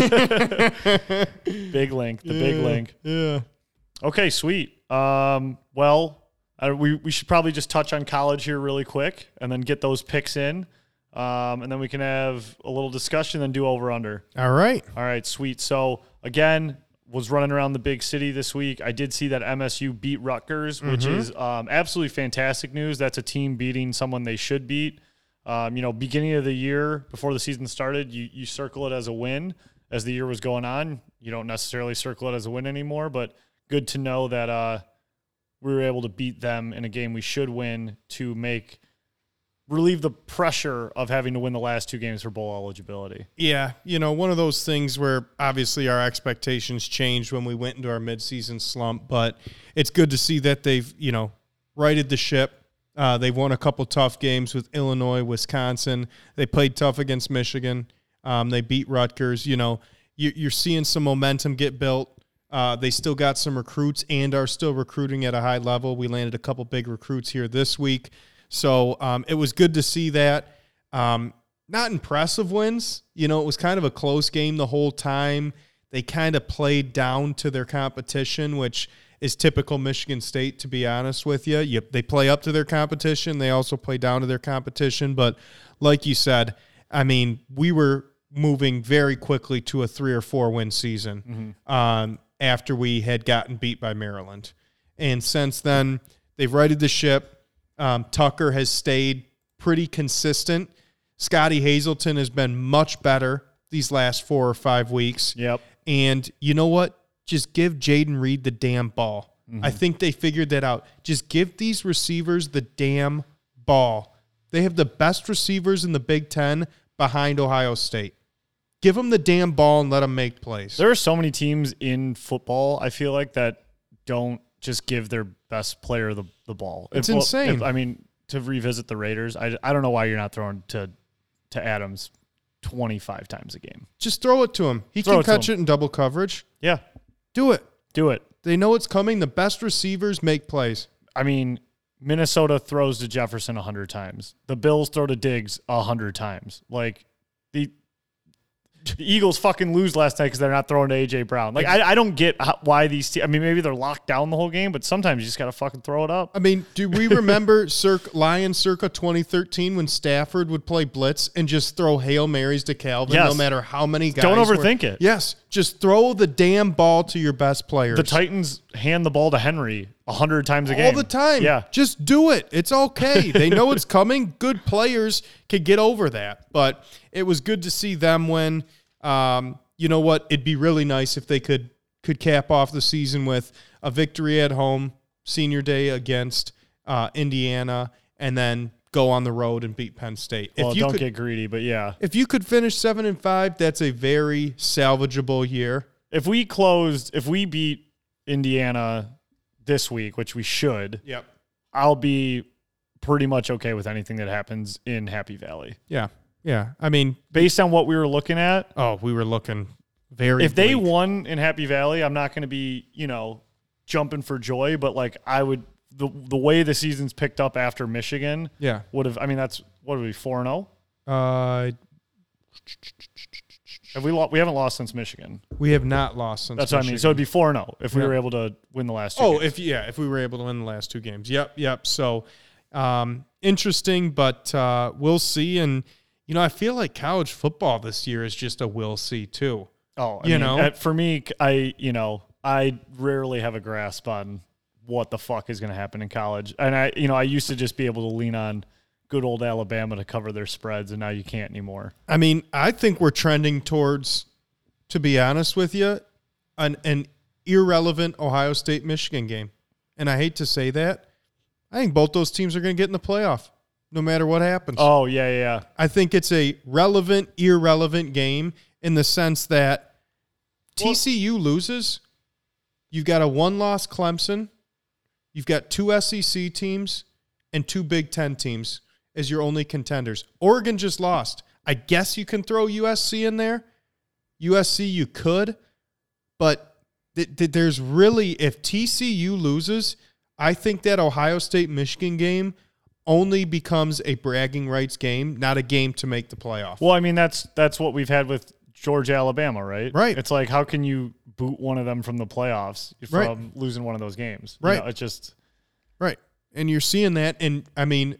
Speaker 6: link, the big link.
Speaker 7: Yeah.
Speaker 6: Okay, sweet. Um, well, uh, we, we should probably just touch on college here really quick and then get those picks in. Um, and then we can have a little discussion and do over under.
Speaker 7: All right.
Speaker 6: All right, sweet. So again, was running around the big city this week. I did see that MSU beat Rutgers, which is um, absolutely fantastic news. That's a team beating someone they should beat. Um, you know, beginning of the year before the season started, you you circle it as a win. As the year was going on, you don't necessarily circle it as a win anymore. But good to know that uh, we were able to beat them in a game we should win to make relieve the pressure of having to win the last two games for bowl eligibility.
Speaker 7: Yeah, you know, one of those things where obviously our expectations changed when we went into our midseason slump, but it's good to see that they've, you know, righted the ship. Uh, they've won a couple tough games with Illinois, Wisconsin. They played tough against Michigan. Um, they beat Rutgers. You know, you, you're seeing some momentum get built. Uh, they still got some recruits and are still recruiting at a high level. We landed a couple big recruits here this week. So um, it was good to see that. Um, not impressive wins. You know, it was kind of a close game the whole time. They kind of played down to their competition, which is typical Michigan State, to be honest with you. you they play up to their competition. They also play down to their competition. But like you said, I mean, we were moving very quickly to a three or four win season um, after we had gotten beat by Maryland. And since then, they've righted the ship. Um, Tucker has stayed pretty consistent. Scotty Hazelton has been much better these last four or five weeks.
Speaker 6: Yep.
Speaker 7: And you know what? Just give Jaden Reed the damn ball. I
Speaker 6: Mm-hmm.
Speaker 7: think they figured that out. Just give these receivers the damn ball. They have the best receivers in the Big Ten behind Ohio State. Give them the damn ball and let them make plays.
Speaker 6: There are so many teams in football, I feel like, that don't just give their best player the, the ball.
Speaker 7: It's
Speaker 6: well,
Speaker 7: insane.
Speaker 6: I mean, to revisit the Raiders, I, I don't know why you're not throwing to, to Adams 25 times a game.
Speaker 7: Just throw it to him. He
Speaker 6: Throw
Speaker 7: can
Speaker 6: it to
Speaker 7: catch
Speaker 6: him.
Speaker 7: it in double coverage.
Speaker 6: Yeah,
Speaker 7: Do it.
Speaker 6: do it.
Speaker 7: They know it's coming. The best receivers make plays.
Speaker 6: I mean, Minnesota throws to Jefferson 100 times. The Bills throw to Diggs 100 times. Like, the, the Eagles fucking lose last night because they're not throwing to A.J. Brown. Like, I, I don't get how, why these teams, I mean, maybe they're locked down the whole game, but sometimes you just got to fucking throw it up.
Speaker 7: I mean, do we remember Circ Lions circa 2013 when Stafford would play blitz and just throw Hail Marys to Calvin
Speaker 6: Yes.
Speaker 7: no matter how many guys?
Speaker 6: Don't
Speaker 7: were-
Speaker 6: overthink it.
Speaker 7: Yes. Just throw the damn ball to your best players.
Speaker 6: The Titans hand the ball to Henry 100 times a game.
Speaker 7: all the time.
Speaker 6: Yeah.
Speaker 7: Just do it. It's
Speaker 6: (laughs)
Speaker 7: okay. they know it's coming. Good players can get over that. But it was good to see them win. Um, you know what? It'd be really nice if they could could cap off the season with a victory at home, senior day against uh, Indiana, and then go on the road and beat Penn State.
Speaker 6: Well,
Speaker 7: if you
Speaker 6: Oh, don't
Speaker 7: could,
Speaker 6: get greedy, but yeah.
Speaker 7: if you could finish seven and five, that's a very salvageable year.
Speaker 6: If we closed, if we beat Indiana this week, which we should,
Speaker 7: Yep.
Speaker 6: I'll be pretty much okay with anything that happens in Happy Valley.
Speaker 7: Yeah. Yeah. I mean,
Speaker 6: Based on what we were looking at,
Speaker 7: oh, we were looking very.
Speaker 6: if they
Speaker 7: bleak.
Speaker 6: won in Happy Valley, I'm not going to be, you know, jumping for joy, but like I would the the way the season's picked up after Michigan
Speaker 7: yeah.
Speaker 6: would have I mean that's what would we 4 and oh? 0?
Speaker 7: Uh,
Speaker 6: Have we lost we haven't lost since Michigan.
Speaker 7: we have not lost since.
Speaker 6: That's what I mean. So it'd be 4 and 0 if we
Speaker 7: Yeah.
Speaker 6: were able to win the last two.
Speaker 7: oh,
Speaker 6: games.
Speaker 7: if yeah, if we were able to win the last two games. Yep, yep. So, um, interesting, but uh, we'll see. And you know, I feel like college football this year is just a we'll see too.
Speaker 6: Oh, I
Speaker 7: You
Speaker 6: mean,
Speaker 7: know?
Speaker 6: uh, for me, c- I you know, I rarely have a grasp on what the fuck is going to happen in college, and I you know, I used to just be able to lean on good old Alabama to cover their spreads, and now you can't anymore.
Speaker 7: I mean, I think we're trending towards, to be honest with you, an an irrelevant Ohio State Michigan game, and I hate to say that. I think both those teams are going to get in the playoff, no matter what happens.
Speaker 6: Oh yeah, yeah, yeah.
Speaker 7: I think it's a relevant, irrelevant game in the sense that TCU loses. You've got a one loss Clemson. You've got two SEC teams and two Big Ten teams as your only contenders. Oregon just lost. I guess you can throw USC in there. USC, you could, but th- th- there's really, if TCU loses, I think that Ohio State Michigan game only becomes a bragging rights game, not a game to make the playoff.
Speaker 6: Well, I mean, that's that's what we've had with Georgia, Alabama, right?
Speaker 7: Right.
Speaker 6: It's like how can you boot one of them from the playoffs from
Speaker 7: Right.
Speaker 6: losing one of those games?
Speaker 7: Right.
Speaker 6: You know, it's just
Speaker 7: Right. And you're seeing that. And I mean,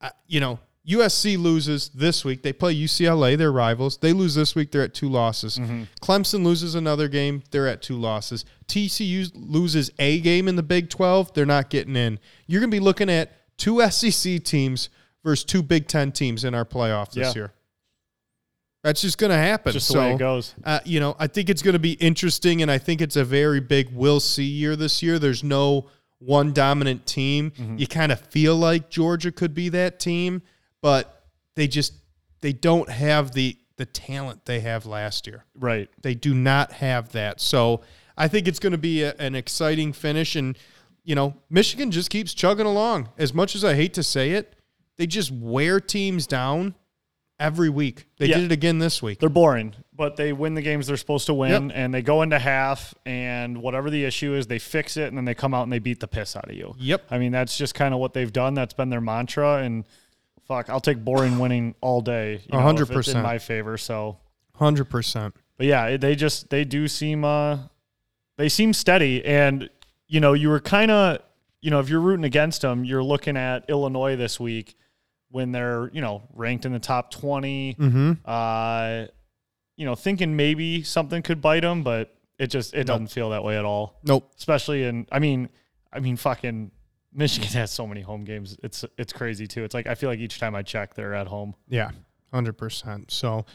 Speaker 7: I- you know, USC loses this week. They play UCLA, their rivals. They lose this week. They're at two losses. Clemson loses another game. They're at two losses. TCU loses a game in the Big 12. They're not getting in. You're going to be looking at two SEC teams versus two Big 10 teams in our playoff this
Speaker 6: Yeah.
Speaker 7: year. That's just going to happen.
Speaker 6: just the
Speaker 7: so,
Speaker 6: way it goes.
Speaker 7: uh, you know, I think it's going to be interesting, and I think it's a very big we'll see year this year. There's no one dominant team.
Speaker 6: Mm-hmm.
Speaker 7: You kind of feel like Georgia could be that team, but they just they don't have the the talent they have last year.
Speaker 6: Right.
Speaker 7: They do not have that. So I think it's going to be a, an exciting finish. And, you know, Michigan just keeps chugging along. As much as I hate to say it, they just wear teams down every week. They
Speaker 6: Yeah.
Speaker 7: did it again this week.
Speaker 6: They're boring, but they win the games they're supposed to win,
Speaker 7: Yep.
Speaker 6: and they go into half, and whatever the issue is, they fix it, and then they come out and they beat the piss out of you.
Speaker 7: Yep.
Speaker 6: I mean, that's just kind of what they've done. That's been their mantra, and Fuck, I'll take boring winning all day. you know, if it's
Speaker 7: 100%.
Speaker 6: in my favor. So,
Speaker 7: Hundred percent.
Speaker 6: but yeah, it- they just they do seem uh they seem steady, and you know you were kind of you know if you're rooting against them, you're looking at Illinois this week when they're you know ranked in the top 20
Speaker 7: Mm-hmm.
Speaker 6: Uh, you know, thinking maybe something could bite them, but it just it doesn't feel that way at all.
Speaker 7: Nope.
Speaker 6: Especially in, I mean, I mean, fucking Michigan (laughs) has so many home games. It's it's crazy too. It's like I feel like each time I check, they're at home.
Speaker 7: Yeah. Hundred percent. So,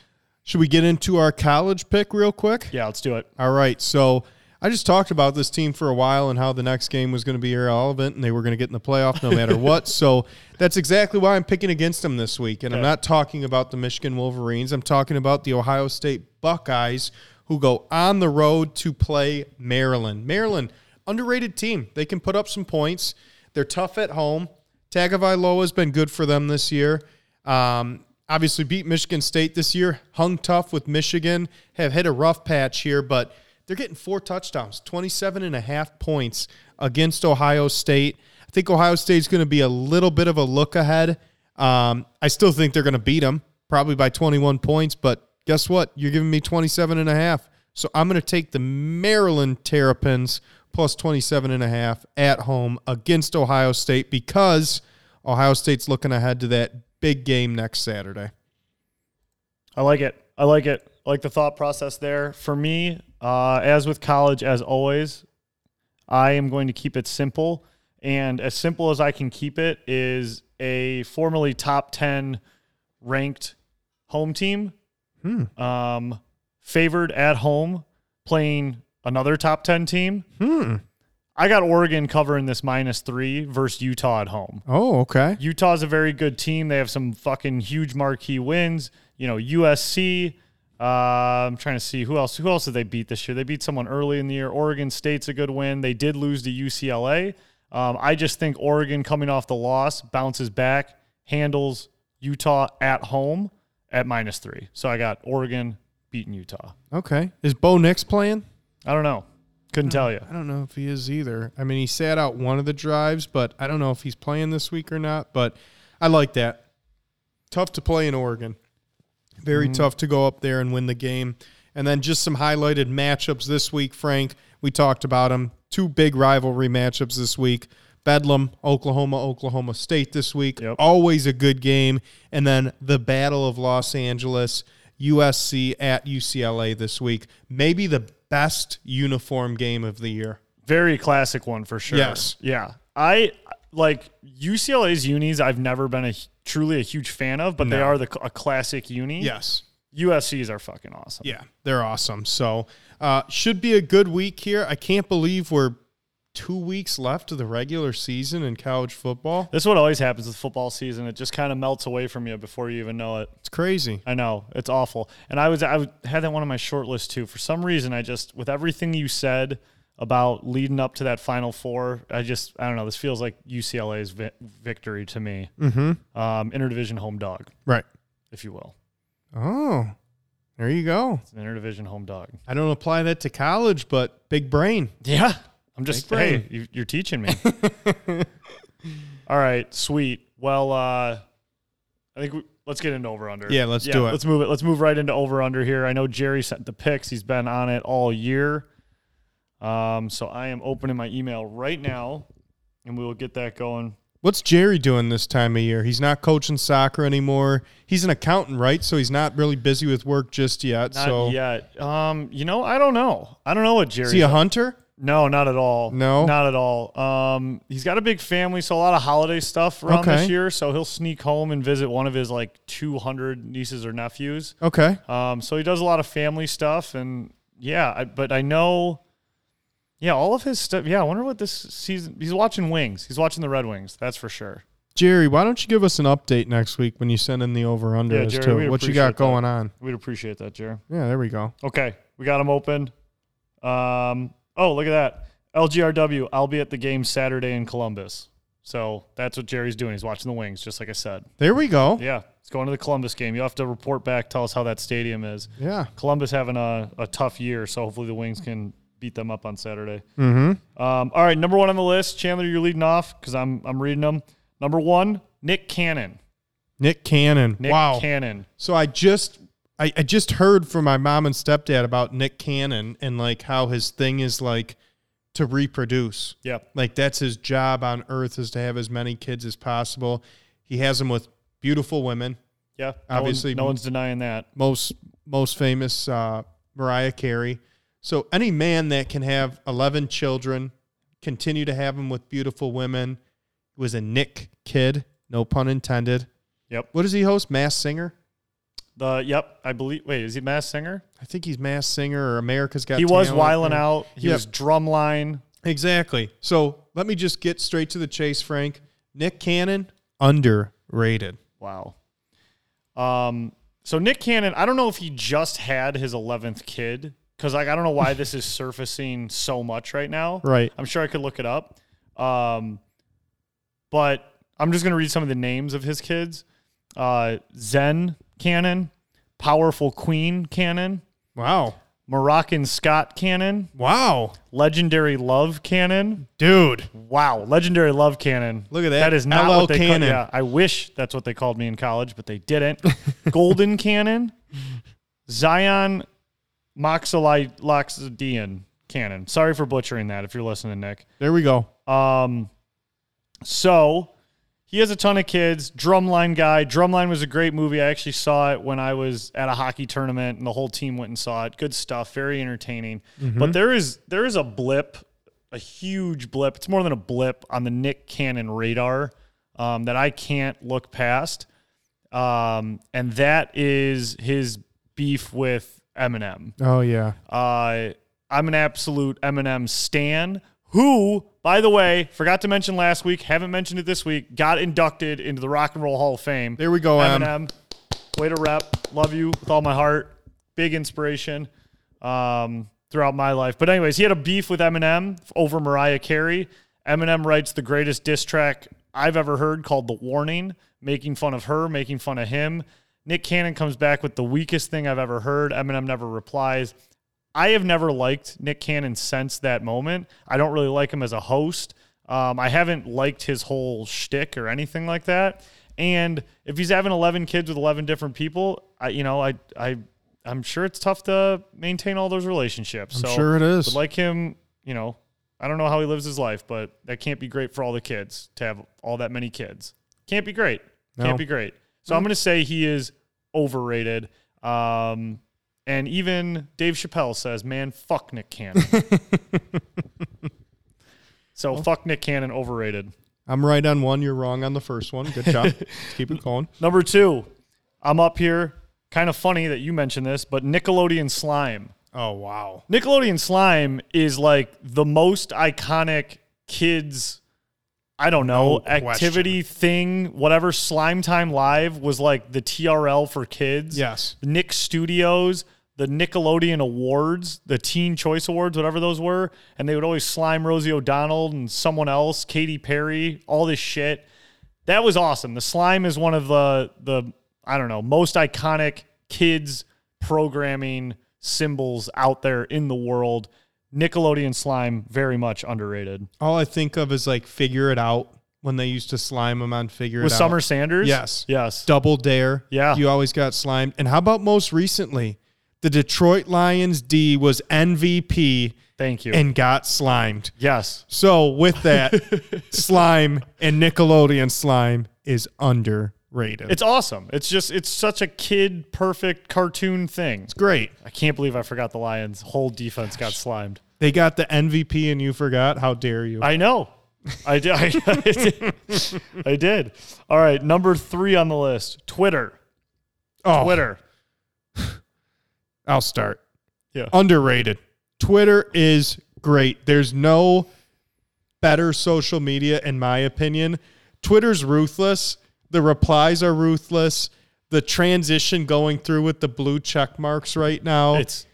Speaker 7: should we get into our college pick real quick?
Speaker 6: Yeah, let's do it.
Speaker 7: All right. So I just talked about this team for a while and how the next game was going to be irrelevant and they were going to get in the playoff no matter what. So that's exactly why I'm picking against them this week. And I'm not talking about the Michigan Wolverines. I'm talking about the Ohio State Buckeyes who go on the road to play Maryland. Maryland, underrated team. They can put up some points. They're tough at home. Tagovailoa has been good for them this year. Um, obviously beat Michigan State this year, hung tough with Michigan, have hit a rough patch here, but they're getting four touchdowns, 27 and a half points against Ohio State. I think Ohio State's going to be a little bit of a look ahead. Um, I still think they're going to beat them probably by 21 points, but guess what? You're giving me 27 and a half. So I'm going to take the Maryland Terrapins plus 27 and a half at home against Ohio State because Ohio State's looking ahead to that big game next Saturday.
Speaker 6: I like it. I like it. I like the thought process there. For me, uh, as with college, as always, I am going to keep it simple. And as simple as I can keep it is a formerly top 10 ranked home team, um, favored at home, playing another top 10 team. I got Oregon covering this minus three versus Utah at home.
Speaker 7: Oh, okay.
Speaker 6: Utah's a very good team. They have some fucking huge marquee wins. You know, USC. Uh, I'm trying to see who else. Who else did they beat this year? They beat someone early in the year. Oregon State's a good win. They did lose to UCLA. Um, I just think Oregon, coming off the loss, bounces back, handles Utah at home at minus three. So I got Oregon beating Utah.
Speaker 7: Okay. Is Bo Nix playing?
Speaker 6: I don't know. Couldn't tell you.
Speaker 7: I don't know if he is either. I mean, he sat out one of the drives, but I don't know if he's playing this week or not. But I like that. Tough to play in Oregon. Very tough to go up there and win the game. And then just some highlighted matchups this week, Frank. We talked about them. Two big rivalry matchups this week. Bedlam, Oklahoma, Oklahoma State this week.
Speaker 6: Yep.
Speaker 7: Always a good game. And then the Battle of Los Angeles, USC at UCLA this week. Maybe the best uniform game of the year.
Speaker 6: Very classic one for sure.
Speaker 7: Yes.
Speaker 6: Yeah. I like UCLA's unis. I've never been a hu- truly a huge fan of, but they
Speaker 7: No.
Speaker 6: are the cl- a classic uni.
Speaker 7: Yes.
Speaker 6: USC's are fucking awesome.
Speaker 7: Yeah, they're awesome. So uh, should be a good week here. I can't believe we're two weeks left of the regular season in college football.
Speaker 6: This is what always happens with football season. It just kind of melts away from you before you even know it.
Speaker 7: It's crazy.
Speaker 6: I know it's awful. And I was I was- had that one on my short list too. For some reason, I just with everything you said about leading up to that Final Four, I just I don't know. This feels like UCLA's vi- victory to me. Mm-hmm. Um, interdivision home dog,
Speaker 7: Right.
Speaker 6: if you will.
Speaker 7: Oh, there you go.
Speaker 6: It's an interdivision home dog.
Speaker 7: I don't apply that to college, but big brain.
Speaker 6: Yeah. I'm just,
Speaker 7: Big brain.
Speaker 6: hey, you, you're teaching
Speaker 7: (laughs)
Speaker 6: me. All right, sweet. Well, uh, I think we, let's get into over under.
Speaker 7: Yeah, let's do it.
Speaker 6: Let's move it. Let's move right into over under here. I know Jerry sent the picks. He's been on it all year. Um, so I am opening my email right now, and we will get that going.
Speaker 7: What's Jerry doing this time of year? He's not coaching soccer anymore. He's an accountant, right? So he's not really busy with work just yet.
Speaker 6: Not
Speaker 7: so
Speaker 6: yet. Um, you know, I don't know. I don't know what Jerry.
Speaker 7: is he a hunter?
Speaker 6: No, not at all.
Speaker 7: No?
Speaker 6: not at all. Um, he's got a big family, so a lot of holiday stuff around
Speaker 7: Okay.
Speaker 6: this year. So he'll sneak home and visit one of his like 200 nieces or nephews.
Speaker 7: Okay.
Speaker 6: Um, so he does a lot of family stuff, and yeah, I, but I know, yeah, all of his stuff. Yeah, I wonder what this season. He's watching Wings. He's watching the Red Wings. That's for sure.
Speaker 7: Jerry, why don't you give us an update next week when you send in the over under
Speaker 6: Yeah,
Speaker 7: as
Speaker 6: Jerry, we'd
Speaker 7: to what you got
Speaker 6: appreciate that.
Speaker 7: going on?
Speaker 6: We'd appreciate that, Jerry.
Speaker 7: Yeah, there we go.
Speaker 6: Okay, we got them open. Um, oh, look at that. LGRW, I'll be at the game Saturday in Columbus. So that's what Jerry's doing. He's watching the wings, just like I said.
Speaker 7: There we go.
Speaker 6: Yeah, it's going to the Columbus game. You have to report back, tell us how that stadium is.
Speaker 7: Yeah.
Speaker 6: Columbus having a, a tough year, so hopefully the Wings can beat them up on Saturday.
Speaker 7: Mm-hmm.
Speaker 6: Um, all right, number one on the list, Chandler, you're leading off because I'm I'm reading them. Number one, Nick Cannon.
Speaker 7: Nick Cannon.
Speaker 6: Nick
Speaker 7: wow.
Speaker 6: Cannon.
Speaker 7: So I just I, I just heard from my mom and stepdad about Nick Cannon and like how his thing is like to reproduce.
Speaker 6: Yep.
Speaker 7: Like that's his job on earth is to have as many kids as possible. He has them with beautiful women.
Speaker 6: Yeah.
Speaker 7: Obviously-
Speaker 6: no, one- no one's denying that.
Speaker 7: Most most famous uh, Mariah Carey. So any man that can have eleven children, continue to have them with beautiful women, was a Nick kid, no pun intended.
Speaker 6: Yep.
Speaker 7: What does he host? Mass Singer.
Speaker 6: The yep, I believe. Wait, is he Mass Singer?
Speaker 7: I think he's Mass Singer or America's Got.
Speaker 6: He was
Speaker 7: Talent.
Speaker 6: wiling out. He
Speaker 7: Yep.
Speaker 6: was drumline.
Speaker 7: Exactly. So let me just get straight to the chase, Frank. Nick Cannon underrated.
Speaker 6: Wow. Um. So Nick Cannon, I don't know if he just had his eleventh kid because like I don't know why this is surfacing so much right now.
Speaker 7: Right.
Speaker 6: I'm sure I could look it up. Um. But I'm just gonna read some of the names of his kids. Uh, Zen Cannon, Powerful Queen Cannon,
Speaker 7: Wow.
Speaker 6: Moroccan Scott Cannon,
Speaker 7: Wow.
Speaker 6: Legendary Love Cannon.
Speaker 7: Dude.
Speaker 6: Wow, legendary love cannon.
Speaker 7: Look at that.
Speaker 6: That is not
Speaker 7: LL
Speaker 6: what they
Speaker 7: Cannon.
Speaker 6: Call, yeah, I wish that's what they called me in college, but they didn't. (laughs) Golden cannon, Zion Moxolydian cannon. Sorry for butchering that. If you're listening, Nick.
Speaker 7: There we go.
Speaker 6: Um, so he has a ton of kids. Drumline guy. Drumline was a great movie. I actually saw it when I was at a hockey tournament, and the whole team went and saw it. Good stuff. Very entertaining. But there is there is a blip, a huge blip. It's more than a blip on the Nick Cannon radar um, that I can't look past. Um, and that is his beef with Eminem.
Speaker 7: Oh yeah.
Speaker 6: Uh, I'm an absolute Eminem stan. Who, by the way, forgot to mention last week, haven't mentioned it this week, got inducted into the Rock and Roll Hall of Fame.
Speaker 7: There we go. Em.
Speaker 6: Eminem, way to rep. Love you with all my heart. Big inspiration um, throughout my life. But anyways, he had a beef with Eminem over Mariah Carey. Eminem writes the greatest diss track I've ever heard called "The Warning," making fun of her, making fun of him. Nick Cannon comes back with the weakest thing I've ever heard. Eminem never replies. I have never liked Nick Cannon since that moment. I don't really like him as a host. Um, I haven't liked his whole shtick or anything like that. And if he's having eleven kids with eleven different people, I you know I I I'm sure it's tough to maintain all those relationships.
Speaker 7: I'm
Speaker 6: so
Speaker 7: sure it is.
Speaker 6: would like him, you know, I don't know how he lives his life, but that can't be great for all the kids to have all that many kids. Can't be great.
Speaker 7: No.
Speaker 6: Can't be great. So I'm going to say he is overrated. Um, and even Dave Chappelle says, man, fuck Nick Cannon. so fuck Nick Cannon, overrated.
Speaker 7: I'm right on one. You're wrong on the first one.
Speaker 6: (laughs)
Speaker 7: Good job. Let's keep it going.
Speaker 6: Number two, I'm up here. Kind of funny that you mentioned this, but Nickelodeon Slime.
Speaker 7: Oh wow.
Speaker 6: Nickelodeon Slime is like the most iconic kids, I don't know,
Speaker 7: No question.
Speaker 6: activity thing, whatever. Slime Time Live was like the TRL for kids.
Speaker 7: Yes.
Speaker 6: Nick Studios, the Nickelodeon Awards, the Teen Choice Awards, whatever those were, and they would always slime Rosie O'Donnell and someone else, Katy Perry, all this shit. That was awesome. The slime is one of the the I don't know most iconic kids programming symbols out there in the world. Nickelodeon slime very much underrated.
Speaker 7: All I think of is like figure it out when they used to slime him on figure
Speaker 6: With
Speaker 7: it out.
Speaker 6: Summer Sanders,
Speaker 7: Yes.
Speaker 6: yes,
Speaker 7: Double Dare.
Speaker 6: Yeah.
Speaker 7: You always got slimed. And how about most recently? The Detroit Lions D was MVP
Speaker 6: thank you.
Speaker 7: and got slimed.
Speaker 6: yes,
Speaker 7: So with
Speaker 6: (laughs)
Speaker 7: that, slime and Nickelodeon slime is underrated.
Speaker 6: it's awesome. It's just it's such a kid perfect cartoon thing.
Speaker 7: great.
Speaker 6: I can't believe I forgot the Lions' whole defense got slimed.
Speaker 7: They got the MVP and you forgot. How dare you?
Speaker 6: I know. I did. (laughs) I, I did. I did. All right, number three on the list: Twitter.
Speaker 7: oh,
Speaker 6: Twitter.
Speaker 7: I'll start.
Speaker 6: Yeah.
Speaker 7: Underrated. Twitter is great. There's no better social media, in my opinion. Twitter's ruthless. The replies are ruthless. The transition going through with the blue check marks right now.
Speaker 6: It's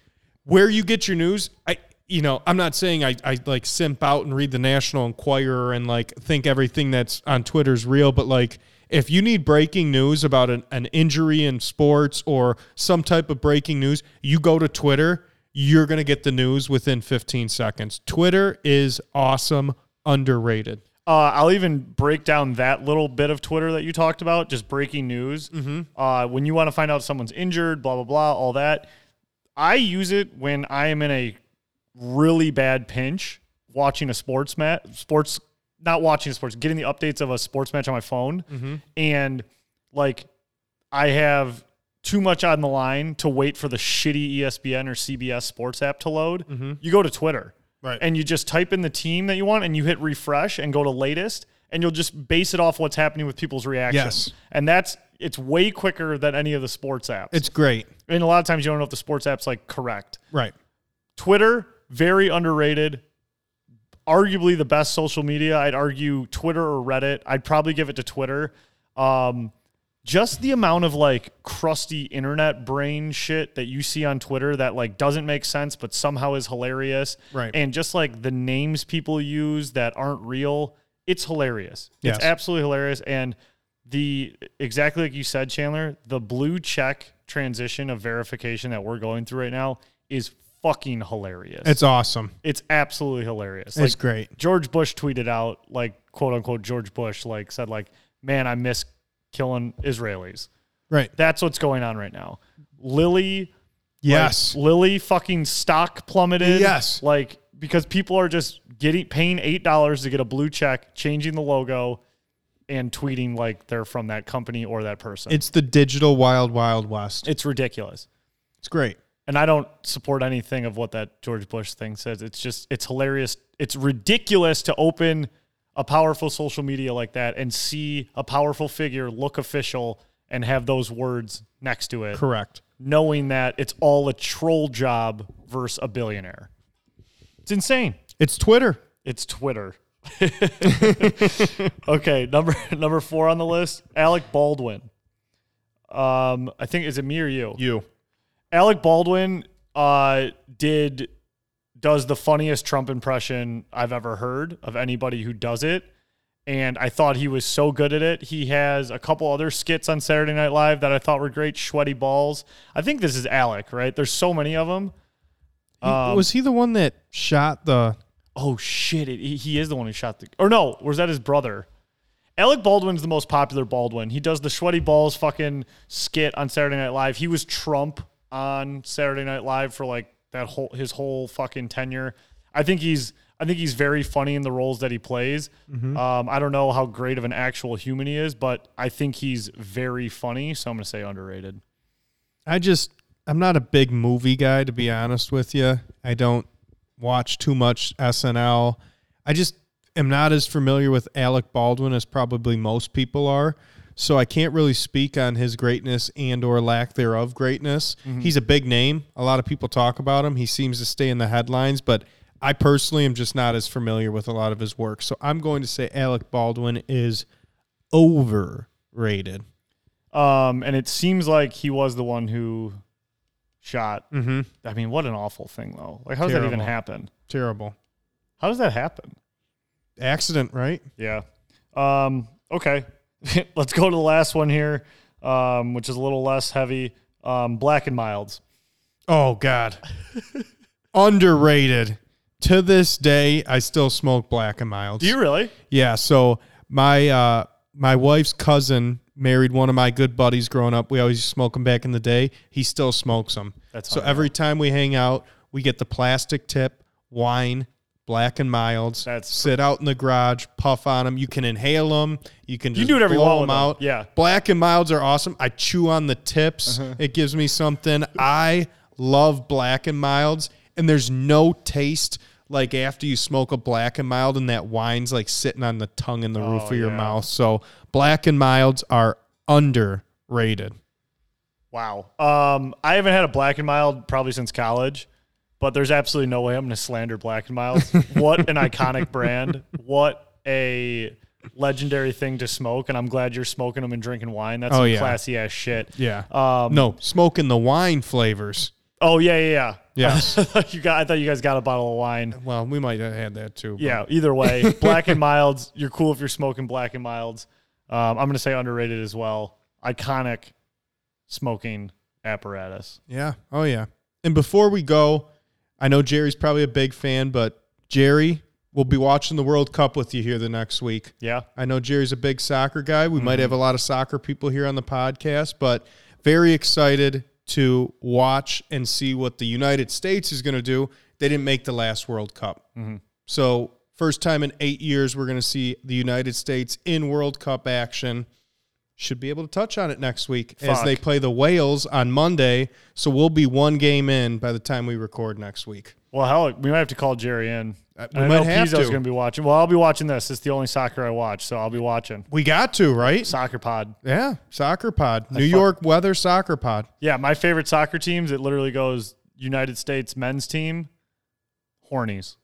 Speaker 7: where you get your news. I, you know, I'm not saying I, I like simp out and read the National Enquirer and like think everything that's on Twitter is real, but like if you need breaking news about an, an injury in sports or some type of breaking news, you go to Twitter, you're going to get the news within 15 seconds. Twitter is awesome, underrated.
Speaker 6: Uh, I'll even break down that little bit of Twitter that you talked about, just breaking news. Uh, when you want to find out if someone's injured, blah, blah, blah, all that. I use it when I am in a really bad pinch watching a sports match, sports, not watching sports, getting the updates of a sports match on my phone.
Speaker 7: Mm-hmm.
Speaker 6: And like, I have too much on the line to wait for the shitty E ESPN or CBS sports app to load. You go to Twitter.
Speaker 7: Mm-hmm. Right.
Speaker 6: And you just type in the team that you want and you hit refresh and go to latest and you'll just base it off what's happening with people's reactions.
Speaker 7: Yes.
Speaker 6: And that's it's way quicker than any of the sports apps.
Speaker 7: It's great.
Speaker 6: and a lot of times you don't know if the sports app's like correct.
Speaker 7: Right.
Speaker 6: Twitter, very underrated. Arguably the best social media. I'd argue Twitter or Reddit. I'd probably give it to Twitter. Um, just the amount of like crusty internet brain shit that you see on Twitter that like doesn't make sense but somehow is hilarious.
Speaker 7: Right.
Speaker 6: And just like the names people use that aren't real, it's hilarious.
Speaker 7: Yes.
Speaker 6: It's absolutely hilarious. And the exactly like you said, Chandler, the blue check transition of verification that we're going through right now is fucking hilarious.
Speaker 7: It's awesome.
Speaker 6: It's absolutely hilarious.
Speaker 7: It's great.
Speaker 6: George Bush tweeted out, like quote unquote, George Bush, like said, like, man, I miss killing Israelis.
Speaker 7: Right.
Speaker 6: That's what's going on right now. Lily,
Speaker 7: Yes.
Speaker 6: like, Lily fucking stock plummeted.
Speaker 7: Yes.
Speaker 6: like because people are just getting paying eight dollars to get a blue check, changing the logo, and tweeting like they're from that company or that person.
Speaker 7: it's the digital wild wild west.
Speaker 6: it's ridiculous.
Speaker 7: It's great.
Speaker 6: and I don't support anything of what that George Bush thing says. It's just it's hilarious. It's ridiculous to open a powerful social media like that and see a powerful figure look official and have those words next to it,
Speaker 7: Correct.
Speaker 6: knowing that it's all a troll job versus a billionaire. It's insane.
Speaker 7: It's Twitter.
Speaker 6: It's Twitter. (laughs) okay, number (laughs) number four on the list, Alec Baldwin. Um, I think is it me or you?
Speaker 7: You.
Speaker 6: Alec Baldwin uh, did does the funniest Trump impression I've ever heard of anybody who does it, and I thought he was so good at it. He has a couple other skits on Saturday Night Live that I thought were great. Sweaty balls. I think this is Alec, right? There's so many of them.
Speaker 7: was he the one that shot the
Speaker 6: Oh shit! It, he- he is the one who shot the. Or no, was that his brother? Alec Baldwin's the most popular Baldwin. He does the sweaty balls fucking skit on Saturday Night Live. He was Trump on Saturday Night Live for like that whole his whole fucking tenure. I think he's I think he's very funny in the roles that he plays. Um, I don't know how great of an actual human he is, but I think he's very funny. So I'm gonna say underrated.
Speaker 7: I just I'm not a big movie guy to be honest with you. I don't watch too much SNL. I just am not as familiar with Alec Baldwin as probably most people are. So I can't really speak on his greatness and or lack thereof greatness. He's a big name. A lot of people talk about him. He seems to stay in the headlines, but I personally am just not as familiar with a lot of his work. So I'm going to say Alec Baldwin is overrated.
Speaker 6: Um, and it seems like he was the one who shot. Mm-hmm. I mean, what an awful thing, though. Like, how does that even
Speaker 7: Terrible.
Speaker 6: happen?
Speaker 7: Terrible.
Speaker 6: How does that happen?
Speaker 7: Accident, right?
Speaker 6: Yeah. Um, okay. (laughs) Let's go to the last one here, um, which is a little less heavy. Um, Black and Milds.
Speaker 7: Oh God. (laughs) Underrated. To this day, I still smoke black and milds.
Speaker 6: Do you really?
Speaker 7: yeah. So my uh, my wife's cousin married one of my good buddies growing up. We always used to smoke them back in the day. He still smokes them.
Speaker 6: That's
Speaker 7: so
Speaker 6: unreal.
Speaker 7: every time we hang out, we get the plastic tip wine. Black and milds.
Speaker 6: That's-
Speaker 7: sit out in the garage, puff on them. You can inhale them. You can just
Speaker 6: do whatever you
Speaker 7: blow
Speaker 6: want with
Speaker 7: them
Speaker 6: 'em.
Speaker 7: out.
Speaker 6: Yeah. Uh-huh.
Speaker 7: Black and milds are awesome. I chew on the tips. It gives me something. I love black and milds, and there's no taste like after you smoke a black and mild, and that wine's like sitting on the tongue and the roof of your
Speaker 6: Oh, yeah.
Speaker 7: mouth. So black and milds are underrated.
Speaker 6: Wow. Um, I haven't had a Black and Mild probably since college, but there's absolutely no way I'm going to slander Black and Milds. what an iconic brand. What a legendary thing to smoke. And I'm glad you're smoking them and drinking wine. That's
Speaker 7: Oh,
Speaker 6: some
Speaker 7: yeah.
Speaker 6: classy ass shit.
Speaker 7: Yeah.
Speaker 6: Um,
Speaker 7: no, smoking the wine flavors.
Speaker 6: Oh yeah, yeah, yeah. (laughs)
Speaker 7: Yes.
Speaker 6: you got. I thought you guys got a bottle of wine.
Speaker 7: well, we might have had that too. but-
Speaker 6: Yeah. Either way, Black and Milds. You're cool if you're smoking Black and Milds. Um, I'm gonna say underrated as well. Iconic smoking apparatus.
Speaker 7: Yeah. Oh yeah. And before we go, I know Jerry's probably a big fan, but Jerry, We'll be watching the World Cup with you here the next week.
Speaker 6: Yeah.
Speaker 7: I know Jerry's a big soccer guy. We might have a lot of soccer people here on the podcast, but very excited to watch and see what the United States is going to do. They didn't make the last World Cup. So, first time in eight years, we're going to see the United States in World Cup action. Should be able to touch on it next week as
Speaker 6: Fuck.
Speaker 7: they play the Wales on Monday. So, we'll be one game in by the time we record next week.
Speaker 6: Well, hell, we might have to call Jerry in.
Speaker 7: Uh, we
Speaker 6: I
Speaker 7: might
Speaker 6: know
Speaker 7: have
Speaker 6: Pizzo's
Speaker 7: to.
Speaker 6: going to be watching. Well, I'll be watching this. It's the only soccer I watch, so I'll be watching
Speaker 7: We got to, right?
Speaker 6: soccer pod.
Speaker 7: Yeah. Soccer pod. New York weather soccer pod.
Speaker 6: Yeah, my favorite soccer teams. It literally goes United States men's team, Hornies.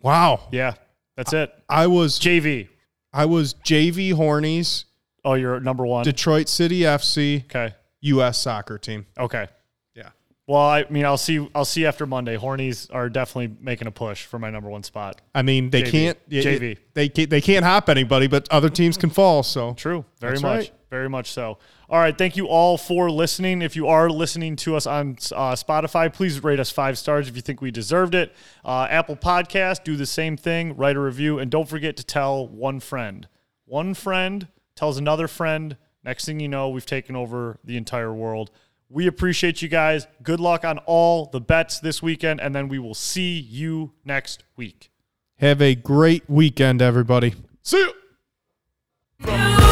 Speaker 7: Wow.
Speaker 6: Yeah, that's it.
Speaker 7: I was
Speaker 6: JV.
Speaker 7: I was JV Hornies,
Speaker 6: Oh, you're number one.
Speaker 7: Detroit City FC,
Speaker 6: okay.
Speaker 7: U.S. soccer team.
Speaker 6: Okay.
Speaker 7: Yeah.
Speaker 6: Well, I mean, I'll see. I'll see after Monday. Hornies are definitely making a push for my number one spot.
Speaker 7: I mean, they
Speaker 6: JV.
Speaker 7: can't it-
Speaker 6: JV.
Speaker 7: they can't, they can't hop anybody, but other teams can fall. So
Speaker 6: True. Very
Speaker 7: That's
Speaker 6: much.
Speaker 7: right.
Speaker 6: Very much so. All right. Thank you all for listening. If you are listening to us on uh, Spotify, please rate us five stars if you think we deserved it. Uh, Apple Podcast, do the same thing. Write a review, and don't forget to tell one friend. One friend tells another friend. Next thing you know, we've taken over the entire world. We appreciate you guys. Good luck on all the bets this weekend, and then we will see you next week.
Speaker 7: have a great weekend, everybody.
Speaker 6: See you.
Speaker 5: From